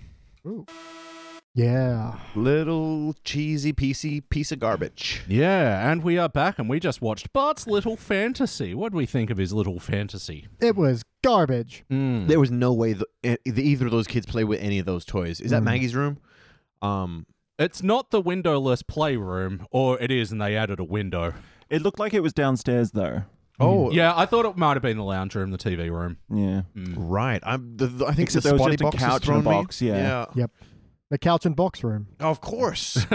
S3: yeah.
S5: Little cheesy piecey piece of garbage.
S2: Yeah. And we are back and we just watched Bart's Little Fantasy. What do we think of his Little Fantasy?
S3: It was garbage.
S6: Hmm.
S2: Mm.
S5: There was no way the, eh, either of those kids play with any of those toys. Is that
S6: Hmm.
S3: Mm.
S5: Maggie's room? Um,
S2: It's not the windowless playroom, or it is, and they added a window.
S6: It looked like it was downstairs though.
S5: oh,
S2: Yeah, I thought it might have been the lounge room, the TV room. Hmm.
S6: Yeah.
S5: right. I'm, the, the- I think
S6: Except
S5: the
S6: there was
S5: spotty
S6: just a
S5: box has
S6: couch and a
S5: thrown me.
S6: box, yeah.
S3: The couch and box room.
S5: yeah. Of course.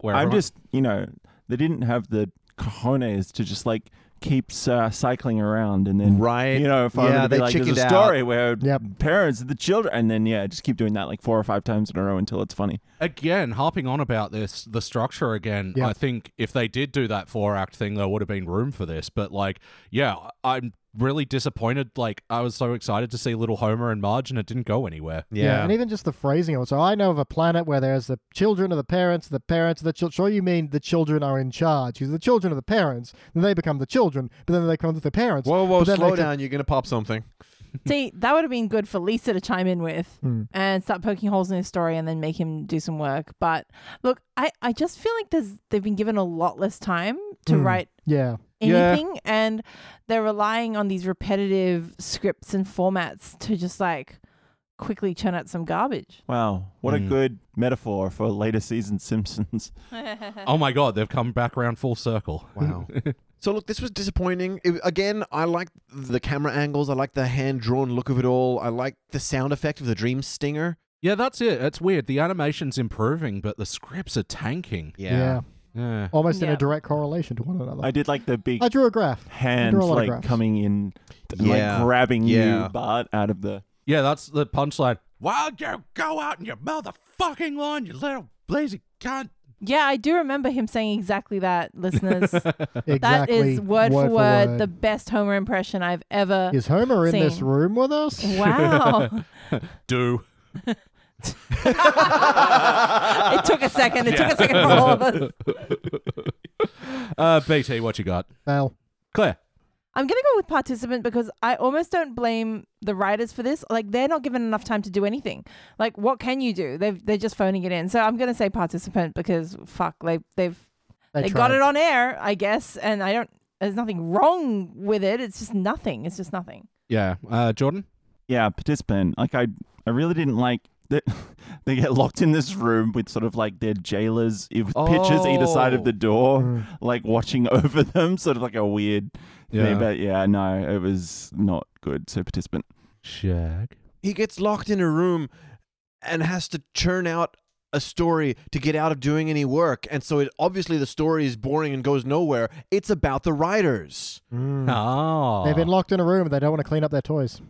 S2: Where
S6: I'm
S2: am I?
S6: just, you know, they didn't have the cojones to just like keeps uh, cycling around, and then
S5: Right.
S6: you know, if I were
S5: Yeah,
S6: to be
S5: they
S6: like, there's a
S5: chickened out.
S6: story where
S3: Yep.
S6: parents, the children, and then yeah, just keep doing that like four or five times in a row until it's funny.
S2: Again, harping on about this, the structure again.
S3: Yeah.
S2: I think if they did do that four act thing, there would have been room for this. But like, yeah, I'm really disappointed. Like, I was so excited to see Little Homer and Marge, and it didn't go anywhere.
S5: Yeah.
S3: and even just the phrasing of it. So I know of a planet where there's the children of the parents, the parents of the children. Sure, you mean the children are in charge. Because the children of the parents, then they become the children, but then they become the parents.
S5: Whoa, whoa,
S3: But then
S5: slow
S3: they can-
S5: down. You're going to pop something.
S4: See, that would have been good for Lisa to chime in with
S3: Hmm.
S4: and start poking holes in his story and then make him do some work. But look, I, I just feel like there's they've been given a lot less time to
S3: Mm.
S4: write
S3: Yeah.
S5: Yeah.
S4: anything and they're relying on these repetitive scripts and formats to just like quickly churn out some garbage.
S6: Wow, what a
S5: Hmm.
S2: Mm.
S6: good metaphor for later season Simpsons.
S2: Oh my god, they've come back round full circle.
S5: Wow. so look, this was disappointing. It- again, I like the camera angles. I like the hand drawn look of it all. I like the sound effect of the dream stinger.
S2: Yeah, that's it. It's weird. The animation's improving, but the scripts are tanking.
S3: Yeah.
S2: Yeah.
S3: Almost in
S4: Yeah.
S3: a direct correlation to one another.
S6: I did like the big
S3: I drew a graph.
S6: hands
S3: drew a lot of
S6: like
S3: graphs.
S6: coming in, and,
S5: Yeah.
S6: like grabbing
S5: Yeah.
S6: you, Bart, out of the.
S2: Yeah, that's the punchline. While you go out in your motherfucking lawn, you little lazy cunt.
S4: Yeah, I do remember him saying exactly that, listeners. that
S3: Exactly.
S4: is word, for word, the best Homer impression I've ever
S3: is Homer in this
S4: scene.
S3: room with us?
S4: Wow.
S2: Do.
S4: it took a second. It took a second for all of us.
S2: Uh, BT, what you got?
S3: Well,
S2: Claire.
S4: I'm gonna go with participant because I almost don't blame the writers for this. Like they're not given enough time to do anything. Like what can you do? They've they're just phoning it in. So I'm gonna say participant because fuck, they they've
S3: they,
S4: they got
S3: tried.
S4: it on air, I guess. And I don't. There's nothing wrong with it. It's just nothing. It's just nothing.
S2: Yeah. Uh, Jordan.
S6: yeah participant like i i really didn't like that they get locked in this room with sort of like their jailers with pictures either side
S5: Oh.
S6: of the door like watching over them sort of like a weird
S2: Yeah.
S6: thing but yeah no it was not good so participant
S2: Shag.
S5: He gets locked in a room and has to churn out a story to get out of doing any work. And so it, obviously the story is boring and goes nowhere. It's about the writers.
S2: Oh.
S3: Hmm. They've been locked in a room and they don't want to clean up their toys.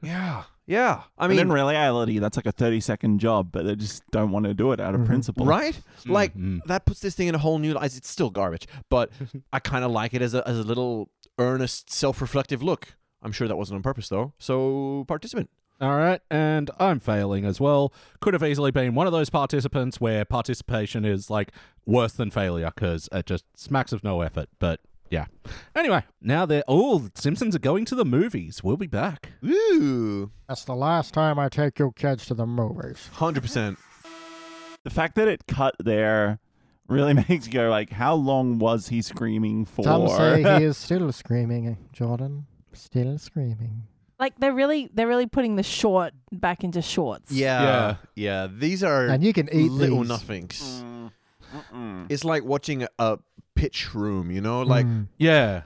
S5: Yeah. Yeah. I
S6: i
S5: mean,
S6: mean in reality that's like a 30 second job but they just don't want to do it out of principle
S5: right? Like
S2: mm.
S5: that puts this thing in a whole new light. It's still garbage, but I kind of like it as a as a little earnest, self-reflective look. I'm sure that wasn't on purpose though. So, participant.
S2: All right, and I'm failing as well. Could have easily been one of those participants where participation is like worse than failure because it just smacks of no effort. But yeah. Anyway, now they're all the Simpsons are going to the movies. We'll be back.
S5: Ooh,
S3: That's the last time I take your kids to the movies.
S5: 100%.
S6: the fact that it cut there really makes you go like how long was he screaming for
S3: Some say he is still screaming, Jordan. Still screaming.
S4: Like they're really they're really putting the short back into shorts.
S5: Yeah.
S2: Yeah.
S5: Yeah, these are
S3: And you can eat
S5: little
S3: these.
S5: nothings.
S6: Mm, mm-mm.
S5: It's like watching a, a pitch room, you know? Like
S3: Mm.
S2: Yeah.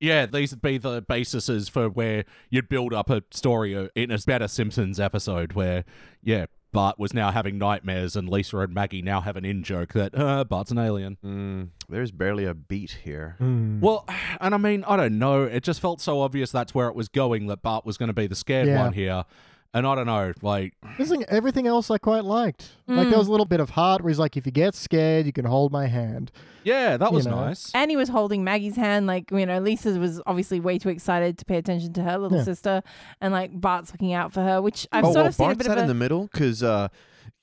S2: Yeah, these would be the basis for where you'd build up a story o- in a better Simpsons episode where, yeah, Bart was now having nightmares and Lisa and Maggie now have an in joke that, uh, Bart's an alien.
S5: mm, there's barely a beat here.
S3: Mm.
S2: Well, and I mean, I don't know. It just felt so obvious that's where it was going that Bart was going to be the scared
S3: Yeah.
S2: one here. And I don't know, like,
S3: This thing- everything else I quite liked. Like
S4: Mm.
S3: there was a little bit of heart where he's like, if you get scared, you can hold my hand.
S2: yeah, that was
S3: know.
S2: nice.
S4: And he was holding Maggie's hand, like you know, Lisa was obviously way too excited to pay attention to her little
S3: Yeah.
S4: sister, and like Bart's looking out for her, which I've
S5: oh,
S4: sort
S5: well,
S4: of seen a
S5: Bart's
S4: bit
S5: not
S4: of a,
S5: in the middle because uh,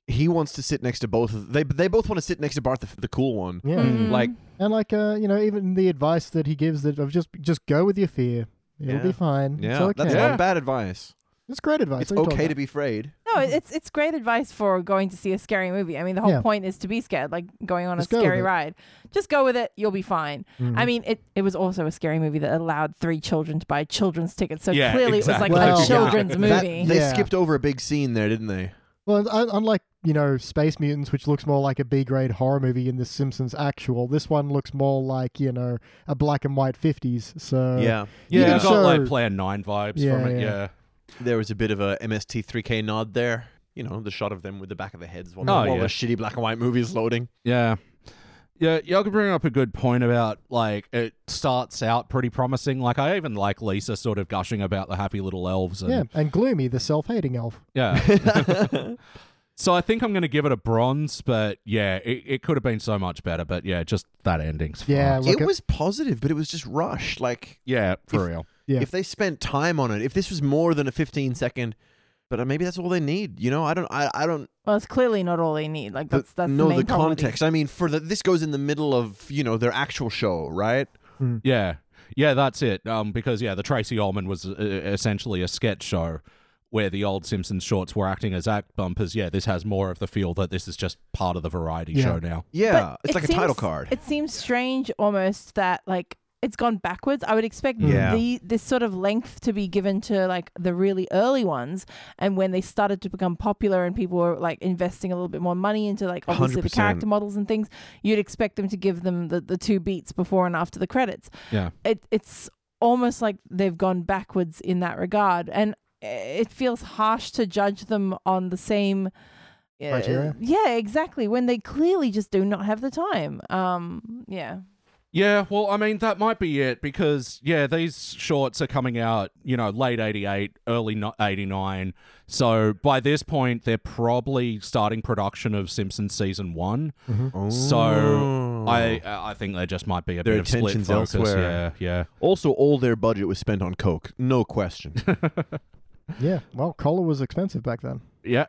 S5: he wants to sit next to both. Of, they they both want to sit next to Bart, the, the cool one.
S3: Yeah.
S4: Mm. Mm-hmm.
S5: Like,
S3: And like uh, you know, even the advice that he gives that of just just go with your fear. It'll
S5: Yeah.
S3: be fine.
S5: yeah,
S3: Hmm, it's okay.
S5: that's
S2: Yeah.
S5: not bad advice.
S3: It's great advice.
S5: it's
S3: What are you talking
S5: okay to
S3: about?
S5: be afraid.
S4: No, it- it's it's great advice for going to see a scary movie. I mean, the whole
S3: Yeah.
S4: point is to be scared, like going on
S3: Just
S4: a
S3: go
S4: scary
S3: with it.
S4: ride. Just go with it; you'll be fine. I
S3: Mhm.
S4: mean, it, it was also a scary movie that allowed three children to buy children's tickets, so
S2: Yeah,
S4: clearly it was like
S3: exactly.
S4: a
S3: Well,
S4: children's
S5: That-
S4: movie.
S5: they
S3: Yeah.
S5: skipped over a big scene there, didn't they?
S3: Well, un- unlike you know Space Mutants, which looks more like a B grade horror movie in The Simpsons actual, this one looks more like you know a black and white fifties. So
S5: yeah,
S3: You
S2: yeah,
S3: can
S2: I got like
S3: show-
S2: Plan 9 vibes
S3: Yeah,
S2: from it,
S3: yeah.
S2: yeah.
S5: there was a bit of a MST3K nod there. You know, the shot of them with the back of their heads while,
S2: Oh,
S5: the, while
S2: yeah.
S5: the shitty black and white movie is loading.
S2: Yeah. Yeah, y'all can bring up a good point about like it starts out pretty promising. Like I even like Lisa sort of gushing about the happy little elves.
S3: Yeah,
S2: And,
S3: and Gloomy, the self-hating elf.
S2: yeah. so I think I'm going to give it a bronze, but yeah, it, it could have been so much better. But yeah, just that ending's
S3: Yeah,
S2: fucked.
S3: look
S5: it
S3: at-
S5: was positive, but it was just rushed. Like
S2: yeah, for
S5: If-
S2: real.
S3: Yeah.
S5: if they spent time on it, if this was more than a 15 second, but uh, maybe that's all they need. You know, I don't, I, I don't
S4: Well, it's clearly not all they need. Like
S5: the-
S4: that's that's
S5: know
S4: the, main
S5: the
S4: problem with these.
S5: context. I mean, for the this goes in the middle of you know their actual show, right?
S2: Yeah, yeah, that's it. Um, because yeah, the Tracy Ullman was uh, essentially a sketch show where the old Simpsons shorts were acting as act bumpers. Yeah, this has more of the feel that this is just part of the variety
S3: Yeah.
S2: show now.
S5: Yeah,
S4: But
S5: it's
S4: it
S5: like
S4: seems-
S5: a title card.
S4: It seems strange almost that like it's gone backwards. I would expect
S5: Mm. Yeah.
S4: the this sort of length to be given to like the really early ones and when they started to become popular and people were like investing a little bit more money into like obviously the
S5: 100%.
S4: character models and things, you'd expect them to give them the, the two beats before and after the credits.
S2: Yeah.
S4: It it's almost like they've gone backwards in that regard. And it feels harsh to judge them on the same uh,
S3: Criteria?
S4: yeah, exactly. When they clearly just do not have the time. Um, yeah.
S2: Yeah, well, I mean, that might be it because, yeah, these shorts are coming out, you know, late 88, early no- 89. So by this point, they're probably starting production of Simpsons season one.
S5: Oh.
S2: So I I think there just might be a
S5: Mm-hmm. Their
S2: bit of split
S5: attention's
S2: focus.
S5: elsewhere.
S2: Yeah, yeah.
S5: also all their budget was spent on coke, no question.
S3: Yeah, well, cola was expensive back then.
S2: Yeah.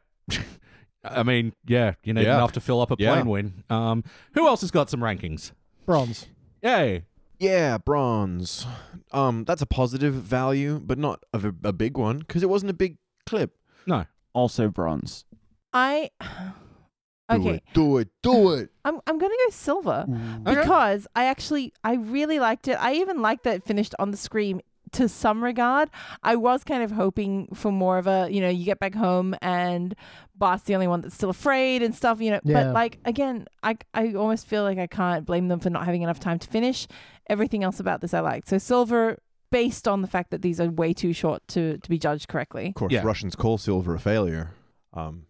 S2: I mean, yeah, you need
S5: Yeah.
S2: enough to fill up a
S5: Yeah.
S2: plane win. Um, who else has got some rankings?
S3: Bronze.
S2: Yay.
S5: yeah, bronze. Um, that's a positive value, but not a, v- a big one because it wasn't a big clip.
S2: No.
S6: also bronze.
S4: I
S5: Do
S4: Okay.
S5: it, do it, do it.
S4: I'm I'm gonna go silver
S6: Oh,
S4: because I actually I really liked it. I even liked that it finished on the screen to some regard. I was kind of hoping for more of a you know you get back home and Bart's the only one that's still afraid and stuff. You know,
S3: Yeah.
S4: but like again, I I almost feel like I can't blame them for not having enough time to finish. Everything else about this I liked. So silver. Based on the fact that these are way too short to, to be judged correctly.
S5: Of course,
S2: Yeah.
S5: Russians call silver a failure. Um,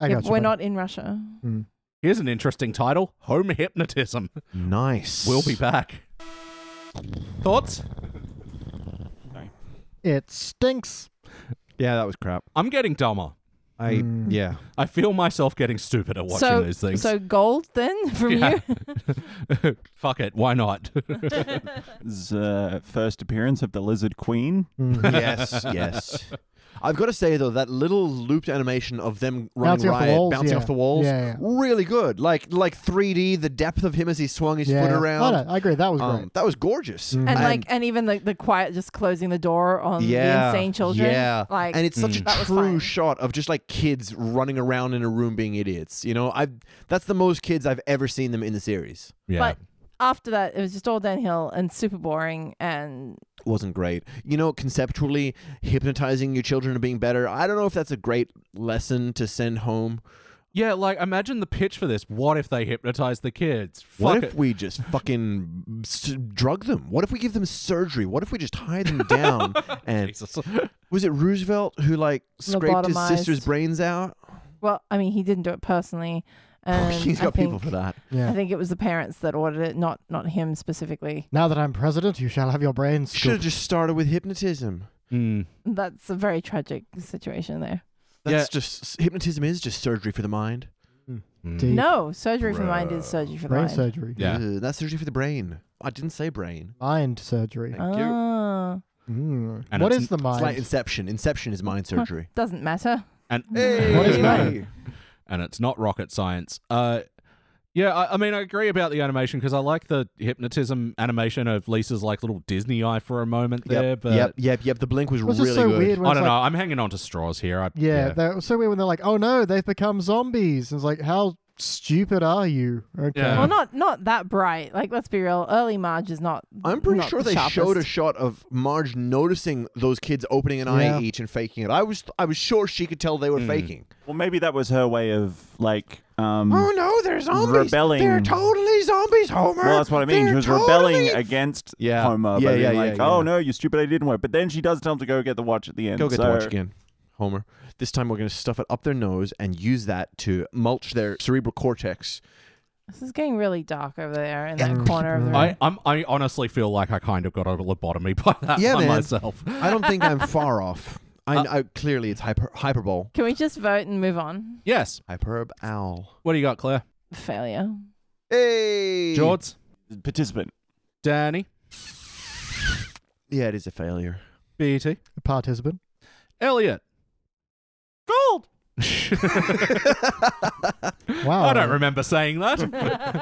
S3: I
S4: Yeah,
S3: got you,
S4: we're
S3: bud.
S4: not in Russia.
S3: Mm.
S2: Here's an interesting title Home Hypnotism.
S5: nice.
S2: We'll be back. Thoughts?
S3: It stinks.
S5: Yeah, that was crap.
S2: I'm getting dumber.
S5: I
S3: Mm.
S5: yeah.
S2: I feel myself getting stupider watching
S4: so,
S2: these things.
S4: so gold then from
S2: Yeah.
S4: you.
S2: Fuck it, why not?
S6: Z- uh, first appearance of the Lizard Queen.
S3: Mm.
S5: yes, yes. I've got to say though, that little looped animation of them running
S3: Bouncing off the
S5: riot,
S3: walls,
S5: bouncing
S3: yeah.
S5: off the walls,
S3: Yeah, yeah.
S5: really good. Like like 3D, the depth of him as he swung his
S3: yeah.
S5: foot around.
S3: I, know, I agree. That was
S5: Um,
S3: great.
S5: that was gorgeous.
S3: Mm.
S4: and like and even the, the quiet just closing the door on
S5: yeah,
S4: the insane children
S5: Yeah,
S4: like
S5: and it's such
S4: that
S5: a
S4: was
S5: true
S4: fine.
S5: shot of just like kids running around in a room being idiots. You know, I that's the most kids I've ever seen them in the series.
S2: yeah.
S4: but after that it was just all downhill and super boring and
S5: wasn't great. You know, conceptually, hypnotizing your children and being better. I don't know if that's a great lesson to send home.
S2: yeah, like imagine the pitch for this. What if they hypnotize the kids? Fuck
S5: What if
S2: it.
S5: we just fucking s- drug them? What if we give them surgery? What if we just tie them down? and
S2: Jesus.
S5: was it Roosevelt who like scraped his sister's
S4: Lobotomized.
S5: brains out? Oh,
S4: well i mean he didn't do it personally
S3: Um,
S4: and
S5: He's got
S4: I think,
S5: people for that.
S3: Yeah.
S4: i think it was the parents that ordered it not not him specifically
S3: now that I'm president, you shall have your brains.
S5: Should have
S3: scooped.
S5: just started with hypnotism.
S2: Mm.
S4: that's a very tragic situation there
S5: That's just hypnotism is just surgery for the mind.
S2: Mm.
S3: Deep.
S4: no surgery for mind is
S5: Bruh.
S4: surgery for the
S3: brain
S4: mind
S3: surgery.
S2: Yeah.
S5: Ugh, that's surgery for the brain. I didn't say brain.
S3: Mind surgery.
S5: Thank you.
S4: Ah,
S3: Mm.
S2: And
S3: What
S2: it's-
S3: is the
S5: It's
S3: mind?
S5: like Inception. Inception is mind surgery.
S4: doesn't matter
S2: And
S3: What is
S5: that?
S3: mind?
S2: and it's not rocket science. Uh, yeah, I, I mean, I agree about the animation because I like the hypnotism animation of Lisa's like little Disney eye for a moment there.
S5: Yep,
S2: But
S5: yep, yep, yep. The blink was,
S3: It was
S5: really
S3: just so
S5: good.
S3: weird. When
S2: I
S3: it's
S2: don't
S3: like,
S2: know. I'm hanging on to straws here. I,
S3: Yeah, that was so weird when they're like, "Oh no, they've become zombies." And it's like, how stupid are you? Okay.
S2: Yeah.
S4: well not not that bright like let's be real early marge is not
S5: I'm pretty
S4: not
S5: sure
S4: the
S5: they showed a
S4: sharpest.
S5: shot of Marge noticing those kids opening an eye
S3: Yeah.
S5: each and faking it. I was I was sure she could tell they were
S2: Mm.
S5: faking.
S6: Well, maybe that was her way of like. Um,
S5: Oh no, they're zombies.
S6: Rebelling.
S5: They're totally zombies, Homer.
S6: Well, that's what I mean. She
S5: They're
S6: was
S5: totally
S6: rebelling against
S5: Yeah. Yeah,
S6: Homer by
S5: yeah,
S6: being
S5: yeah,
S6: like,
S5: yeah.
S6: "Oh no, you stupid! I didn't work." But then she does tell him to go get the watch at the end.
S5: Go get
S6: so
S5: the watch again, Homer. This time we're going to stuff it up their nose and use that to mulch their cerebral cortex.
S4: This is getting really dark over there in
S5: Yeah.
S4: that corner of the room.
S2: I, I'm, I honestly feel like I kind of got a lobotomy by that
S5: Yeah,
S2: by
S5: man.
S2: myself.
S5: I don't think I'm far off. I, I clearly it's hyper hyperbole.
S4: Can we just vote and move on?
S2: Yes.
S5: Hyperb owl.
S2: What do you got, Claire?
S4: Failure.
S5: Hey,
S2: Jords?
S6: Participant.
S2: Danny?
S5: Yeah, it is a failure.
S2: BT?
S3: Participant.
S2: E Elliot?
S6: Gold.
S3: Wow.
S2: I don't
S5: Oh.
S2: remember saying that.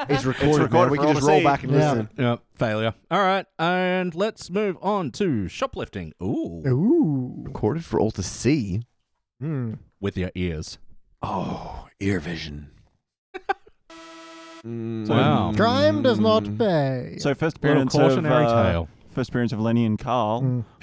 S5: It's recorded. man.
S6: recorded
S5: We
S6: for
S5: can
S6: all
S5: just
S6: to
S5: roll
S6: see.
S5: back and
S3: Yeah.
S5: listen.
S2: yeah, failure. All right. And let's move on to shoplifting. Ooh.
S3: Ooh.
S5: Recorded for all to see.
S3: Hmm.
S2: With your ears.
S5: Oh, ear vision.
S2: Mm. Wow.
S3: Crime does
S5: Mm.
S2: Mm.
S3: not pay.
S6: So first
S2: Little
S6: appearance of
S2: cautionary
S6: uh,
S2: tale.
S6: first appearance of Lenny and Carl.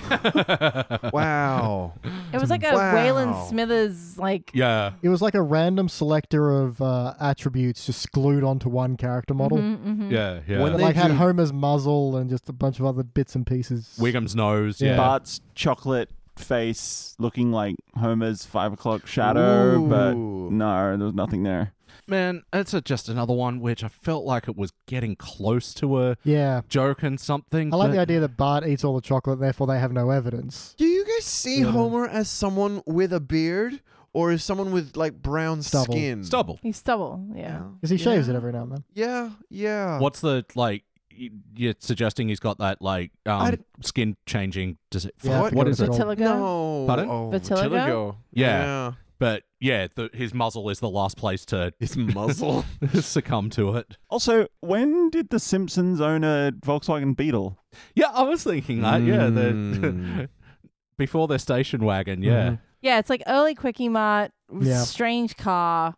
S3: Mm.
S5: Wow.
S4: It was like a
S5: Wow.
S4: Waylon Smithers, like,
S2: Yeah.
S3: It was like a random selector of uh, attributes just glued onto one character model.
S4: mhm, mhm.
S2: Yeah. Yeah.
S5: When
S3: It,
S5: they-
S3: like had
S5: do-
S3: Homer's muzzle and just a bunch of other bits and pieces.
S2: Wiggum's nose.
S3: Yeah.
S2: Yeah.
S6: Bart's chocolate face looking like Homer's five o'clock shadow, but
S5: Ooh.
S6: no, there was nothing there.
S2: Man, it's a, just another one which I felt like it was getting close to a
S3: yeah.
S2: joke and something.
S3: I like
S2: but-
S3: the idea that Bart eats all the chocolate and therefore they have no evidence.
S5: Do you guys see
S3: Yeah.
S5: Homer as someone with a beard or as someone with like brown
S3: Stubble.
S5: skin?
S2: Stubble.
S4: He's stubble. Yeah.
S5: Yeah.
S3: Because he shaves
S5: Yeah.
S3: it every now and then.
S5: Yeah,
S3: Oh.
S5: yeah.
S2: What's the like? y- You're suggesting he's got that like
S5: I
S2: um,
S5: d-
S2: skin changing disease.
S3: Yeah, I
S5: What?
S3: forget
S2: What is it?
S3: it's called.
S4: Vitiligo.
S5: No.
S2: Pardon?
S5: Oh,
S4: Vitiligo?
S2: Yeah. But yeah, the, his muzzle is the last place to
S5: His muzzle.
S2: succumb to it.
S6: Also, when did the Simpsons own a Volkswagen Beetle?
S2: Yeah, I was thinking that. Yeah, the,
S5: Mm.
S2: before their station wagon. Yeah,
S4: Yeah, it's like early Quickie Mart,
S3: Yeah.
S4: strange car,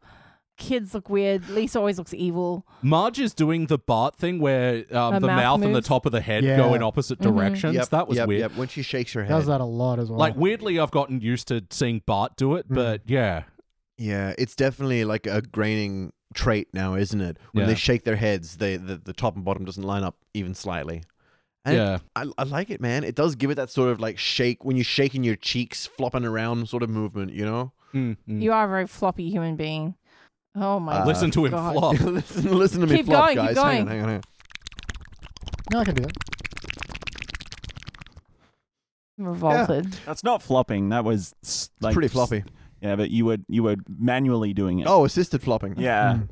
S4: kids look weird, Lisa always looks evil.
S2: Marge is doing the Bart thing where um,
S4: Her
S2: the
S4: mouth
S2: mouth, and the
S4: moves. Mm-hmm.
S2: top of the head
S3: Yeah.
S2: go in opposite directions.
S5: Yep,
S2: that was
S5: yep,
S2: weird.
S5: Yep. When she shakes her head.
S3: Does that a lot as well.
S2: Like weirdly, I've gotten used to seeing Bart do it,
S3: Mm.
S2: but yeah,
S5: Yeah, it's definitely like a graining trait now, isn't it? When
S2: Yeah.
S5: they shake their heads, they the, the top and bottom doesn't line up even slightly. And
S2: Yeah.
S5: I, I like it, man. It does give it that sort of like shake when you're shaking your cheeks, flopping around sort of movement, you know?
S2: Mm, mm.
S4: You are a very floppy human being. Oh my
S5: Uh,
S2: listen to him
S4: God.
S2: flop.
S5: listen, listen to me
S4: Keep
S5: flop,
S4: going,
S5: guys.
S4: keep
S5: Hang on,
S4: going.
S5: hang on, hang on.
S3: no, I can do that.
S4: I'm revolted.
S6: That's not flopping. That was s- like
S5: it's pretty
S6: s-
S5: floppy.
S6: Yeah, but you were you were manually doing it.
S5: Oh, assisted flopping.
S6: yeah.
S3: Mm.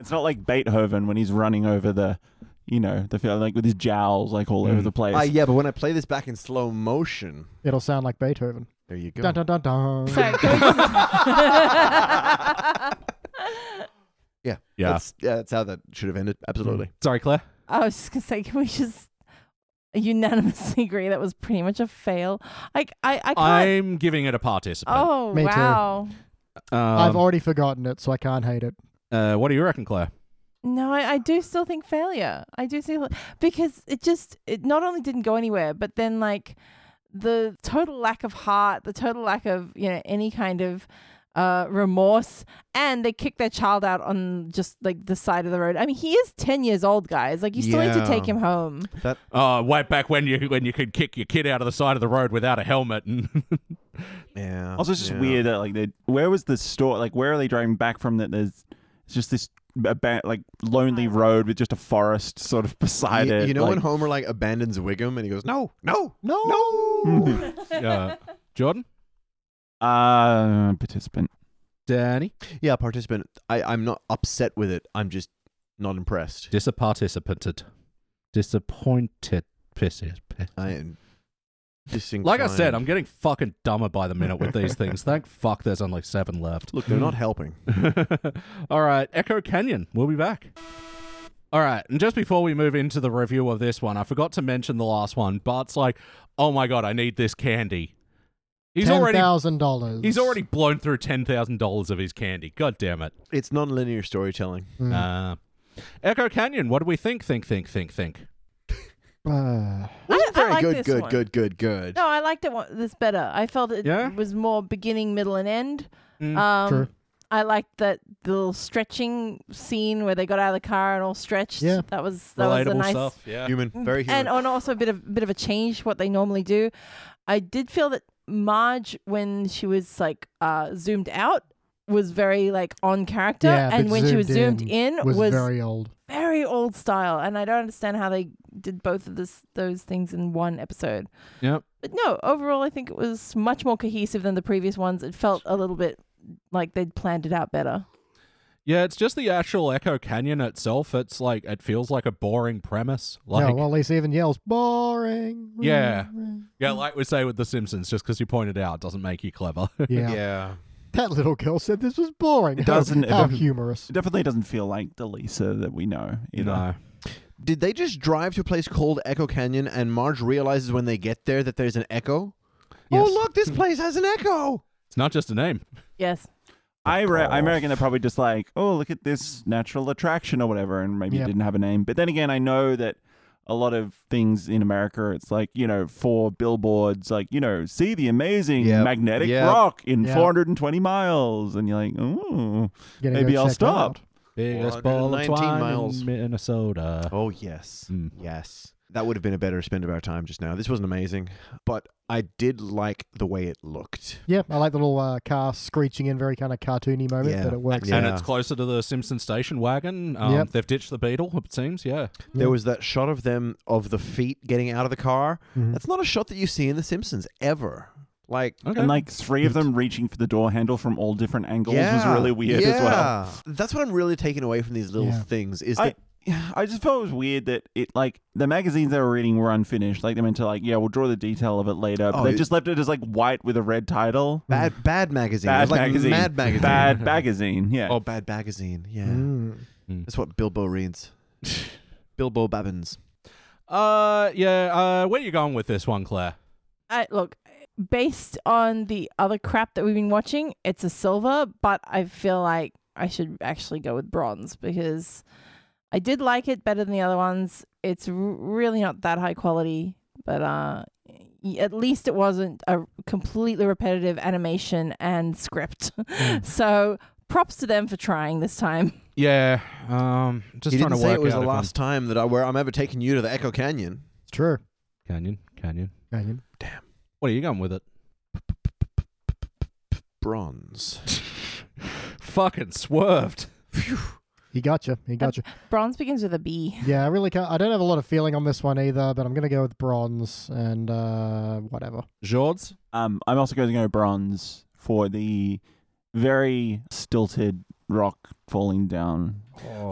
S6: It's not like Beethoven when he's running over the, you know, the field like with his jowls like all
S2: Mm.
S6: over the place.
S5: Uh, yeah, but when I play this back in slow motion,
S3: It'll sound like Beethoven.
S5: there you go.
S3: Dun dun dun dun.
S4: Sorry, can we just-
S2: yeah.
S5: That's, yeah, that's how that should have ended.
S6: Hmm.
S5: Absolutely.
S2: Sorry, Claire.
S4: I was just gonna say, can we just unanimously agree that was pretty much a fail? Like I, I can't.
S2: I'm giving it a participant.
S4: oh
S3: Me too.
S4: wow!
S3: I've
S2: Um,
S3: already forgotten it, so I can't hate it.
S2: uh, what do you reckon, Claire?
S4: No, I, I do still think failure. I do still because it just it not only didn't go anywhere, but then like the total lack of heart, the total lack of you know any kind of uh, remorse, and they kick their child out on just like the side of the road. I mean, he is ten years old, guys. Like you still need
S5: Yeah.
S4: to take him home.
S2: Uh, way back when you when you could kick your kid out of the side of the road without a helmet and
S5: Yeah.
S6: Also, it's just
S5: yeah.
S6: weird that like they, where was the store? Like where are they driving back from? That there's it's just this about like lonely road with just a forest sort of beside
S5: You,
S6: it.
S5: you know when
S6: like-
S5: Homer like abandons Wiggum and he goes, no, no,
S3: No.
S5: no.
S2: uh, Jordan,
S6: uh, participant.
S2: Danny,
S5: yeah, participant. I, I'm not upset with it. I'm just not impressed.
S2: disapparticipated, disappointed, pisses.
S5: I am disinclined.
S2: Like I said, I'm getting fucking dumber by the minute with these things. Thank fuck, there's only seven left.
S5: Look, they're not helping.
S2: All right, Echo Canyon. We'll be back. All right, and just before we move into the review of this one, I forgot to mention the last one. Bart's like, "Oh my god, I need this candy." He's
S3: Ten
S2: already
S3: thousand dollars.
S2: he's already blown through ten thousand dollars of his candy. God damn it!
S5: It's non-linear storytelling.
S4: Hmm.
S3: Mm.
S2: Uh, Echo Canyon. What do we think? Think? Think? Think? Think?
S3: Uh,
S4: I, I
S5: Very
S4: like
S5: good,
S4: this
S5: good,
S4: one.
S5: good, good, good.
S4: No, I liked it one, this better. I felt it
S2: Yeah?
S4: was more beginning, middle, and end.
S2: Mm.
S4: um,
S3: true.
S4: I liked that the little stretching scene where they got out of the car and all stretched.
S3: Yeah.
S4: that was that was a
S2: Relatable
S4: nice Mm-hmm.
S2: stuff. Yeah.
S5: Human, very human.
S4: Mm, and oh and also a bit of bit of a change what they normally do. I did feel that Marge when she was like uh, zoomed out was very like on character,
S3: Yeah,
S4: and
S3: but
S4: when she was zoomed in,
S3: was,
S4: was,
S3: very old.
S4: very old style. And I don't understand how they did both of this those things in one episode.
S2: Yep.
S4: But no, overall, I think it was much more cohesive than the previous ones. It felt a little bit like they'd planned it out better.
S2: Yeah, it's just the actual Echo Canyon itself. It's like it feels like a boring premise. Like
S3: yeah, well, at least even yells boring.
S2: Yeah. yeah, like we say with The Simpsons, just because you pointed out doesn't make you clever.
S3: yeah,
S5: yeah.
S3: That little girl said this was boring.
S6: It doesn't- it
S3: How, how
S6: doesn't-
S3: humorous.
S6: It definitely doesn't feel like the Lisa that we know either.
S5: Did they just drive to a place called Echo Canyon and Marge realizes when they get there that there's an echo?
S3: Yes.
S5: Oh, look,
S2: Hmm.
S5: this place has an echo.
S2: it's not just a name.
S4: Yes.
S6: I, re- I
S5: off.
S6: reckon they're probably just like, oh, look at this natural attraction or whatever, and maybe
S3: Yep.
S6: it didn't have a name. But then again, I know that a lot of things in America, it's like, you know, for billboards, like, you know, see the amazing
S5: Yep.
S6: magnetic
S5: Yep.
S6: rock in
S3: Yep.
S6: 420 miles. And you're like, ooh.
S3: Gonna
S6: Maybe
S3: go
S6: I'll
S3: check that
S6: stop.
S3: out.
S2: Biggest ball of
S5: 419
S2: twine
S5: miles.
S2: in Minnesota.
S5: Oh, yes.
S2: Mm.
S5: Yes. That would have been a better spend of our time just now. This wasn't amazing, but I did like the way it looked.
S3: Yeah, I like the little uh, car screeching in, very kind of cartoony moment,
S5: Yeah.
S3: but it works.
S5: Yeah.
S2: And it's closer to the Simpson station wagon. Um,
S3: Yep.
S2: They've ditched the Beetle, it seems. Yeah.
S3: Yeah.
S5: There was that shot of them of the feet getting out of the car.
S2: Mm-hmm.
S3: Mhm.
S5: That's not a shot that you see in The Simpsons ever. Like
S2: Okay.
S6: And like three of them reaching for the door handle from all different angles was really weird as well.
S5: yeah. That's what I'm really taking away from these little
S3: Yeah.
S5: things is
S6: I
S5: that
S6: I just felt it was weird that it like the magazines they were reading were unfinished. Like they meant to like, yeah, we'll draw the detail of it later. But
S5: Oh,
S6: they
S5: it-
S6: just left it as like white with a red title.
S5: bad bad magazine. it
S6: Bad
S5: was like
S6: magazine.
S5: Mad magazine.
S6: Bad magazine. Yeah.
S5: Oh, bad magazine. Yeah.
S3: Mm.
S5: That's what Bilbo reads. Bilbo Babbins.
S2: Uh, yeah. Uh, where you going with this one, Claire?
S4: I, look, based on the other crap that we've been watching, it's a silver, but I feel like I should actually go with bronze because I did like it better than the other ones. It's r- really not that high quality, but uh, y- at least it wasn't a completely repetitive animation and script. so props to them for trying this time.
S2: Yeah. Um, just
S5: He
S2: trying
S5: didn't
S2: to
S5: say
S2: work
S5: it was the
S2: out if I'm-
S5: last time that I where I'm ever taking you to the Echo Canyon.
S3: It's true.
S2: Canyon. Canyon.
S3: Canyon.
S2: What are you going with it?
S5: Bronze.
S2: Fucking swerved.
S3: He got you. He got you.
S4: Bronze begins with a B.
S3: Yeah, I really can't. I don't have a lot of feeling on this one either, but I'm gonna go with bronze and uh, whatever.
S2: Jords.
S6: Um, I'm also going to go bronze for the very stilted rock falling down.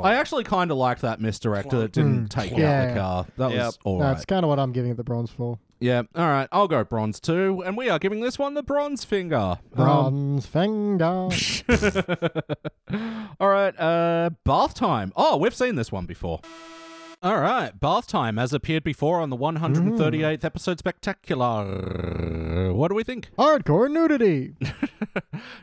S2: I actually kind of liked that misdirect that it
S3: Mm.
S2: didn't take out
S3: Yeah.
S2: the car. That
S5: Yep.
S2: was all right.
S3: That's kind of what I'm giving it the bronze for.
S2: Yeah. All right. I'll go bronze too, and we are giving this one the bronze finger. Um,
S3: Bronze finger.
S2: All right, uh, bath time. Oh, we've seen this one before. All right, bath time has appeared before on the
S3: Mm.
S2: 138th episode spectacular. What do we think?
S3: Hardcore nudity.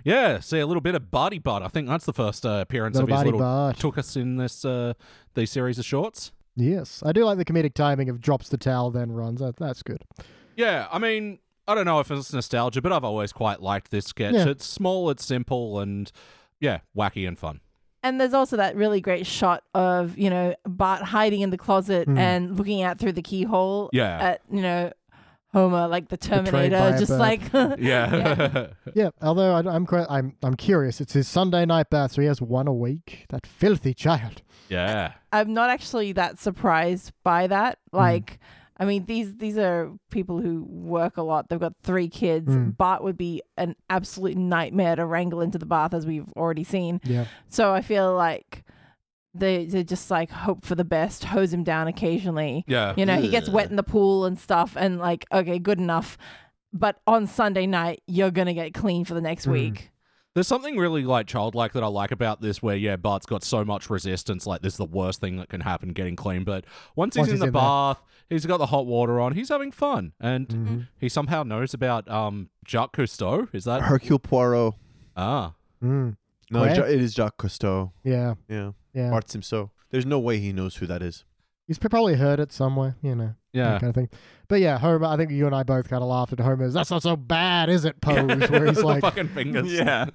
S2: Yeah, see a little bit of body butt. I think that's the first uh, appearance
S3: Little
S2: of his
S3: body
S2: little
S3: butt.
S2: took us in this uh, these series of shorts.
S3: Yes, I do like the comedic timing of drops the towel then runs. That, that's good.
S2: Yeah, I mean, I don't know if it's nostalgia, but I've always quite liked this sketch.
S3: Yeah.
S2: It's small, it's simple, and yeah, wacky and fun.
S4: And there's also that really great shot of, you know, Bart hiding in the closet
S3: Hmm.
S4: and looking out through the keyhole
S2: Yeah.
S4: at, you know, Homer, like the
S3: Betrayed by
S4: Terminator,
S3: a
S4: just
S3: bird.
S4: like,
S2: Yeah.
S3: Yeah, although I, I'm quite, I'm I'm curious. It's his Sunday night bath, so he has one a week. That filthy child.
S2: yeah.
S4: I'm not actually that surprised by that.
S3: Hmm.
S4: Like, I mean, these these are people who work a lot. They've got three kids.
S3: Mm.
S4: Bart would be an absolute nightmare to wrangle into the bath, as we've already seen.
S3: Yeah,
S4: So I feel like they they just like hope for the best, hose him down occasionally.
S2: Yeah.
S4: You know, he gets wet in the pool and stuff, and like, okay, good enough. But on Sunday night, you're gonna get clean for the next
S2: Hmm.
S3: Mm.
S4: week.
S2: There's something really like childlike that I like about this, where yeah, Bart's got so much resistance. Like this is the worst thing that can happen, getting clean. But once he's
S3: Once
S2: in
S3: he's
S2: the
S3: in there.
S2: bath, he's got the hot water on. He's having fun, and
S3: Mm.
S2: he somehow knows about um Jacques Cousteau. Is that
S5: Hercule Poirot.
S2: ah?
S3: mm.
S5: No,
S3: Where?
S5: Ja- it is Jacques Cousteau.
S3: yeah,
S5: Yeah.
S3: yeah.
S5: Bart Simpson. There's no way he knows who that is.
S3: He's probably heard it somewhere. You know,
S2: Yeah,
S3: that kind of thing. But yeah, Homer. I think you and I both kind of laughed at Homer's. That's not so bad, is it? Pose where he's
S2: the
S3: like,
S2: fucking fingers.
S6: yeah.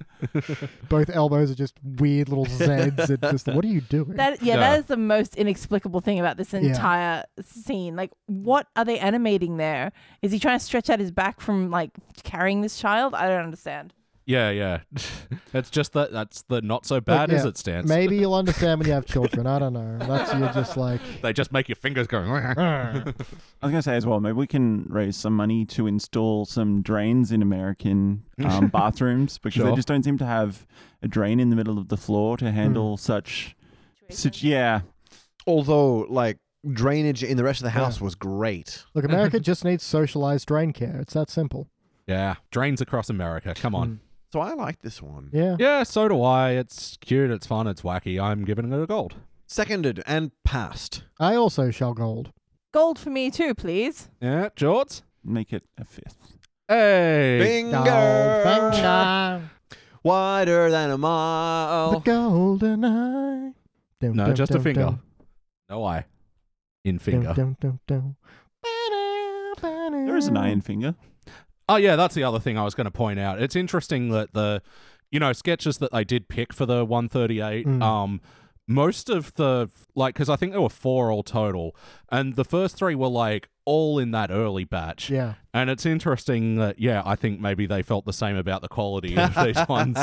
S3: both elbows are just weird little Z's. and just what are you doing?
S4: That yeah,
S2: Yeah.
S4: that is the most inexplicable thing about this entire scene. Like, what are they animating there? Is he trying to stretch out his back from like carrying this child? I don't understand.
S2: Yeah, yeah. that's just that. That's the not so bad as
S3: yeah,
S2: it stands.
S3: Maybe you'll understand when you have children. I don't know. That's you're just like
S2: They just make your fingers go.
S6: I was gonna say as well, maybe we can raise some money to install some drains in American um, bathrooms because
S2: Sure.
S6: they just don't seem to have a drain in the middle of the floor to handle such such. Yeah,
S5: Although, like drainage in the rest of the house was great.
S3: look, America just needs socialized drain care. It's that simple.
S2: yeah, drains across America. Come on.
S3: Hmm.
S5: So I like this one.
S3: Yeah.
S2: Yeah, so do I. It's cute. It's fun. It's wacky. I'm giving it a gold.
S5: Seconded and passed.
S3: I also shall gold.
S4: Gold for me too, please.
S2: Yeah, Jorts.
S6: make it a fifth.
S2: Hey.
S3: Gold
S5: Bingo.
S3: finger,
S5: Wider than a
S3: the
S5: mile.
S3: golden eye. Dum,
S2: No,
S3: dum,
S2: just a
S3: dum,
S2: finger.
S3: dum,
S2: No I. In
S3: dum,
S2: finger.
S3: dum, dum, dum.
S6: There is an
S3: Hmm.
S6: iron finger.
S2: Oh yeah, that's the other thing I was going to point out. It's interesting that the, you know, sketches that they did pick for the 138.
S3: Mm.
S2: Um, most of the like, because I think there were four all total, and the first three were like all in that early batch.
S3: Yeah.
S2: And it's interesting that yeah, I think maybe they felt the same about the quality of these ones.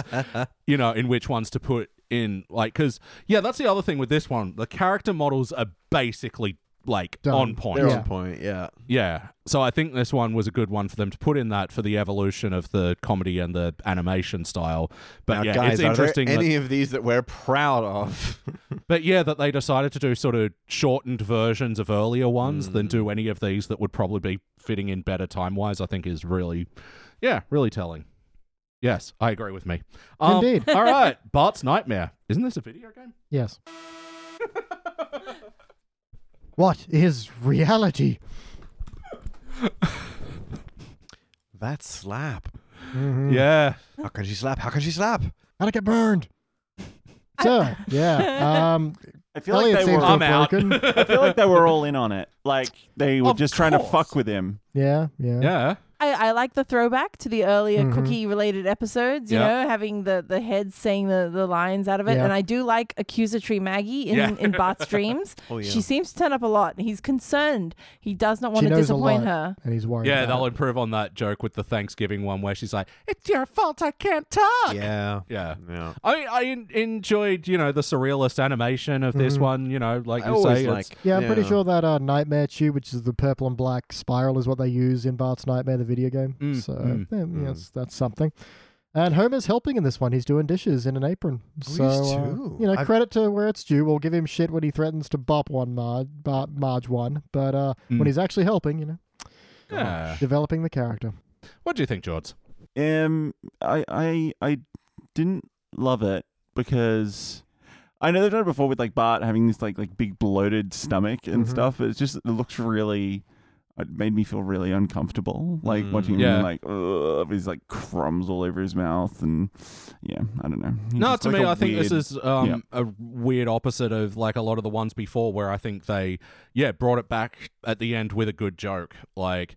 S2: You know, in which ones to put in, like, because yeah, that's the other thing with this one. The character models are basically like
S3: Done.
S2: on point.
S5: They're
S3: Yeah.
S5: on point, yeah.
S2: Yeah. So I think this one was a good one for them to put in that for the evolution of the comedy and the animation style. But
S5: now,
S2: yeah,
S5: guys,
S2: it's
S5: are there
S2: interesting. that,
S5: any of these that we're proud of?
S2: but yeah, that they decided to do sort of shortened versions of earlier ones
S5: Mm.
S2: than do any of these that would probably be fitting in better time wise. I think is really, yeah, really telling. Yes, I agree with me. Um,
S3: Indeed.
S2: all right, Bart's nightmare. Isn't this a video game?
S3: Yes. what is reality?
S5: that slap.
S2: Yeah.
S5: How can she slap? How can she slap?
S3: Mm-hmm. How'd I get burned? So yeah, um,
S6: I feel
S3: Elliot
S6: like they
S3: seems
S6: were.
S3: to
S2: I'm
S3: have
S2: out.
S3: broken.
S6: I feel like they were all in on it. Like they were
S2: Of
S6: just trying to
S2: course.
S6: fuck with him.
S3: Yeah, yeah,
S2: Yeah.
S4: I, I like the throwback to the earlier
S3: Mhm.
S4: cookie related episodes, you
S2: Mm-hmm. Yeah.
S4: know, having the, the heads saying the, the lines out of it.
S3: Yeah.
S4: And I do like accusatory Maggie in,
S2: Yeah.
S4: in Bart's dreams.
S5: Oh, yeah.
S4: She seems to turn up a lot. and He's concerned. He does not want
S3: She
S4: to
S3: knows a lot,
S4: disappoint her.
S3: and he's worried.
S2: Yeah,
S3: about
S2: they'll
S3: it.
S2: improve on that joke with the Thanksgiving one where she's like, "It's your fault I can't talk."
S5: Yeah.
S2: Yeah.
S5: Yeah.
S2: I mean, I en- enjoyed, you know, the surrealist animation of this
S3: Mhm.
S2: one. You know, like
S5: Mm-hmm. I
S2: you
S5: always
S2: say,
S5: like.
S3: Yeah, I'm pretty sure that uh, Nightmare Tube, which is the purple and black spiral, is what they use in Bart's Nightmare, the video game.
S2: Mm,
S3: so
S2: mm,
S3: yeah, yes, that's something. And Homer's helping in this one. He's doing dishes in an apron.
S2: Oh,
S3: so,
S5: he's
S3: uh,
S5: two.
S3: you know,
S5: I've-
S3: credit to where it's due. We'll give him shit when he threatens to bop one Marge, Bart, Marge one, but uh,
S2: Mm.
S3: when he's actually helping, you know,
S2: it's, Mm. yeah.
S3: developing the character.
S2: What do you think, George?
S6: Um, I I I didn't love it because I know they've done it before with like Bart having this like like big bloated stomach and
S2: Mm-hmm.
S3: Mhm.
S6: stuff. But it's just it looks really. It made me feel really uncomfortable, like
S5: Mm.
S6: watching him
S2: Yeah.
S6: like ugh, with his like crumbs all over his mouth, and yeah, I don't know. He's
S2: No,
S6: just
S2: to
S6: like
S2: me,
S6: a
S2: I think this
S6: weird-
S2: is um, a weird opposite of like a lot of the ones before, where I think they, yeah, brought it back at the end with a good joke, like.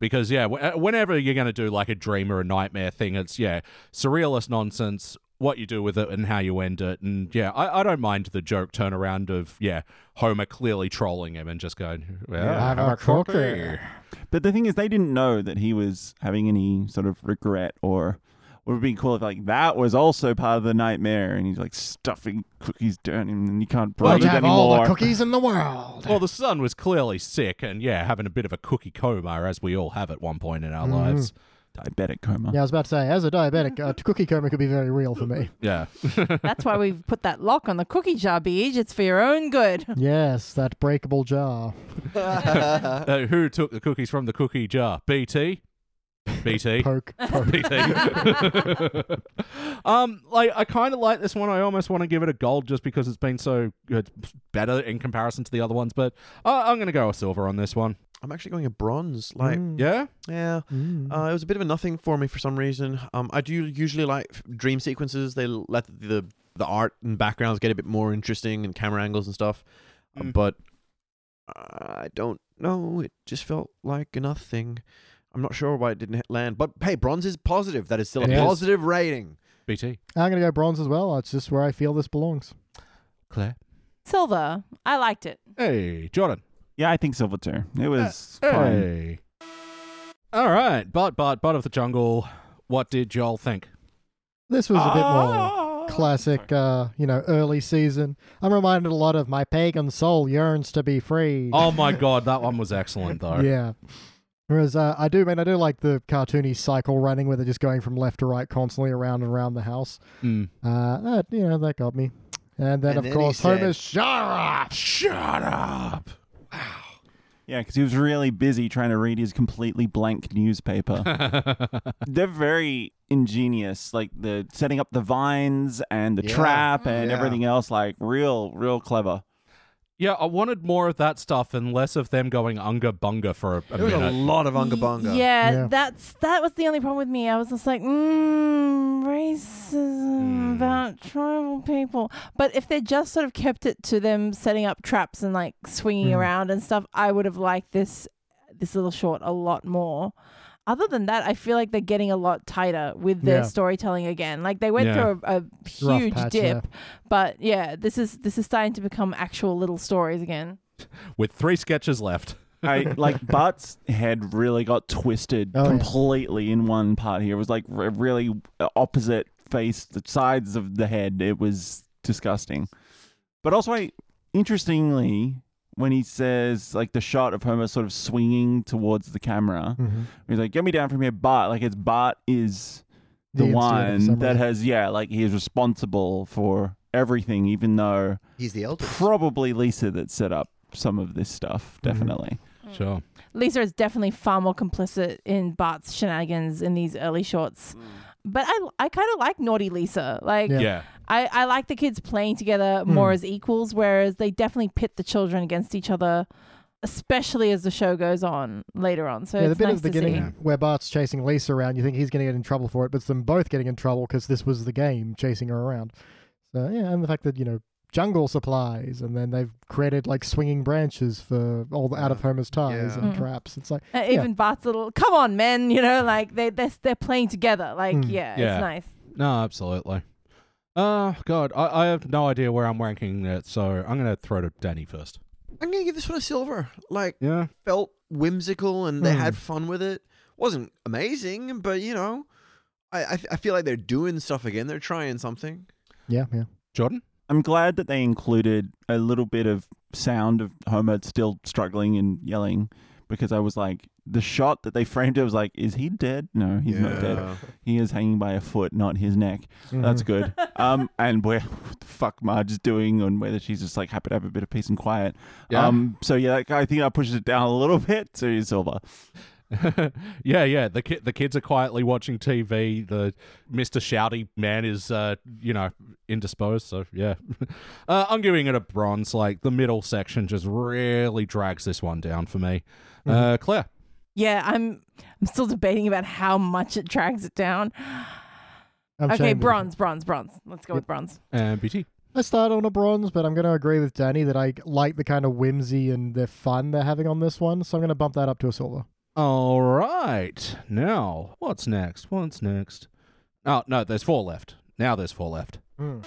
S2: Because yeah, w- whenever you're going to do like a dream or a nightmare thing, it's yeah, surrealist nonsense. What you do with it and how you end it, and yeah, I, I don't mind the joke turnaround of yeah Homer clearly trolling him and just going, well,
S5: Yeah,
S2: have,
S3: have a
S2: a cookie.
S3: cookie.
S6: But the thing is, they didn't know that he was having any sort of regret or what would be cool if like that was also part of the nightmare, and he's like stuffing cookies down him, and you can't
S3: We'll
S6: breathe
S3: have all the
S6: anymore.
S3: cookies in the world.
S2: Well, the son was clearly sick and, yeah, having a bit of a cookie coma, as we all have at one point in our
S3: Mhm.
S2: lives.
S6: Diabetic coma.
S3: Yeah, I was about to say, as a diabetic, uh, cookie coma could be very real for me.
S2: Yeah.
S4: That's why we've put that lock on the cookie jar, Beej. It's for your own good.
S3: yes, that breakable jar.
S2: Uh, who took the cookies from the cookie jar? BT? BT?
S3: Poke, poke.
S2: BT. um, like I kind of like this one. I almost want to give it a gold just because it's been so good, better in comparison to the other ones. But uh, I'm going to go a silver on this one.
S5: I'm actually going a bronze. Like,
S3: Mm,
S2: Yeah,
S5: yeah.
S3: mm.
S5: Uh, it was a bit of a nothing for me for some reason. Um, I do usually like f- dream sequences. They l- let the the art and backgrounds get a bit more interesting and camera angles and stuff. Uh,
S2: Mm.
S5: But I don't know. It just felt like a nothing. I'm not sure why it didn't hit land. But hey, bronze is positive. That is still
S3: It
S5: a
S3: is.
S5: positive rating.
S2: BT.
S3: I'm going to go bronze as well. That's just where I feel this belongs.
S2: Claire.
S4: Silver. I liked it.
S2: Hey, Jordan.
S6: Yeah, I think silver too. It was fine.
S2: Hey. All right, Bart, Bart, Bart of the Jungle. What did y'all think?
S3: This was a bit
S6: Ah!
S3: more classic, uh, you know, early season. I'm reminded a lot of my pagan soul yearns to be free.
S2: Oh my god, that one was excellent though.
S3: Yeah. Whereas uh, I do, man, I do like the cartoony cycle running where they're just going from left to right constantly around and around the house.
S2: Mm.
S3: Uh, that, you know, that got me. And then,
S5: And
S3: of
S5: then he
S3: course,
S5: said-
S3: Homer's shut up.
S2: Shut up.
S6: Yeah, because he was really busy trying to read his completely blank newspaper.
S2: Mm.
S6: They're very ingenious, like the setting up the vines and the
S5: Yeah,
S6: trap and
S5: yeah.
S6: everything else. Like real, real clever.
S2: Yeah, I wanted more of that stuff and less of them going unga bunga for a, a
S5: There was a
S2: minute.
S5: lot of unga bunga.
S4: Yeah,
S3: Yeah.
S4: that's that was the only problem with me. I was just like, mm,
S2: Hmm.
S4: racism about tribal people. But if they just sort of kept it to them setting up traps and like swinging
S3: Mm.
S4: around and stuff, I would have liked this this little short a lot more. Other than that, I feel like they're getting a lot tighter with their
S3: Yeah.
S4: storytelling again. Like they went
S2: Yeah.
S4: through a, a huge
S3: patch,
S4: dip,
S3: yeah.
S4: but yeah, this is this is starting to become actual little stories again.
S2: with three sketches left.
S6: I like Bart's head really got twisted
S3: Oh, yeah.
S6: completely in one part here. It was like r- really uh, opposite face, the sides of the head. It was disgusting. But also, I interestingly, when he says like the shot of Homer sort of swinging towards the camera,
S3: Mm-hmm.
S6: he's like, "Get me down from here, Bart!" Like it's Bart is the
S3: instigator for
S6: one
S3: some
S6: that
S3: reason.
S6: has yeah, like he is responsible for everything, even though
S5: He's the eldest.
S6: probably Lisa that set up some of this stuff.
S3: Mm-hmm.
S6: Definitely.
S4: Mm.
S2: Sure.
S4: Lisa is definitely far more complicit in Bart's shenanigans in these early shorts. But I, I kind of like naughty Lisa. Like
S3: Yeah. Hmm.
S2: Yeah.
S4: I, I like the kids playing together more as equals, whereas they definitely pit the children against each other, especially as the show goes on later on. So
S3: yeah, the
S4: it's
S3: bit
S4: nice
S3: at the
S4: to
S3: beginning
S4: see.
S3: where Bart's chasing Lisa around, you think he's going to get in trouble for it, but it's them both getting in trouble because this was the game chasing her around. So yeah, and the fact that you know jungle supplies, and then they've created like swinging branches for all the out of Homer's ties
S5: Yeah.
S3: and
S4: Mm.
S3: traps. It's like
S4: Uh,
S3: yeah.
S4: even Bart's little, come on, men, you know, like they they're, they're playing together. Like
S3: Mm.
S4: yeah,
S2: Yeah.
S4: it's nice.
S2: No, absolutely. Oh God, I, I have no idea where I'm ranking it, so I'm gonna throw to Danny first.
S5: I'm gonna give this one a silver. Like
S2: Yeah.
S5: felt whimsical and they
S3: Hmm.
S5: had fun with it. wasn't amazing, but you know, I, I I feel like they're doing stuff again. They're trying something.
S3: yeah, yeah.
S2: Jordan?
S6: I'm glad that they included a little bit of sound of Homer still struggling and yelling because I was like, the shot that they framed it was like, is he dead? No, he's not dead. He is hanging by a foot, not his neck. Mm-hmm. That's good. Um, and where what the fuck Marge is doing, and whether she's just like happy to have a bit of peace and quiet.
S2: Yeah.
S6: Um, so yeah, like, I think I pushed it down a little bit to silver.
S2: yeah, yeah. The ki- the kids are quietly watching TV. The Mister Shouty man is, uh, you know, indisposed. So yeah, uh, I'm giving it a bronze. Like the middle section just really drags this one down for me. Uh, Claire,
S4: Yeah, I'm I'm still debating about how much it drags it down.
S3: Mm-hmm. I'm
S4: okay,
S3: ashamed of-
S4: bronze, bronze, bronze. Let's go with bronze.
S2: and BT.
S3: I start on a bronze, but I'm going to agree with Danny that I like the kind of whimsy and the fun they're having on this one, so I'm going to bump that up to a silver.
S2: All right. Now, what's next? What's next? Oh, no, there's four left. Now there's four left.
S6: Mm.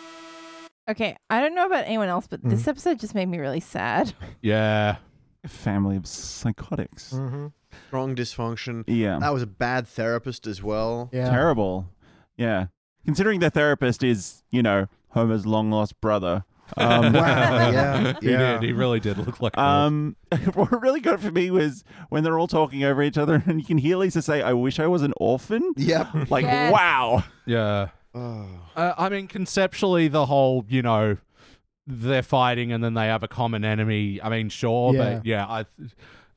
S4: Okay, I don't know about anyone else, but
S3: Mm.
S4: this episode just made me really sad.
S2: Yeah.
S6: A family of psychotics.
S3: Mm-hmm.
S5: Strong dysfunction.
S6: Yeah.
S5: That was a bad therapist as well.
S3: Yeah.
S6: Terrible. Yeah. Considering the therapist is, you know, Homer's long lost brother. Um,
S5: Wow, yeah,
S2: He
S5: yeah.
S2: did. He really did look like
S6: Um, what really got for me was when they're all talking over each other and you can hear Lisa say, I wish I was an orphan.
S5: Yep.
S6: Like,
S4: Yes.
S6: wow.
S2: Yeah.
S5: Oh.
S2: Uh, I mean, conceptually, the whole, you know, they're fighting and then they have a common enemy. I mean, sure,
S3: Yeah.
S2: but yeah, I, th-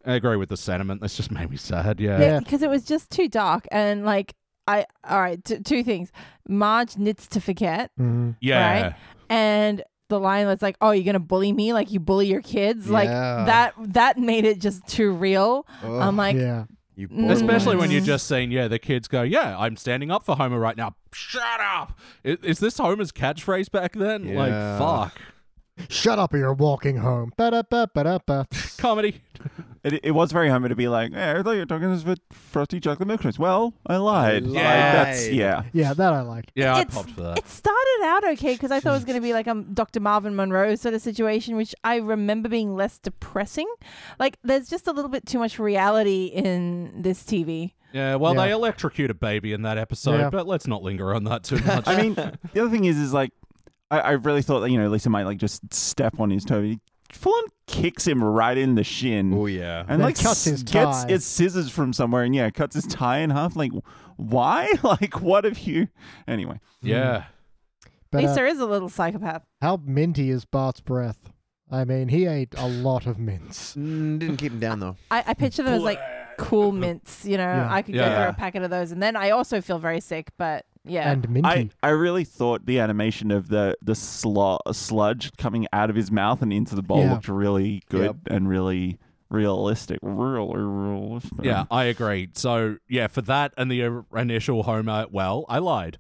S2: I agree with the sentiment. This just made me sad. Yeah.
S3: Oh, Yeah.
S4: Because it was just too dark and like I all right, t- two things. Marge knits to forget
S3: Mm-hmm.
S2: Yeah.
S4: Right. and the line that's like, "Oh, you're going to bully me like you bully your kids." Like
S5: Yeah.
S4: that that made it just too real.
S5: Um,
S4: I'm like,
S3: yeah.
S5: You
S4: Mm.
S2: Especially when you're
S4: Mm.
S2: just seeing, yeah, the kids go, yeah, I'm standing up for Homer right now. Shut up. Is, is this Homer's catchphrase back then?
S5: Yeah.
S2: Like, fuck.
S3: Shut up or you're walking home. Ba-da-ba-ba-da-ba.
S2: Comedy.
S6: It, it was very humble to be like, hey, I thought you were talking about frosty chocolate milk choice. Well, I lied. Like, that's
S5: lied.
S6: yeah.
S3: Yeah, that I liked.
S2: Yeah,
S4: It's-
S2: I popped for that.
S4: It started out okay because I thought it was going to be like a Dr. Marvin Monroe sort of situation, which I remember being less depressing. Like, there's just a little bit too much reality in this TV.
S2: Yeah, well,
S3: Yeah.
S2: they electrocute a baby in that episode,
S3: Yeah.
S2: but let's not linger on that too much.
S6: I mean, the other thing is, is like, I, I really thought that you know Lisa might like just step on his toe. He full on kicks him right in the shin.
S5: Oh yeah.
S3: Then
S6: And like
S3: cuts his
S6: s- gets
S3: tie.
S6: its scissors from somewhere, and yeah, cuts his tie in half. Like, why? Like, what have you? Anyway,
S2: yeah.
S3: But uh,
S4: Lisa is a little psychopath.
S3: how minty is Bart's breath? I mean, he ate a lot of mints.
S5: Mm, didn't keep him down though.
S4: I, I picture them as like cool mints, you know?
S3: Yeah.
S4: I could go
S2: Yeah.
S4: through a packet of those. And then I also feel very sick, but yeah.
S3: And minty.
S6: I, I really thought the animation of the the slu- sludge coming out of his mouth and into the bowl
S3: Yeah.
S6: looked really good
S5: Yep.
S6: and really realistic. Real, uh, realistic.
S2: Yeah, I agree. So, yeah, for that and the uh, initial Homer, well, I lied.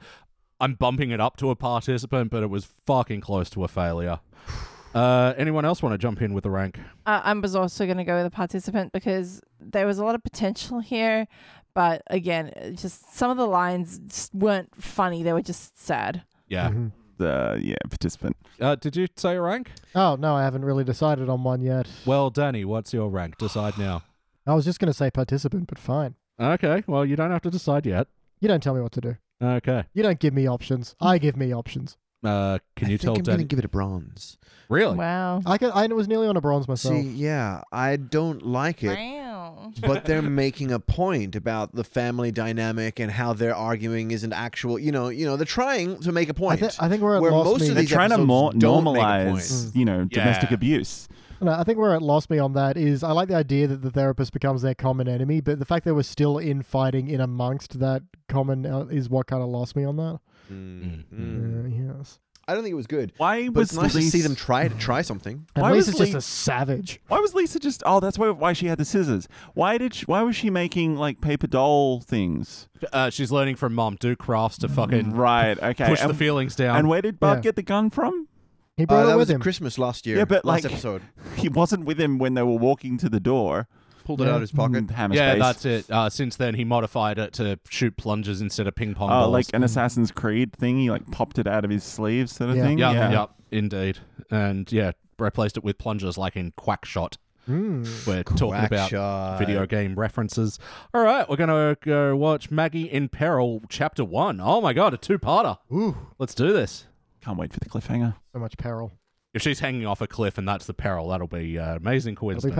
S2: I'm bumping it up to a participant, but it was fucking close to a failure. Uh, anyone else want to jump in with the rank?
S4: Uh, I was also going to go with a participant because there was a lot of potential here, but again, it just some of the lines just weren't funny. They were just sad.
S2: Yeah.
S3: Mhm.
S6: The yeah participant.
S2: Uh, did you say a rank?
S3: Oh, no, I haven't really decided on one yet.
S2: Well, Danny, what's your rank? Decide now.
S3: I was just going to say participant, but fine.
S2: Okay, well, you don't have to decide yet.
S3: You don't tell me what to do.
S2: Okay.
S3: You don't give me options. I give me options.
S2: Uh, can
S5: I
S2: you
S5: think
S2: tell
S5: I'm
S2: Danny?
S5: gonna give it a bronze.
S2: really?
S4: Wow.
S3: I, could, I was nearly on a bronze myself.
S5: See, yeah, I don't like it.
S4: Wow.
S5: but they're making a point about the family dynamic and how their arguing isn't actual. You know, you know, they're trying to make a
S3: I,
S5: point.
S3: thi- I think we're at
S5: Where
S3: lost
S5: most
S3: me.
S5: of
S6: They're
S5: These
S6: trying to
S5: episodes
S6: more
S5: don't make a
S6: normalize, you know, domestic
S2: Mm. Yeah.
S6: abuse.
S3: No, I think where it lost me on that is I like the idea that the therapist becomes their common enemy, but the fact they were still in fighting in amongst that common uh, is what kind of lost me on that.
S5: Mm, mm.
S3: Uh, yes.
S5: I don't think it was good.
S6: Why
S5: But
S6: was
S5: it's nice to
S6: Lisa,
S5: see them try try something.
S3: And
S6: Why was
S3: Lisa's just
S6: Lee-
S3: a savage.
S6: Why was Lisa just? Oh, that's why. Why she had the scissors. Why did? She, why was she making like paper doll things?
S2: Uh, she's learning from mom. Do crafts to fucking
S5: Mm.
S6: Right. Okay.
S2: push
S6: and,
S2: the feelings down.
S6: and where did Bob
S3: Yeah.
S6: get the gun from?
S3: He
S5: Uh,
S3: brought
S5: that
S3: it with
S5: was at
S3: him.
S5: Christmas last year.
S6: Yeah, but,
S5: last
S6: like-
S5: episode,
S6: He wasn't with him when they were walking to the door.
S5: pulled it out of his pocket.
S6: Mm, Hammer
S2: yeah,
S6: space.
S2: that's it. Uh, since then, he modified it to shoot plungers instead of ping pong
S5: Uh,
S6: Oh,
S2: balls.
S6: like an Assassin's Creed thing. He like popped it out of his sleeve, sort of
S3: Yeah.
S6: thing.
S2: Yep,
S6: yeah.
S2: yep, indeed. And yeah, replaced it with plungers like in Quackshot.
S3: Mm.
S2: We're talking about
S5: Quackshot.
S2: video game references. All right, we're going to go watch Maggie in Peril, Chapter 1. Oh my God, a two parter.
S3: Ooh,
S2: Let's do this.
S6: Can't wait for the cliffhanger.
S3: so much peril.
S2: If she's hanging off a cliff and that's the peril, that'll be uh, amazing
S3: It'll be
S2: coincidence.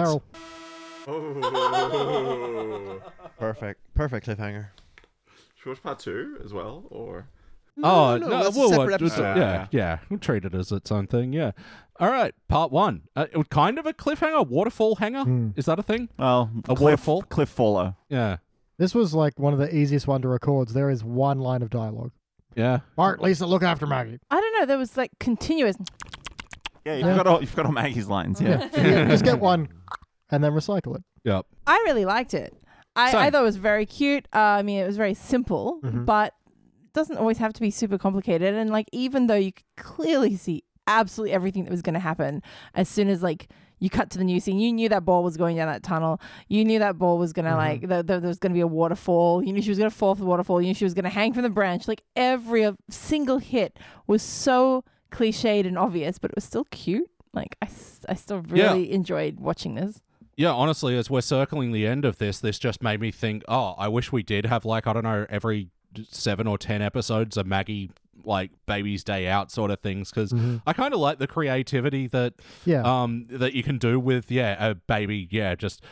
S3: peril.
S5: Perfect, perfect cliffhanger.
S7: Should we watch part two as well, or
S2: Oh,
S5: no,
S2: no,
S5: no, that's a
S2: we'll
S5: separate
S2: watch- we'll-
S5: episode.
S2: yeah, yeah. We'll treat it as its own thing, yeah. All right, part one. Uh, it was kind of a cliffhanger, waterfall hanger.
S5: Mm.
S2: Is that a thing?
S6: Well,
S2: A
S6: cliff,
S2: waterfall?
S6: Cliff follow.
S2: Yeah,
S3: This was like one of the easiest one to record. There is one line of dialogue.
S2: yeah.
S3: Bart, Lisa, look after Maggie.
S4: I don't know. There was like continuous.
S6: Yeah, you've got all you've got all Maggie's lines. Yeah.
S3: Yeah, just get one and then recycle it.
S2: Yep.
S4: I really liked it.
S2: Same. Mm-hmm.
S4: I, I thought it was very cute. Uh, I mean, it was very simple, but doesn't always have to be super complicated. And like, even though you could clearly see absolutely everything that was going to happen, as soon as like you cut to the new scene, you knew that ball was going down that tunnel. You knew that ball was going to like
S2: Mm-hmm.
S4: th- th- there was going to be a waterfall. You knew she was going to fall off the waterfall. You knew she was going to hang from the branch. Like every of- single hit was so cliched and obvious, but it was still cute. Like I, s- I still
S2: Yeah.
S4: really enjoyed watching this.
S2: Yeah, honestly, as we're circling the end of this, this just made me think, oh, I wish we did have, like, I don't know, every seven or ten episodes of Maggie, like, Baby's Day Out sort of things, because I kind of like the creativity that,
S3: Yeah.
S2: um, that you can do with, yeah, a baby, yeah, just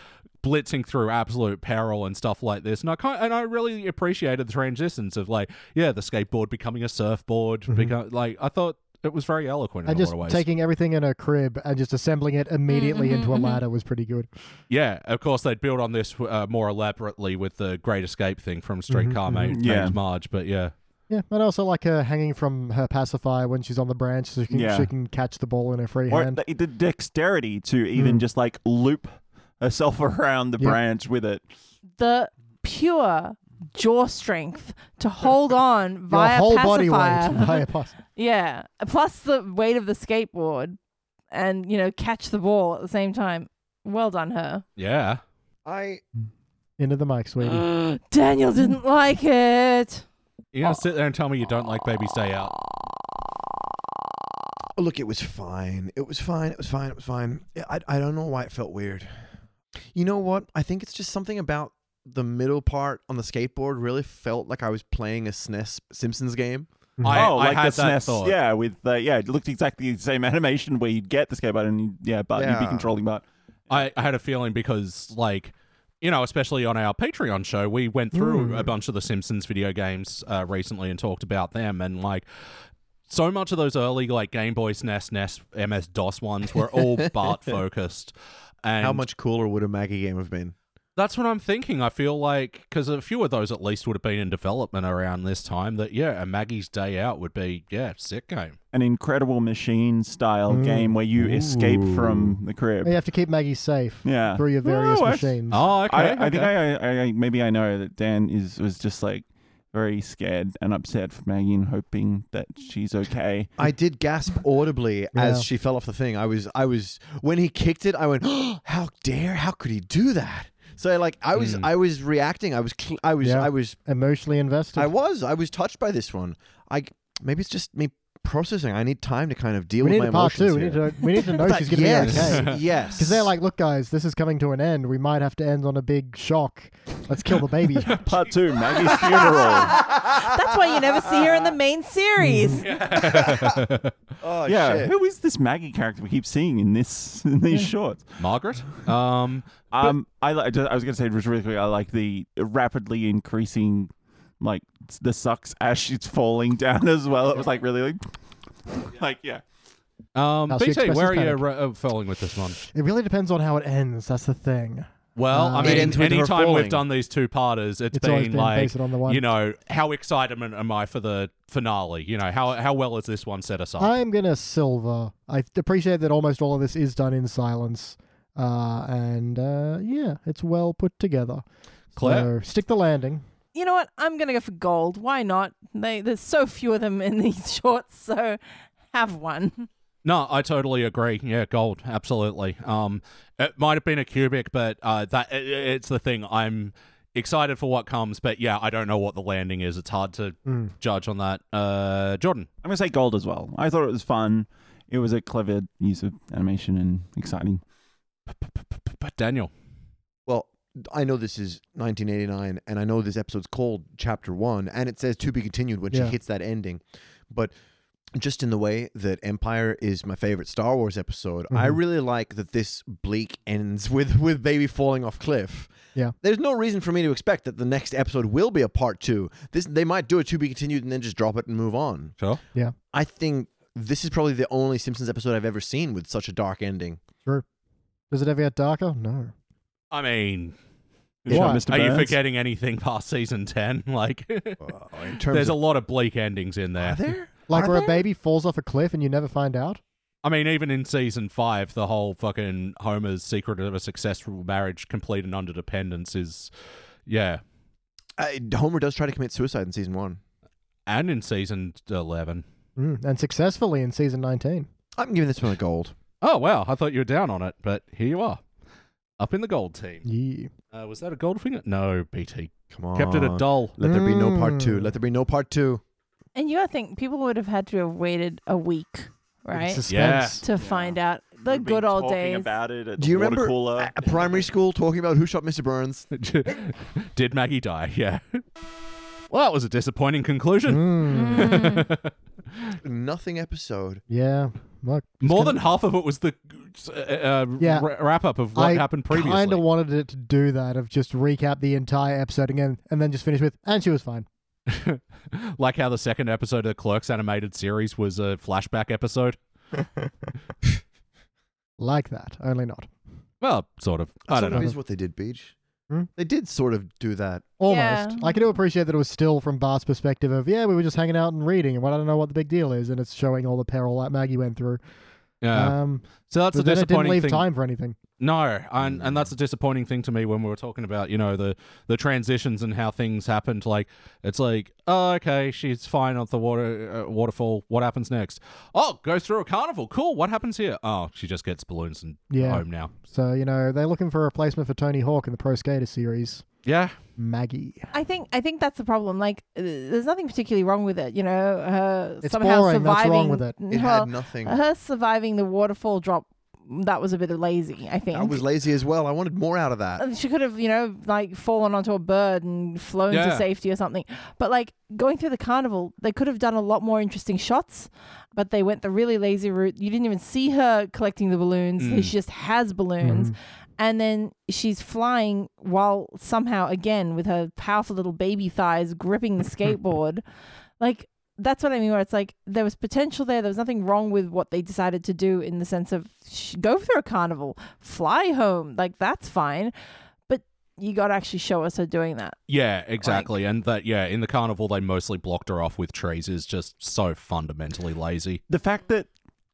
S2: blitzing through absolute peril and stuff like this. And I kind and I really appreciated the transitions of, like, yeah, the skateboard becoming a surfboard, become, like, I thought it was very eloquent in
S3: and
S2: a
S3: Mm-hmm. just
S2: lot of ways.
S3: taking everything in a crib and just assembling it immediately into a
S5: Mm-hmm.
S3: ladder was pretty good.
S2: Yeah, of course they'd build on this uh, more elaborately with the Great Escape thing from
S5: Mm-hmm,
S2: Streetcar Ma-
S6: mhm.
S2: Named
S6: Yeah.
S2: Marge, but yeah,
S3: Yeah, and I also like her hanging from her pacifier when she's on the branch, so she can,
S6: Yeah.
S3: she can catch the ball in her free
S6: or
S3: hand.
S6: the, the dexterity to even just like loop herself around the
S3: Yeah.
S6: branch with it.
S4: the pure jaw strength to hold on
S3: Your
S4: via
S3: whole body
S4: pacifier.
S3: weight via pac-
S4: yeah, plus the weight of the skateboard. and you know catch the ball at the same time. Well done, her.
S2: Yeah.
S5: I
S3: Into the mic,
S4: Uh,
S3: sweetie.
S4: Daniel didn't like it.
S2: You're going to sit there and tell me you don't like Baby Stay Out.
S5: oh, look. It was fine. It was fine. It was fine. It was fine. Yeah, I I don't know why it felt weird. You know what? I think it's just something about the middle part on the skateboard really felt like I was playing a SNES Simpsons game.
S2: I,
S6: oh,
S2: I
S6: like
S2: had
S6: the
S2: that
S6: SNES,
S2: thought.
S6: yeah, with uh, yeah, it looked exactly the same animation where you'd get the skateboard and you, yeah, but you'd be
S5: Yeah.
S6: controlling but
S2: I, I had a feeling because, like, you know, especially on our Patreon show, we went through
S5: Mm.
S2: a bunch of the Simpsons video games uh, recently and talked about them. And, like, so much of those early, like, Game Boy, E SNES, NES, MS DOS ones were all Bart focused. And
S5: How much cooler would a Maggie game have been?
S2: That's what I'm thinking. I feel like because a few of those at least would have been in development around this time. That yeah, a Maggie's Day Out would be yeah, sick game.
S6: an incredible machine style
S3: Mm.
S6: game where you escape from the crib.
S3: You have to keep Maggie safe
S6: Yeah.
S3: through your various
S6: Oh, I-
S3: machines.
S2: Oh, okay.
S6: I, I think I, I, I maybe I know that Dan is was just like very scared and upset for Maggie and hoping that she's okay.
S5: I did gasp audibly
S3: Yeah.
S5: as she fell off the thing. I was, I was, when he kicked it, I went, "How dare? How could he do that?" So like, I was, I was reacting. I was, cl- I was,
S3: Hmm. Yeah.
S5: I was,
S3: Emotionally invested.
S5: I was, I was touched by this one. I maybe it's just me processing. I need time to kind of deal
S3: we need
S5: with my
S3: a part
S5: emotions.
S3: two. We
S5: here.
S3: need to, we need to know
S5: But
S3: she's going to
S5: yes,
S3: be okay.
S5: yes,
S3: Because they're like, look, guys, this is coming to an end. We might have to end on a big shock. Let's kill the baby.
S6: Part two, Maggie's funeral.
S4: That's why you never see her in the main series.
S5: oh
S6: yeah,
S5: shit.
S6: who is this Maggie character we keep seeing in this in these shorts?
S2: Margaret. Um,
S6: Um, I li- I ju- I was gonna say just really quick. I like the rapidly increasing, like s- the sucks as she's falling down as well. It was like really like, like yeah.
S2: um,
S3: Now she
S2: BT,
S3: expresses
S2: where are
S3: panic.
S2: you uh, falling with this one?
S3: It really depends on how it ends. That's the thing.
S2: Well, I
S3: Um,
S5: It
S2: mean,
S5: ends with her
S2: anytime we've
S5: falling.
S2: done these two parters, it's
S3: It's always
S2: been
S3: been
S2: like
S3: based on the one.
S2: you know how excited am I for the finale? You know how how well is this one set aside?
S3: I'm gonna silver. I th- appreciate that almost all of this is done in silence, uh, and uh, yeah, it's well put together.
S2: Claire?
S3: So, stick the landing.
S4: You know what? I'm gonna go for gold. Why not? They there's so few of them in these shorts, so have one.
S2: No, I totally agree. Yeah, gold, absolutely. Um, it might have been a cubic, but uh, that i i- it's the thing. I'm excited for what comes, but yeah, I don't know what the landing is. It's hard to
S3: Mm.
S2: judge on that. Uh, Jordan,
S6: I'm gonna say gold as well. I thought it was fun. It was a clever use of animation and exciting.
S2: but Daniel,
S5: Well, I know this is 1989, and I know this episode's called Chapter One, and it says to be continued when
S3: Yeah.
S5: she hits that ending. But just in the way that Empire is my favorite Star Wars episode, I
S3: Mhm.
S5: really like that this bleak ends with with baby falling off cliff.
S3: Yeah.
S5: there's no reason for me to expect that the next episode will be a part two. This they might do a to be continued and then just drop it and move on.
S2: sure.
S5: I think this is probably the only Simpsons episode I've ever seen with such a dark ending.
S3: Does it ever get darker? No.
S2: I mean,
S6: Good shot,
S3: Why?
S6: Mr.
S2: are you
S6: Burns.
S2: forgetting anything past season ten? Like,
S5: Uh, in terms
S2: there's a
S5: of,
S2: lot of bleak endings in there.
S5: are there
S3: Like
S5: Are
S3: where a
S5: there?
S3: baby falls off a cliff and you never find out.
S2: I mean, even in season five, the whole fucking Homer's secret of a successful marriage, complete and underdependence, is yeah,
S5: Uh, Homer does try to commit suicide in season one.
S2: and in season eleven.
S3: Mm. And successfully in season 19.
S5: I'm giving this one a gold.
S2: Oh wow, I thought you were down on it, but here you are, up in the gold team.
S3: Yeah.
S2: Uh, was that a gold finger? No, BT
S5: Come on.
S2: kept it a dull.
S5: Let there be no part
S3: Mm.
S5: two. Let there be no part two.
S4: And you gotta think people would have had to have waited a week, right?
S3: Suspense.
S4: to find out the
S6: We've been
S4: good old
S6: talking
S4: days.
S6: about it at
S5: Do
S6: the
S5: you
S6: water
S5: remember
S2: Uh,
S6: cooler.
S5: at primary school talking about who shot Mr. Burns?
S2: Did Maggie die? Yeah. well, that was a disappointing conclusion.
S4: Mm-hmm.
S3: Mm.
S5: Nothing episode.
S3: Yeah. Look. it's
S2: More
S3: gonna-
S2: than half of it was the uh, uh,
S3: Yeah.
S2: ra- wrap up of what
S3: I
S2: happened previously.
S3: kind of wanted it to do that of just recap the entire episode again and then just finish with and she was fine.
S2: like how the second episode of the Clerks animated series was a flashback episode.
S3: Like that, only not.
S2: Well, sort of. I don't
S5: Sort of
S2: know.
S5: Is what they did, Beach.
S3: Hmm?
S5: They did sort of do that.
S3: Almost.
S4: Yeah.
S3: I can do appreciate that it was still from Bart's perspective of, yeah, we were just hanging out and reading, and well, I don't know what the big deal is, and it's showing all the peril that Maggie went through.
S2: Yeah.
S3: um,
S2: so that's a
S3: but then it didn't
S2: disappointing
S3: leave
S2: thing.
S3: time for anything.
S2: No, and
S3: Mm.
S2: and that's a disappointing thing to me when we were talking about you know the the transitions and how things happened. Like it's like, oh, okay, she's fine on the water uh, waterfall. What happens next? Oh, goes through a carnival. Cool. What happens here? Oh, she just gets balloons and
S3: Yeah.
S2: home now.
S3: So, you know, they're looking for a replacement for Tony Hawk in the Pro Skater series.
S2: Yeah,
S3: Maggie.
S4: I think I think that's the problem. Like, uh, there's nothing particularly wrong with it. You know, her
S3: It's
S4: somehow
S3: boring,
S4: surviving.
S3: that's wrong with it.
S5: It
S4: well,
S5: had nothing.
S4: her surviving the waterfall drop. That was a bit of lazy. I think.
S5: I was lazy as well. I wanted more out of that.
S4: And she could have, you know, like fallen onto a bird and flown
S2: Yeah.
S4: to safety or something. But like going through the carnival, they could have done a lot more interesting shots, but they went the really lazy route. You didn't even see her collecting the balloons.
S2: Mm.
S4: She just has balloons.
S3: Mhm.
S4: And then she's flying while somehow, again, with her powerful little baby thighs gripping the skateboard. Like, that's what I mean, where it's like there was potential there. There was nothing wrong with what they decided to do in the sense of sh- go through a carnival, fly home. Like, that's fine. But you got to actually show us her doing that.
S2: yeah, exactly. and that yeah, in the carnival they mostly blocked her off with trees is just so fundamentally lazy.
S6: the fact that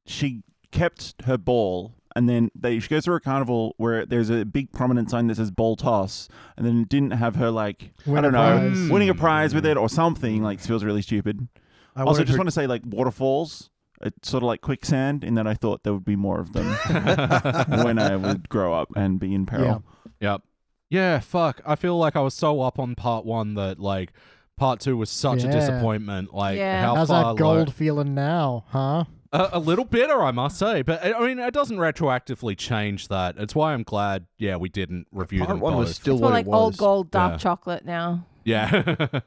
S6: she kept her ball and then they, she goes through a carnival where there's a big prominent sign that says ball toss and then it didn't have her like
S3: Win
S6: i
S3: a
S6: don't know
S3: prize.
S6: winning a prize with it or something like feels really stupid
S5: I
S6: also
S5: wanted
S6: just
S5: her-
S6: want to say like waterfalls it's sort of like quicksand in that i thought there would be more of them when i would grow up and be in peril
S3: Yeah.
S2: Yep. Yeah, fuck. I feel like I was so up on part one that like part two was such a
S3: Yeah.
S2: disappointment. Like
S4: Yeah.
S2: how
S3: How's
S2: far
S3: that gold
S2: low-
S3: feeling now, huh?
S2: A, a little bitter, I must say, but I I mean, it doesn't retroactively change that. It's why I'm glad. Yeah, we didn't review
S5: Part
S2: them
S5: one
S2: both.
S5: was still
S4: It's more
S5: what
S4: like
S5: it was.
S4: old gold dark
S2: Yeah.
S4: chocolate now.
S2: yeah.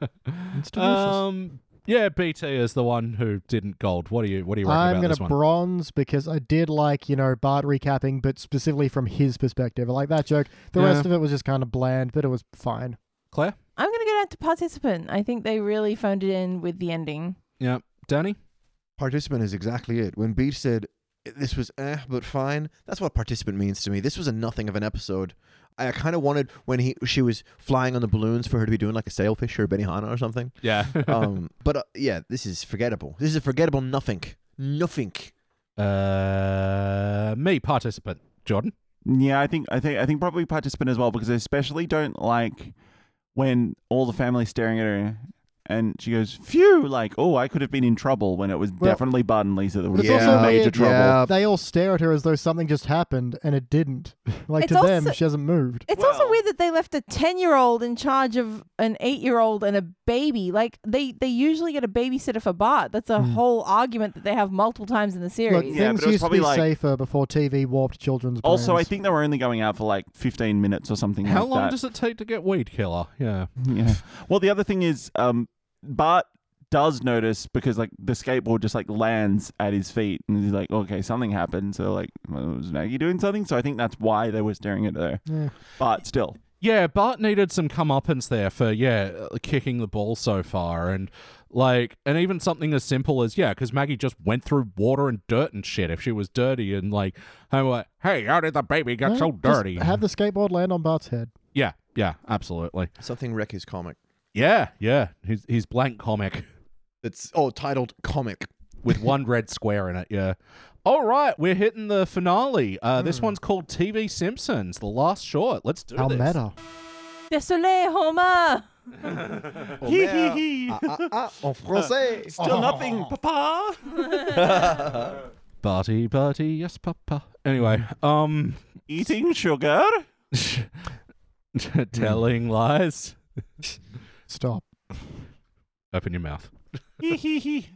S5: It's delicious.
S2: um. Yeah, BT is the one who didn't gold. What do you What do you reckon
S3: I'm
S2: about
S3: gonna
S2: this one?
S3: bronze because I did like you know Bart recapping, but specifically from his perspective. I like that joke. The
S2: Yeah.
S3: rest of it was just kind of bland, but it was fine.
S2: Claire.
S4: I'm going to go down to participant. I think they really phoned it in with the ending.
S2: Yeah. Danny.
S5: Participant is exactly it. When Beach said this was eh, but fine, that's what participant means to me. This was a nothing of an episode. I kind of wanted when he she was flying on the balloons for her to be doing like a sailfish or a Benihana or something.
S2: Yeah.
S5: Um, but uh, yeah, this is forgettable. This is a forgettable nothing. Nothing.
S2: uh, me participant Jordan.
S6: Yeah, I think I think I think probably participant as well because I especially don't like when all the family's staring at her and she goes, "Phew!" Like, oh, I could have been in trouble when it was
S3: Well,
S6: definitely Bud and Lisa that would
S3: It's
S6: have
S3: also
S6: been in major
S3: weird-
S6: trouble.
S5: Yeah.
S3: They all stare at her as though something just happened, and it didn't. Like
S4: It's
S3: to them,
S4: also-
S3: she hasn't moved.
S4: It's also
S6: Well-
S4: weird that they left a ten-year-old in charge of an eight-year-old and a baby. Like they, they usually get a babysitter for Bart. That's a whole argument that they have multiple times in the
S3: Look,
S4: series.
S6: Yeah,
S3: things
S6: but it was
S3: used to
S6: probably
S3: be
S6: like-
S3: safer before TV warped children's brains.
S6: Also, I think they were only going out for like 15 minutes or something
S2: How
S6: like
S2: long
S6: that.
S2: does it take to get weed killer? Yeah.
S6: yeah. Well, the other thing is, um, Bart does notice because like the skateboard just like lands at his feet and he's like, okay, something happened. So like, was Maggie doing something? So I think that's why they were staring at her.
S3: Yeah.
S6: But still,
S2: Yeah, Bart needed some comeuppance there for yeah uh, kicking the ball so far, and like, and even something as simple as yeah, because Maggie just went through water and dirt and shit. If she was dirty and like, I like, hey, how did the baby get
S3: No,
S2: so
S3: just
S2: dirty?
S3: Have the skateboard land on Bart's head.
S2: yeah, yeah, absolutely.
S5: Something wreck his comic.
S2: Yeah, yeah. He's he's blank comic
S5: It's oh titled comic.
S2: with one red square in it. Yeah. All right, we're hitting the finale. Uh, This one's called TV Simpsons, the last short. Let's do
S3: Hmm. How
S2: this.
S3: meta.
S4: Désolé, Homer.
S6: Hee hee hee.
S5: Ah, en français. Oh.
S6: Still nothing, Papa.
S2: Barty, Barty, yes, Papa. Anyway, um.
S6: Eating sugar.
S2: telling lies.
S3: Stop.
S2: Open your mouth.
S6: Hee hee hee.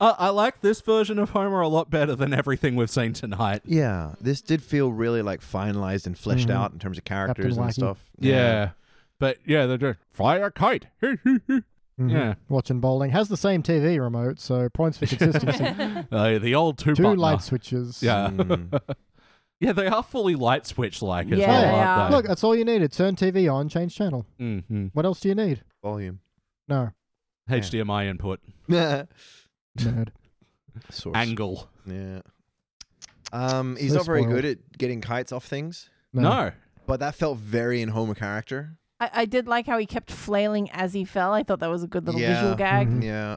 S2: Uh, I like this version of Homer a lot better than everything we've seen tonight.
S5: Yeah, this did feel really like finalized and fleshed
S6: Mm-hmm.
S5: out in terms of characters and
S3: Wacky.
S5: stuff.
S2: But yeah, they're just fly a kite.
S3: Mhm.
S2: Yeah.
S3: Watching bowling has the same TV remote, so points for consistency.
S2: Uh, the old two, Hmm.
S3: Two
S2: button-
S3: light switches.
S2: Yeah.
S5: Mm.
S2: Yeah, they are fully light switch like as
S4: Yeah,
S2: well,
S4: they
S2: aren't
S4: are.
S2: they?
S3: Look, that's all you needed. Turn TV on, change channel.
S2: Mhm.
S3: What else do you need?
S5: Volume.
S3: No.
S2: HDMI input.
S3: Nerd.
S5: Source.
S2: Angle.
S5: Yeah. Um, he's
S3: So
S5: not very
S3: spoiled.
S5: good at getting kites off things,
S2: No.
S5: but that felt very in Homer character.
S4: I, I did like how he kept flailing as he fell. I thought that was a good little
S5: Yeah. Mm-hmm.
S4: visual gag.
S3: Mhm.
S5: Yeah.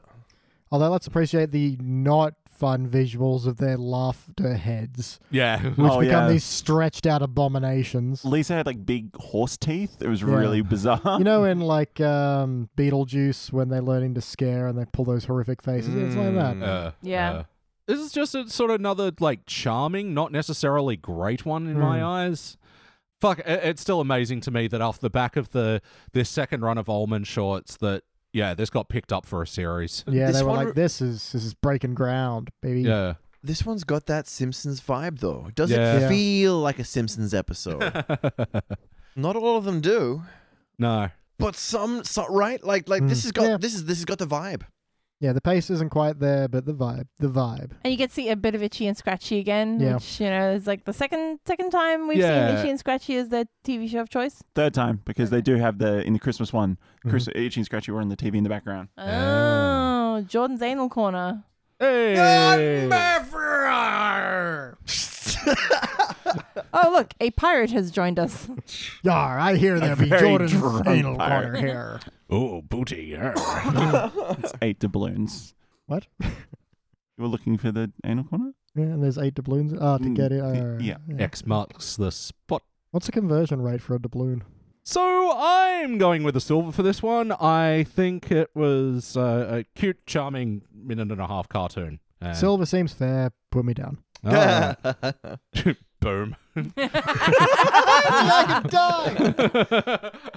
S3: Although let's appreciate the not fun visuals of their laughter heads,
S2: Yeah.
S3: which
S6: Oh,
S3: become
S6: yeah.
S3: these stretched out abominations.
S6: Lisa had like big horse teeth. It was
S3: Yeah.
S6: really bizarre.
S3: You know, in like um, Beetlejuice, when they're learning to scare and they pull those horrific faces, it's like that.
S2: Uh,
S4: Yeah.
S2: uh, this is just a sort of another like charming, not necessarily great one in my eyes. Fuck, it, it's still amazing to me that off the back of the this second run of Ullman shorts that yeah, this got picked up for a series.
S3: Yeah,
S5: This
S3: they were
S5: one
S3: like,
S5: re-
S3: "This is this is breaking ground, baby."
S2: Yeah.
S5: This one's got that Simpsons vibe though. Does
S2: Yeah.
S3: Yeah.
S5: it feel like a Simpsons episode? Not all of them do,
S2: no.
S5: but some, so, right? Like like this has got
S3: Yeah.
S5: this is this has got the vibe.
S3: Yeah, the pace isn't quite there, but the vibe, the vibe.
S4: And you get to see a bit of Itchy and Scratchy again,
S3: Yeah.
S4: which you know is like the second second time we've
S2: Yeah.
S4: seen Itchy and Scratchy as their TV show of choice.
S6: Third time because they do have the in the Christmas one. Chris Itchy and Scratchy were on the TV in the background.
S4: Oh, Jordan's anal corner.
S2: Hey.
S4: Oh, look, a pirate has joined us.
S3: Yar, I hear there be
S6: very
S3: Jordan's
S6: drunk
S3: anal
S6: pirate.
S3: corner here.
S2: Oh, booty. yeah.
S6: It's eight doubloons.
S3: What? yeah,
S6: You were looking for the anal corner?
S3: and there's eight doubloons. Oh, to
S6: Mm,
S3: get it.
S6: y-
S3: uh,
S6: yeah.
S2: X marks the spot.
S3: What's the conversion rate for a doubloon?
S2: So I'm going with a silver for this one. I think it was uh, a cute, charming minute and a half cartoon. And-
S3: Silver seems fair. Put me down.
S2: All right. Boom.
S5: I could die.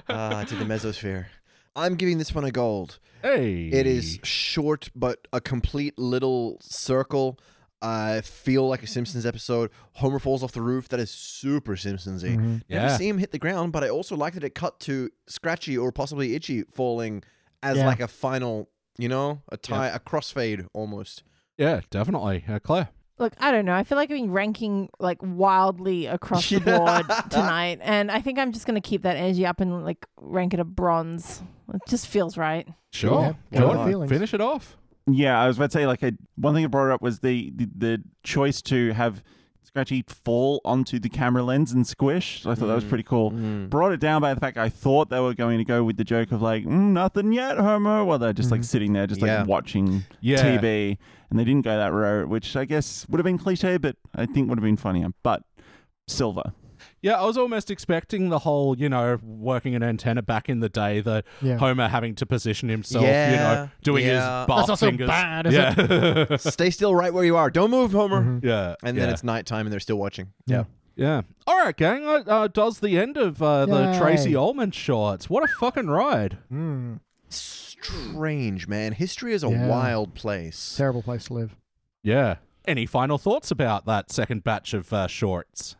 S5: Ah, to the mesosphere. I'm giving this one a gold.
S2: Hey.
S5: It is short, but a complete little circle. I feel like a Simpsons episode. Homer falls off the roof. That is super Simpsonsy.
S3: Mm-hmm.
S5: Never
S2: Yeah.
S5: see him hit the ground, but I also like that it cut to Scratchy or possibly Itchy falling as
S3: Yeah.
S5: like a final, you know, a tie, a crossfade almost.
S2: Yeah, definitely. Uh, Claire.
S4: Look, I don't know. I feel like I've been ranking like wildly across the board tonight, and I think I'm just gonna keep that energy up and like rank it a bronze. It just feels right.
S2: Sure.
S3: Yeah.
S2: Go
S3: Yeah.
S2: on,
S3: Feelings.
S2: Finish it off.
S6: Yeah, I was about to say like I, one thing I brought up was the, the the choice to have Scratchy fall onto the camera lens and squish. I thought that was pretty cool. Brought it down by the fact I thought they were going to go with the joke of like "Mm, nothing yet, Homer. Well, they're just like sitting there, just
S5: Yeah.
S6: like watching
S2: Yeah.
S6: TV, and they didn't go that route, which I guess would have been cliche, but I think would have been funnier. But silver,
S2: Yeah, I was almost expecting the whole, you know, working an antenna back in the day, the
S3: Yeah.
S2: Homer having to position himself, you
S5: Yeah.
S2: know, doing
S5: Yeah.
S2: his bar
S3: That's not so
S2: fingers.
S3: bad, is
S2: yeah.
S5: Stay still right where you are. Don't move, Homer.
S2: yeah.
S5: And
S2: yeah.
S5: then it's nighttime and they're still watching.
S3: Mm-hmm. Yeah.
S2: Yeah. All right, gang. That uh, does the end of uh, the
S3: Yay.
S2: Tracy Ullman shorts. What a fucking ride.
S3: Mm,
S5: Strange, man. History is a
S3: Yeah.
S5: wild place.
S3: terrible place to live.
S2: Yeah. Any final thoughts about that second batch of uh, shorts?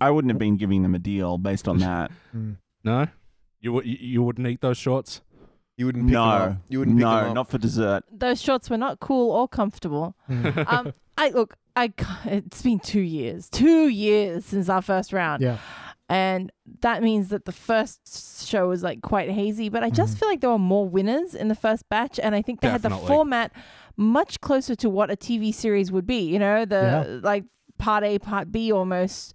S6: I wouldn't have been giving them a deal based on that.
S3: Mm.
S2: No? You, wou- you you wouldn't eat those shorts?
S5: You wouldn't pick them
S6: no,
S5: up. You wouldn't pick
S6: no,
S5: them up.
S6: not for dessert.
S4: Those shorts were not cool or comfortable.
S3: Mm.
S4: um, I look. I ca- it's been two years, two years since our first round,
S3: Yeah,
S4: and that means that the first show was like quite hazy. But I just
S3: Mm-hmm.
S4: feel like there were more winners in the first batch, and I think they had
S2: Definitely.
S4: the format much closer to what a TV series would be. You know, the like part A, part B, almost.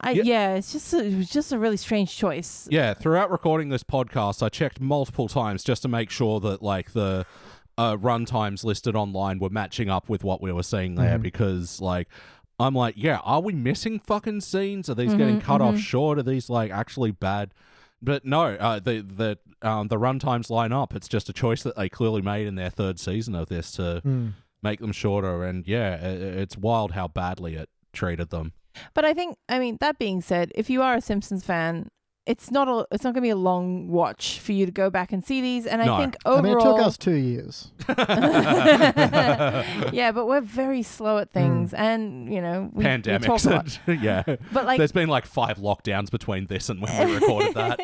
S4: I,
S2: Yeah.
S4: yeah. it's just a, it was just a really strange choice.
S2: Yeah, throughout recording this podcast, I checked multiple times just to make sure that like the uh, run times listed online were matching up with what we were seeing there because like I'm like, yeah, are we missing fucking scenes? Are these getting cut off short? Are these like actually bad? But no, uh, the the um, the run times line up. It's just a choice that they clearly made in their third season of this to
S3: Mm.
S2: make them shorter. And yeah, i- i it's wild how badly it treated them.
S4: But I think, I mean, that being said, if you are a Simpsons fan, it's not a, it's not going to be a long watch for you to go back and see these. And
S2: No.
S4: I think
S3: I
S4: overall,
S3: mean, it took us two years.
S4: yeah, but we're very slow
S3: Mm.
S4: at things, and you know, we, we talk a lot.
S2: Pandemics, and, yeah.
S4: But like,
S2: There's been like five lockdowns between this and when we recorded that.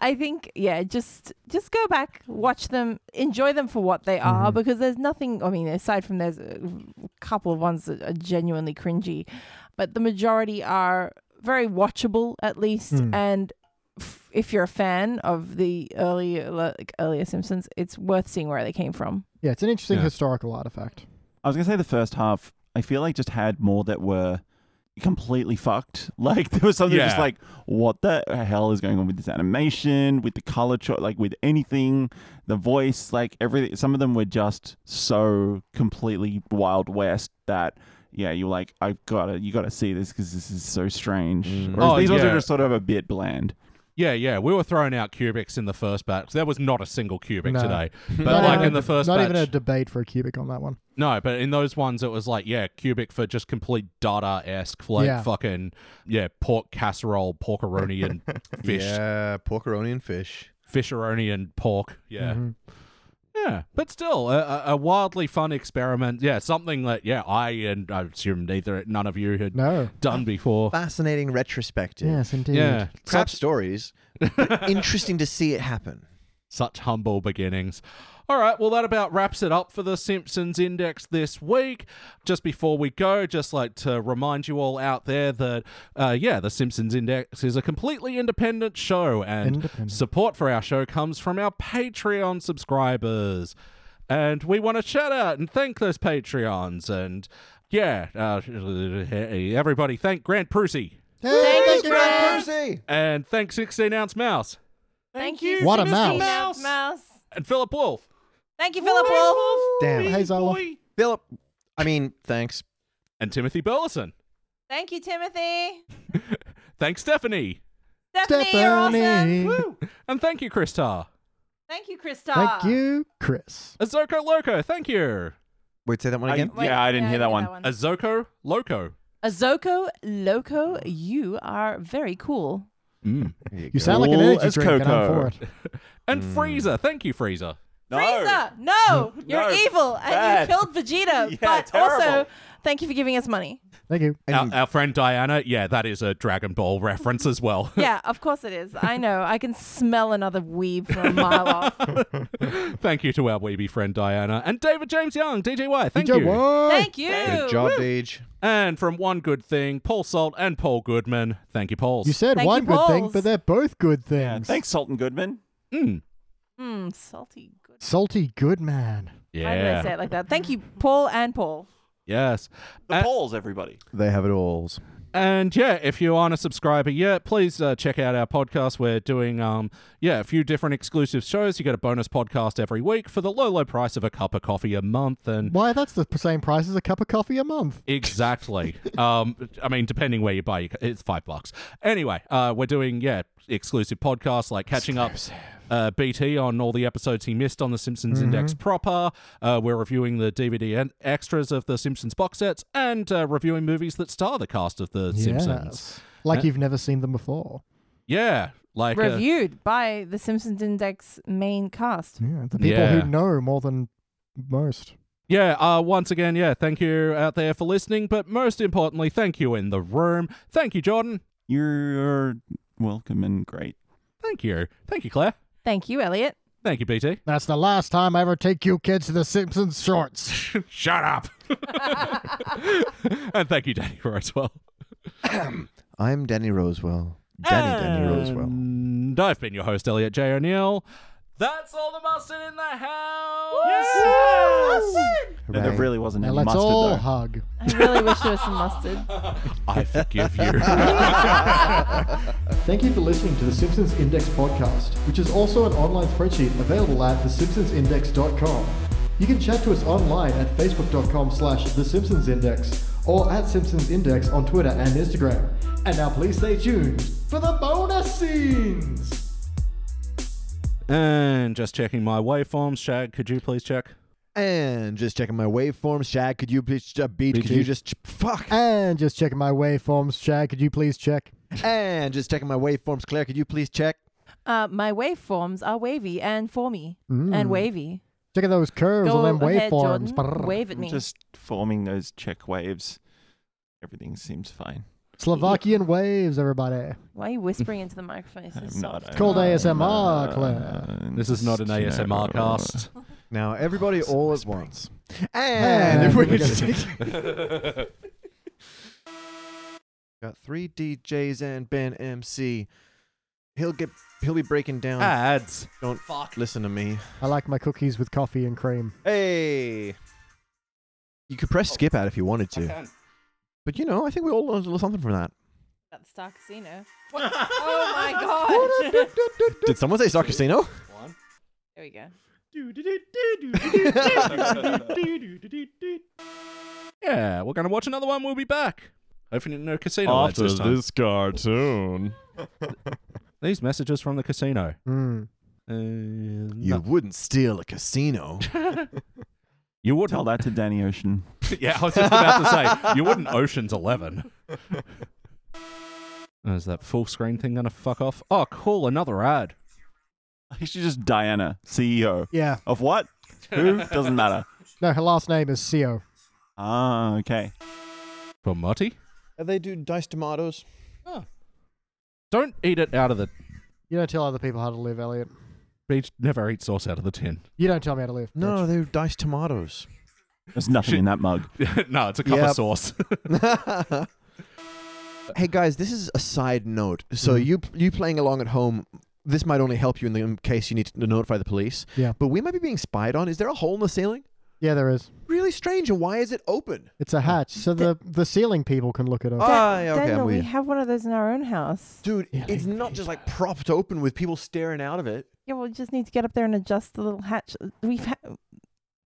S4: I think, yeah, just just go back, watch them, enjoy them for what they are, because there's nothing. I mean, aside from there's a couple of ones that are genuinely cringy, but the majority are very watchable at least. And f- if you're a fan of the earlier like, earlier Simpsons, it's worth seeing where they came from.
S3: Yeah, it's an interesting
S2: Yeah.
S3: historical artifact.
S6: I was gonna say the first half. I feel like just had more that were completely fucked. Like there was something just
S2: Yeah.
S6: like, what the hell is going on with this animation, with the color choice, like with anything, the voice, like everything. Some of them were just so completely wild west that. Yeah, you're like, I've gotta, you gotta see this because this is so strange.
S5: Mm.
S6: Whereas
S2: Oh,
S6: these ones
S2: yeah.
S6: are just sort of a bit bland.
S2: Yeah, yeah, we were throwing out cubics in the first batch. There was not a single cubic
S3: No.
S2: today, but
S3: Not
S2: like
S3: even
S2: in
S3: a-
S2: the first
S3: not
S2: batch,
S3: even a debate for a cubic on that one.
S2: no. But in those ones, it was like yeah, cubic for just complete Dada esque, like
S3: Yeah.
S2: fucking yeah, pork casserole, porkeroni and fish,
S5: Yeah, porkeroni and fish.
S2: fisheroni and pork. Yeah,
S3: Mhm.
S2: yeah. But still, a- a, a wildly fun experiment. Yeah, something that yeah, I and I assume neither none of you had
S3: No.
S2: done before.
S5: Fascinating retrospective.
S3: Yes, indeed.
S2: Yeah,
S5: Crap stories. but interesting to see it happen.
S2: Such humble beginnings. All right, well, that about wraps it up for the Simpsons Index this week. Just before we go, just like to remind you all out there that, uh, yeah, the Simpsons Index is a completely independent show, and
S3: Independent.
S2: support for our show comes from our Patreon subscribers. And we want to shout out and thank those Patreons. And yeah, uh, everybody, thank Grant Prusy.
S4: Thank you, Grant.
S5: Percy!
S2: And thank 16 Ounce Mouse.
S4: Thank you.
S3: What a
S4: 16
S2: mouse.
S4: ounce Mouse.
S2: And Philip Wolf.
S4: Thank you, Philip Wolf.
S3: Damn. Hey, Zola.
S5: Philip, I mean, thanks.
S2: And Timothy Burleson.
S4: Thank you, Timothy.
S2: Thanks, Stephanie.
S4: Stephanie, you're awesome.
S2: And thank you, Chris Tarr.
S4: Thank you, Krista.
S3: Thank you, Chris.
S2: Azoko Loco, thank you.
S5: Wait, say that one
S6: I-
S5: again.
S6: Yeah, I didn't hear that one.
S2: Azoko Loco.
S4: Azoko Loco, you are very cool.
S3: You sound like an
S6: Cool
S3: energy
S6: as
S3: drink, and I'm
S6: cocoa.
S3: for it.
S2: And
S3: Mm.
S2: Freezer, thank you, Freezer.
S6: No.
S4: Frieza, no, you're
S6: No.
S4: evil and
S6: Bad.
S4: you killed Vegeta.
S6: Yeah,
S4: but also,
S6: terrible.
S4: thank you for giving us money.
S3: Thank you.
S2: Our,
S5: And
S2: our friend Diana, yeah, that is a Dragon Ball reference as well.
S4: Yeah, of course it is. I know. I can smell another weeb from a mile off.
S2: thank you to our weeby friend Diana. And David James Young, DJY, thank
S3: DJ
S2: you.
S3: Wong.
S4: Thank you.
S5: good job, Deej.
S2: And from One Good Thing, Paul Salt and Paul Goodman, thank you, Pauls.
S3: You said
S4: Thank
S3: one
S4: you,
S3: good thing,
S4: balls.
S3: but they're both good
S6: Yeah,
S3: things.
S6: thanks, Sultan Goodman.
S2: Mm.
S4: Mm, salty. Good.
S3: Salty good man.
S4: Why did I say
S2: Yeah.
S4: it like that? Thank you, Paul and Paul.
S2: Yes.
S6: The
S2: And-
S6: Pauls, everybody.
S5: They have it all.
S2: And yeah, if you aren't a subscriber yet, please uh, check out our podcast. We're doing um yeah a few different exclusive shows. You get a bonus podcast every week for the low low price of a cup of coffee a month, and
S3: Why, that's the same price as a cup of coffee a month.
S2: exactly. um, I mean, depending where you buy, your, it's five bucks. Anyway, uh, we're doing yeah exclusive podcasts like catching up. Uh, BT on all the episodes he missed on the Simpsons Index proper. Uh, we're reviewing the DVD and extras of the Simpsons box sets and uh, reviewing movies that star the cast of the Simpsons.
S3: Yes. Like you've never seen them before.
S2: Yeah, like uh,
S4: Reviewed by the Simpsons Index main cast.
S3: Yeah, the people
S2: Yeah.
S3: who know more than most.
S2: yeah. Uh, once again, yeah. Thank you out there for listening, but most importantly, thank you in the room. Thank you, Jordan.
S6: You're welcome and great.
S2: Thank you. Thank you, Claire.
S4: Thank you, Elliot.
S2: Thank you, BT.
S3: That's the last time I ever take you kids to the Simpsons shorts.
S2: Shut up. and thank you, Danny, for as well.
S5: I'm Danny Rosewell. Danny Danny Rosewell.
S2: And I've been your host, Elliot J. O'Neill. That's all the mustard in the house.
S6: No, there
S5: Right.
S6: really wasn't
S3: now
S6: any
S3: let's
S6: mustard,
S3: all
S6: though.
S3: hug.
S4: I really wish there was some mustard.
S2: I forgive you.
S3: Thank you for listening to the Simpsons Index podcast, which is also an online spreadsheet available at thesimpsonsindex.com. You can chat to us online at facebook.com slash thesimpsonsindex or at simpsonsindex on Twitter and Instagram. And now please stay tuned for the bonus scenes!
S2: and just checking my waveforms. Shag, could you please check?
S5: And just checking my waveforms. Shag, could you please uh, beat? Could
S2: BT.
S5: you just ch- fuck?
S3: And just checking my waveforms, Chad, could you please check?
S5: and just checking my waveforms. Claire, could you please check?
S4: Uh, my waveforms are wavy and formy and
S6: Hmm.
S4: wavy.
S3: Check out Mm. those curves
S4: Go
S3: on them
S4: ahead,
S3: waveforms.
S4: Jordan.
S3: Brrr.
S4: Wave at me.
S6: Just forming those check waves. Everything seems fine.
S3: Slovakian waves, everybody.
S4: Why are you whispering into the microphone? It's so
S6: I'm not. uh,
S4: soft.
S6: It's
S3: called ASMR, Claire.
S2: This is not an ASMR
S6: uh,
S2: cast.
S5: Now everybody all at once. And,
S3: And
S5: if we
S3: we
S5: could
S3: got-
S5: just got three DJs and Ben MC. He'll get. He'll be breaking down.
S2: Ads.
S5: Don't
S2: Fuck.
S5: listen to me.
S3: I like my cookies with coffee and cream.
S5: Hey. You could press skip out if you wanted to. But you know, I think we all learned a little something from that.
S4: About the Star Casino. What? oh my god!
S5: Did someone say Star Casino?
S4: there we go.
S2: Yeah, we're going to watch another one. We'll be back. Hopefully, no casino ads
S8: After
S2: this time.
S8: this cartoon.
S2: These messages from the casino.
S3: Mm.
S2: Uh,
S5: You
S2: no.
S5: wouldn't steal a casino.
S2: you wouldn't.
S6: Tell that to Danny Ocean.
S2: yeah, I was just about to say, you wouldn't Ocean's Eleven. Is that full screen thing going to fuck off? Oh, cool, another ad.
S6: She's just Diana, CEO
S3: Yeah.
S6: of what? Who doesn't matter.
S3: No, her last name is Sio.
S6: Ah, okay.
S2: For Marty?
S5: they do diced tomatoes.
S2: Don't eat it out of the
S3: You don't tell other people how to live, Elliot.
S2: beach. Never eat sauce out of the tin.
S3: You don't tell me how to live.
S5: No,
S3: bitch.
S5: they do diced tomatoes.
S6: There's nothing in that mug.
S2: no, it's a cup of
S5: Yep.
S2: sauce.
S5: hey guys, this is a side note. So
S3: Mm-hmm.
S5: you you playing along at home. This might only help you in the in case you need to notify the police.
S3: Yeah.
S5: But we might be being spied on. Is there a hole in the ceiling?
S3: Yeah, there is.
S5: Really strange. And why is it open?
S3: It's a hatch, so the the ceiling people can look it up.
S5: Oh, Ah,
S4: Dan-
S5: yeah, okay,
S4: Daniel,
S5: I'm with
S4: we
S5: you.
S4: have one of those in our own house.
S5: Dude,
S3: Yeah,
S5: it's
S3: like-
S5: not just like propped open with people staring out of it.
S4: Yeah, we'll just need to get up there and adjust the little hatch. We've ha-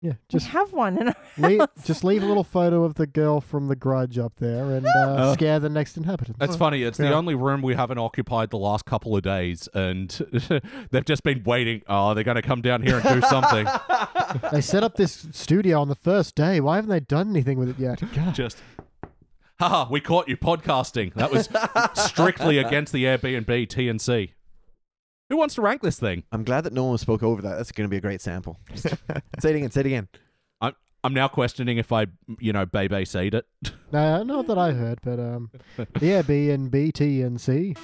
S3: yeah,
S4: we
S3: just
S4: have one in our
S3: leave,
S4: house.
S3: just leave a little photo of the girl from The Grudge up there and uh,
S6: Oh.
S3: scare the next inhabitant. Oh.
S2: It's funny. It's the
S3: Yeah.
S2: only room we haven't occupied the last couple of days, and they've just been waiting. Oh, they're going to come down here and do something.
S3: They set up this studio on the first day. Why haven't they done anything with it yet? God.
S2: Just, haha, we caught you podcasting. That was strictly against the Airbnb TNC. Who wants to rank this thing?
S5: I'm glad that no one spoke over that. That's going to be a great sample. say it again. Say it again.
S2: I'm I'm now questioning if I, you know, Bebe said it.
S3: No, not that I heard, but um, yeah, B and B, T, and C.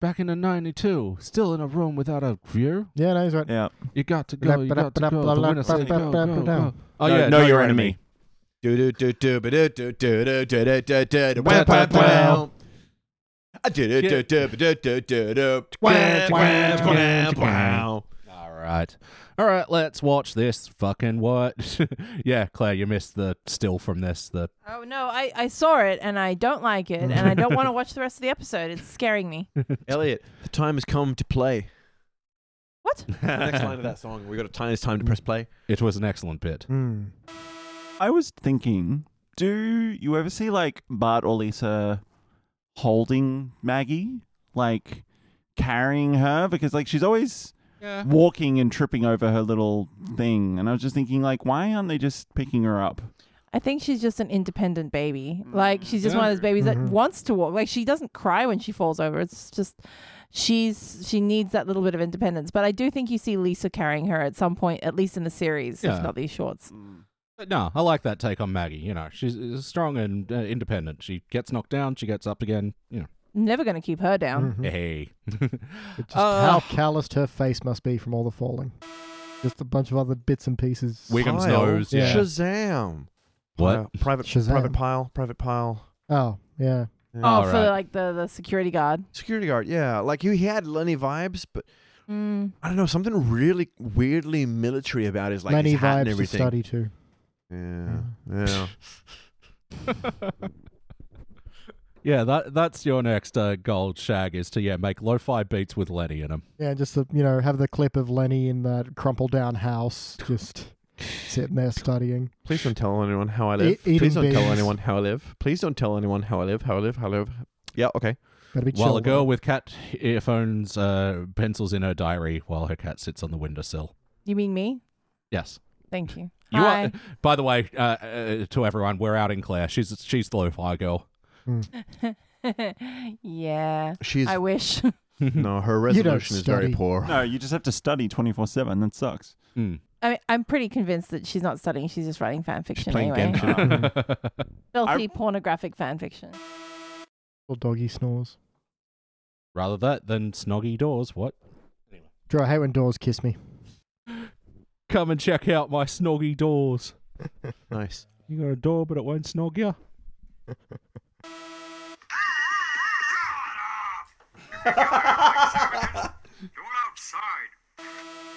S2: Back in the '92, still in a room without a view.
S3: Yeah, no, he's right.
S6: Yeah.
S2: You got to
S3: go, you got to go, the winner said go, go, go.
S2: Oh
S6: No-
S2: yeah,
S6: know your enemy.
S5: Do do do do ba do do do do do do do do do
S2: Wow,
S5: wow wow
S2: wow.
S5: wow. Ah, do do do do ba do do do do
S3: Wow,
S5: wow
S3: wow,
S5: wow wow.
S2: All right. All right, let's watch this fucking what? yeah, Claire, you missed the still from this. The
S4: Oh no, I, I saw it and I don't like it and I don't want to watch the rest of the episode. It's scaring me.
S5: Elliot, the time has come to play.
S4: What?
S5: Next line of that song, we got a time. It's time to press play.
S2: It was an excellent bit.
S3: Mm.
S6: I was thinking, do you ever see like Bart or Lisa holding Maggie? Like carrying her? Because like she's always
S2: Yeah.
S6: walking and tripping over her little thing. And I was just thinking, like, why aren't they just picking her up?
S4: I think she's just an independent baby.
S2: Mm.
S4: Like she's just one of those babies that
S3: Mhm.
S4: wants to walk. Like she doesn't cry when she falls over. It's just she's she needs that little bit of independence. But I do think you see Lisa carrying her at some point, at least in the series,
S2: Yeah.
S4: if not these shorts.
S2: But no, I like that take on Maggie. You know, she's uh, strong and uh, independent. She gets knocked down, she gets up again. You know,
S4: Never going to keep her down.
S3: mhm.
S2: hey.
S3: It's just
S2: Uh,
S3: how calloused her face must be from all the falling. Just a bunch of other bits and pieces.
S2: Wiggum's
S5: Pile.
S2: nose.
S3: Yeah.
S5: Shazam.
S2: What?
S5: Pri- Private
S3: Shazam.
S5: private pile. Private pile.
S3: Oh, yeah.
S4: Oh,
S2: All
S4: for
S2: right.
S4: like the the security guard.
S5: Security guard. Yeah, like he had Lenny vibes, but
S4: Mm.
S5: I don't know something really weirdly military about his like
S3: Many
S5: his hat and
S3: vibes to
S5: everything.
S3: study too.
S5: Yeah. Yeah.
S2: yeah, that that's your next uh, gold shag is to yeah make lo-fi beats with Lenny in them.
S3: Yeah, just the, you know, have the clip of Lenny in that crumpled down house, just sitting there studying.
S5: Please don't tell anyone how I
S3: E-
S5: live.
S3: eating
S5: Please don't tell
S3: beans.
S5: anyone how I live. Please don't tell anyone how I live. How I live. How I live. Yeah. Okay.
S3: Gotta be
S2: While
S3: chill
S2: a
S3: with
S2: girl
S3: it.
S2: with cat earphones uh, pencils in her diary while her cat sits on the windowsill.
S4: You mean me?
S2: Yes.
S4: Thank you.
S2: You
S4: Hi.
S2: are, by the way, uh, uh, to everyone, we're out in Claire. She's she's the lo-fi girl.
S4: yeah.
S5: She's
S4: I wish.
S5: no. Her
S3: You don't
S5: resolution is very
S3: study.
S5: poor.
S6: No, you just have to study 24 7. That sucks.
S2: Mm.
S4: I mean, I'm pretty convinced that she's not studying. She's just writing fan fiction
S5: playing
S4: anyway.
S5: Genshin.
S4: Filthy pornographic fan fiction.
S3: Little doggy snores.
S2: Rather that than snoggy doors. What?
S3: Drew, I hate when doors kiss me.
S2: Come and check out my snoggy doors.
S5: Nice.
S2: You got a door, but it won't snog you.
S9: Shut up! You're outside.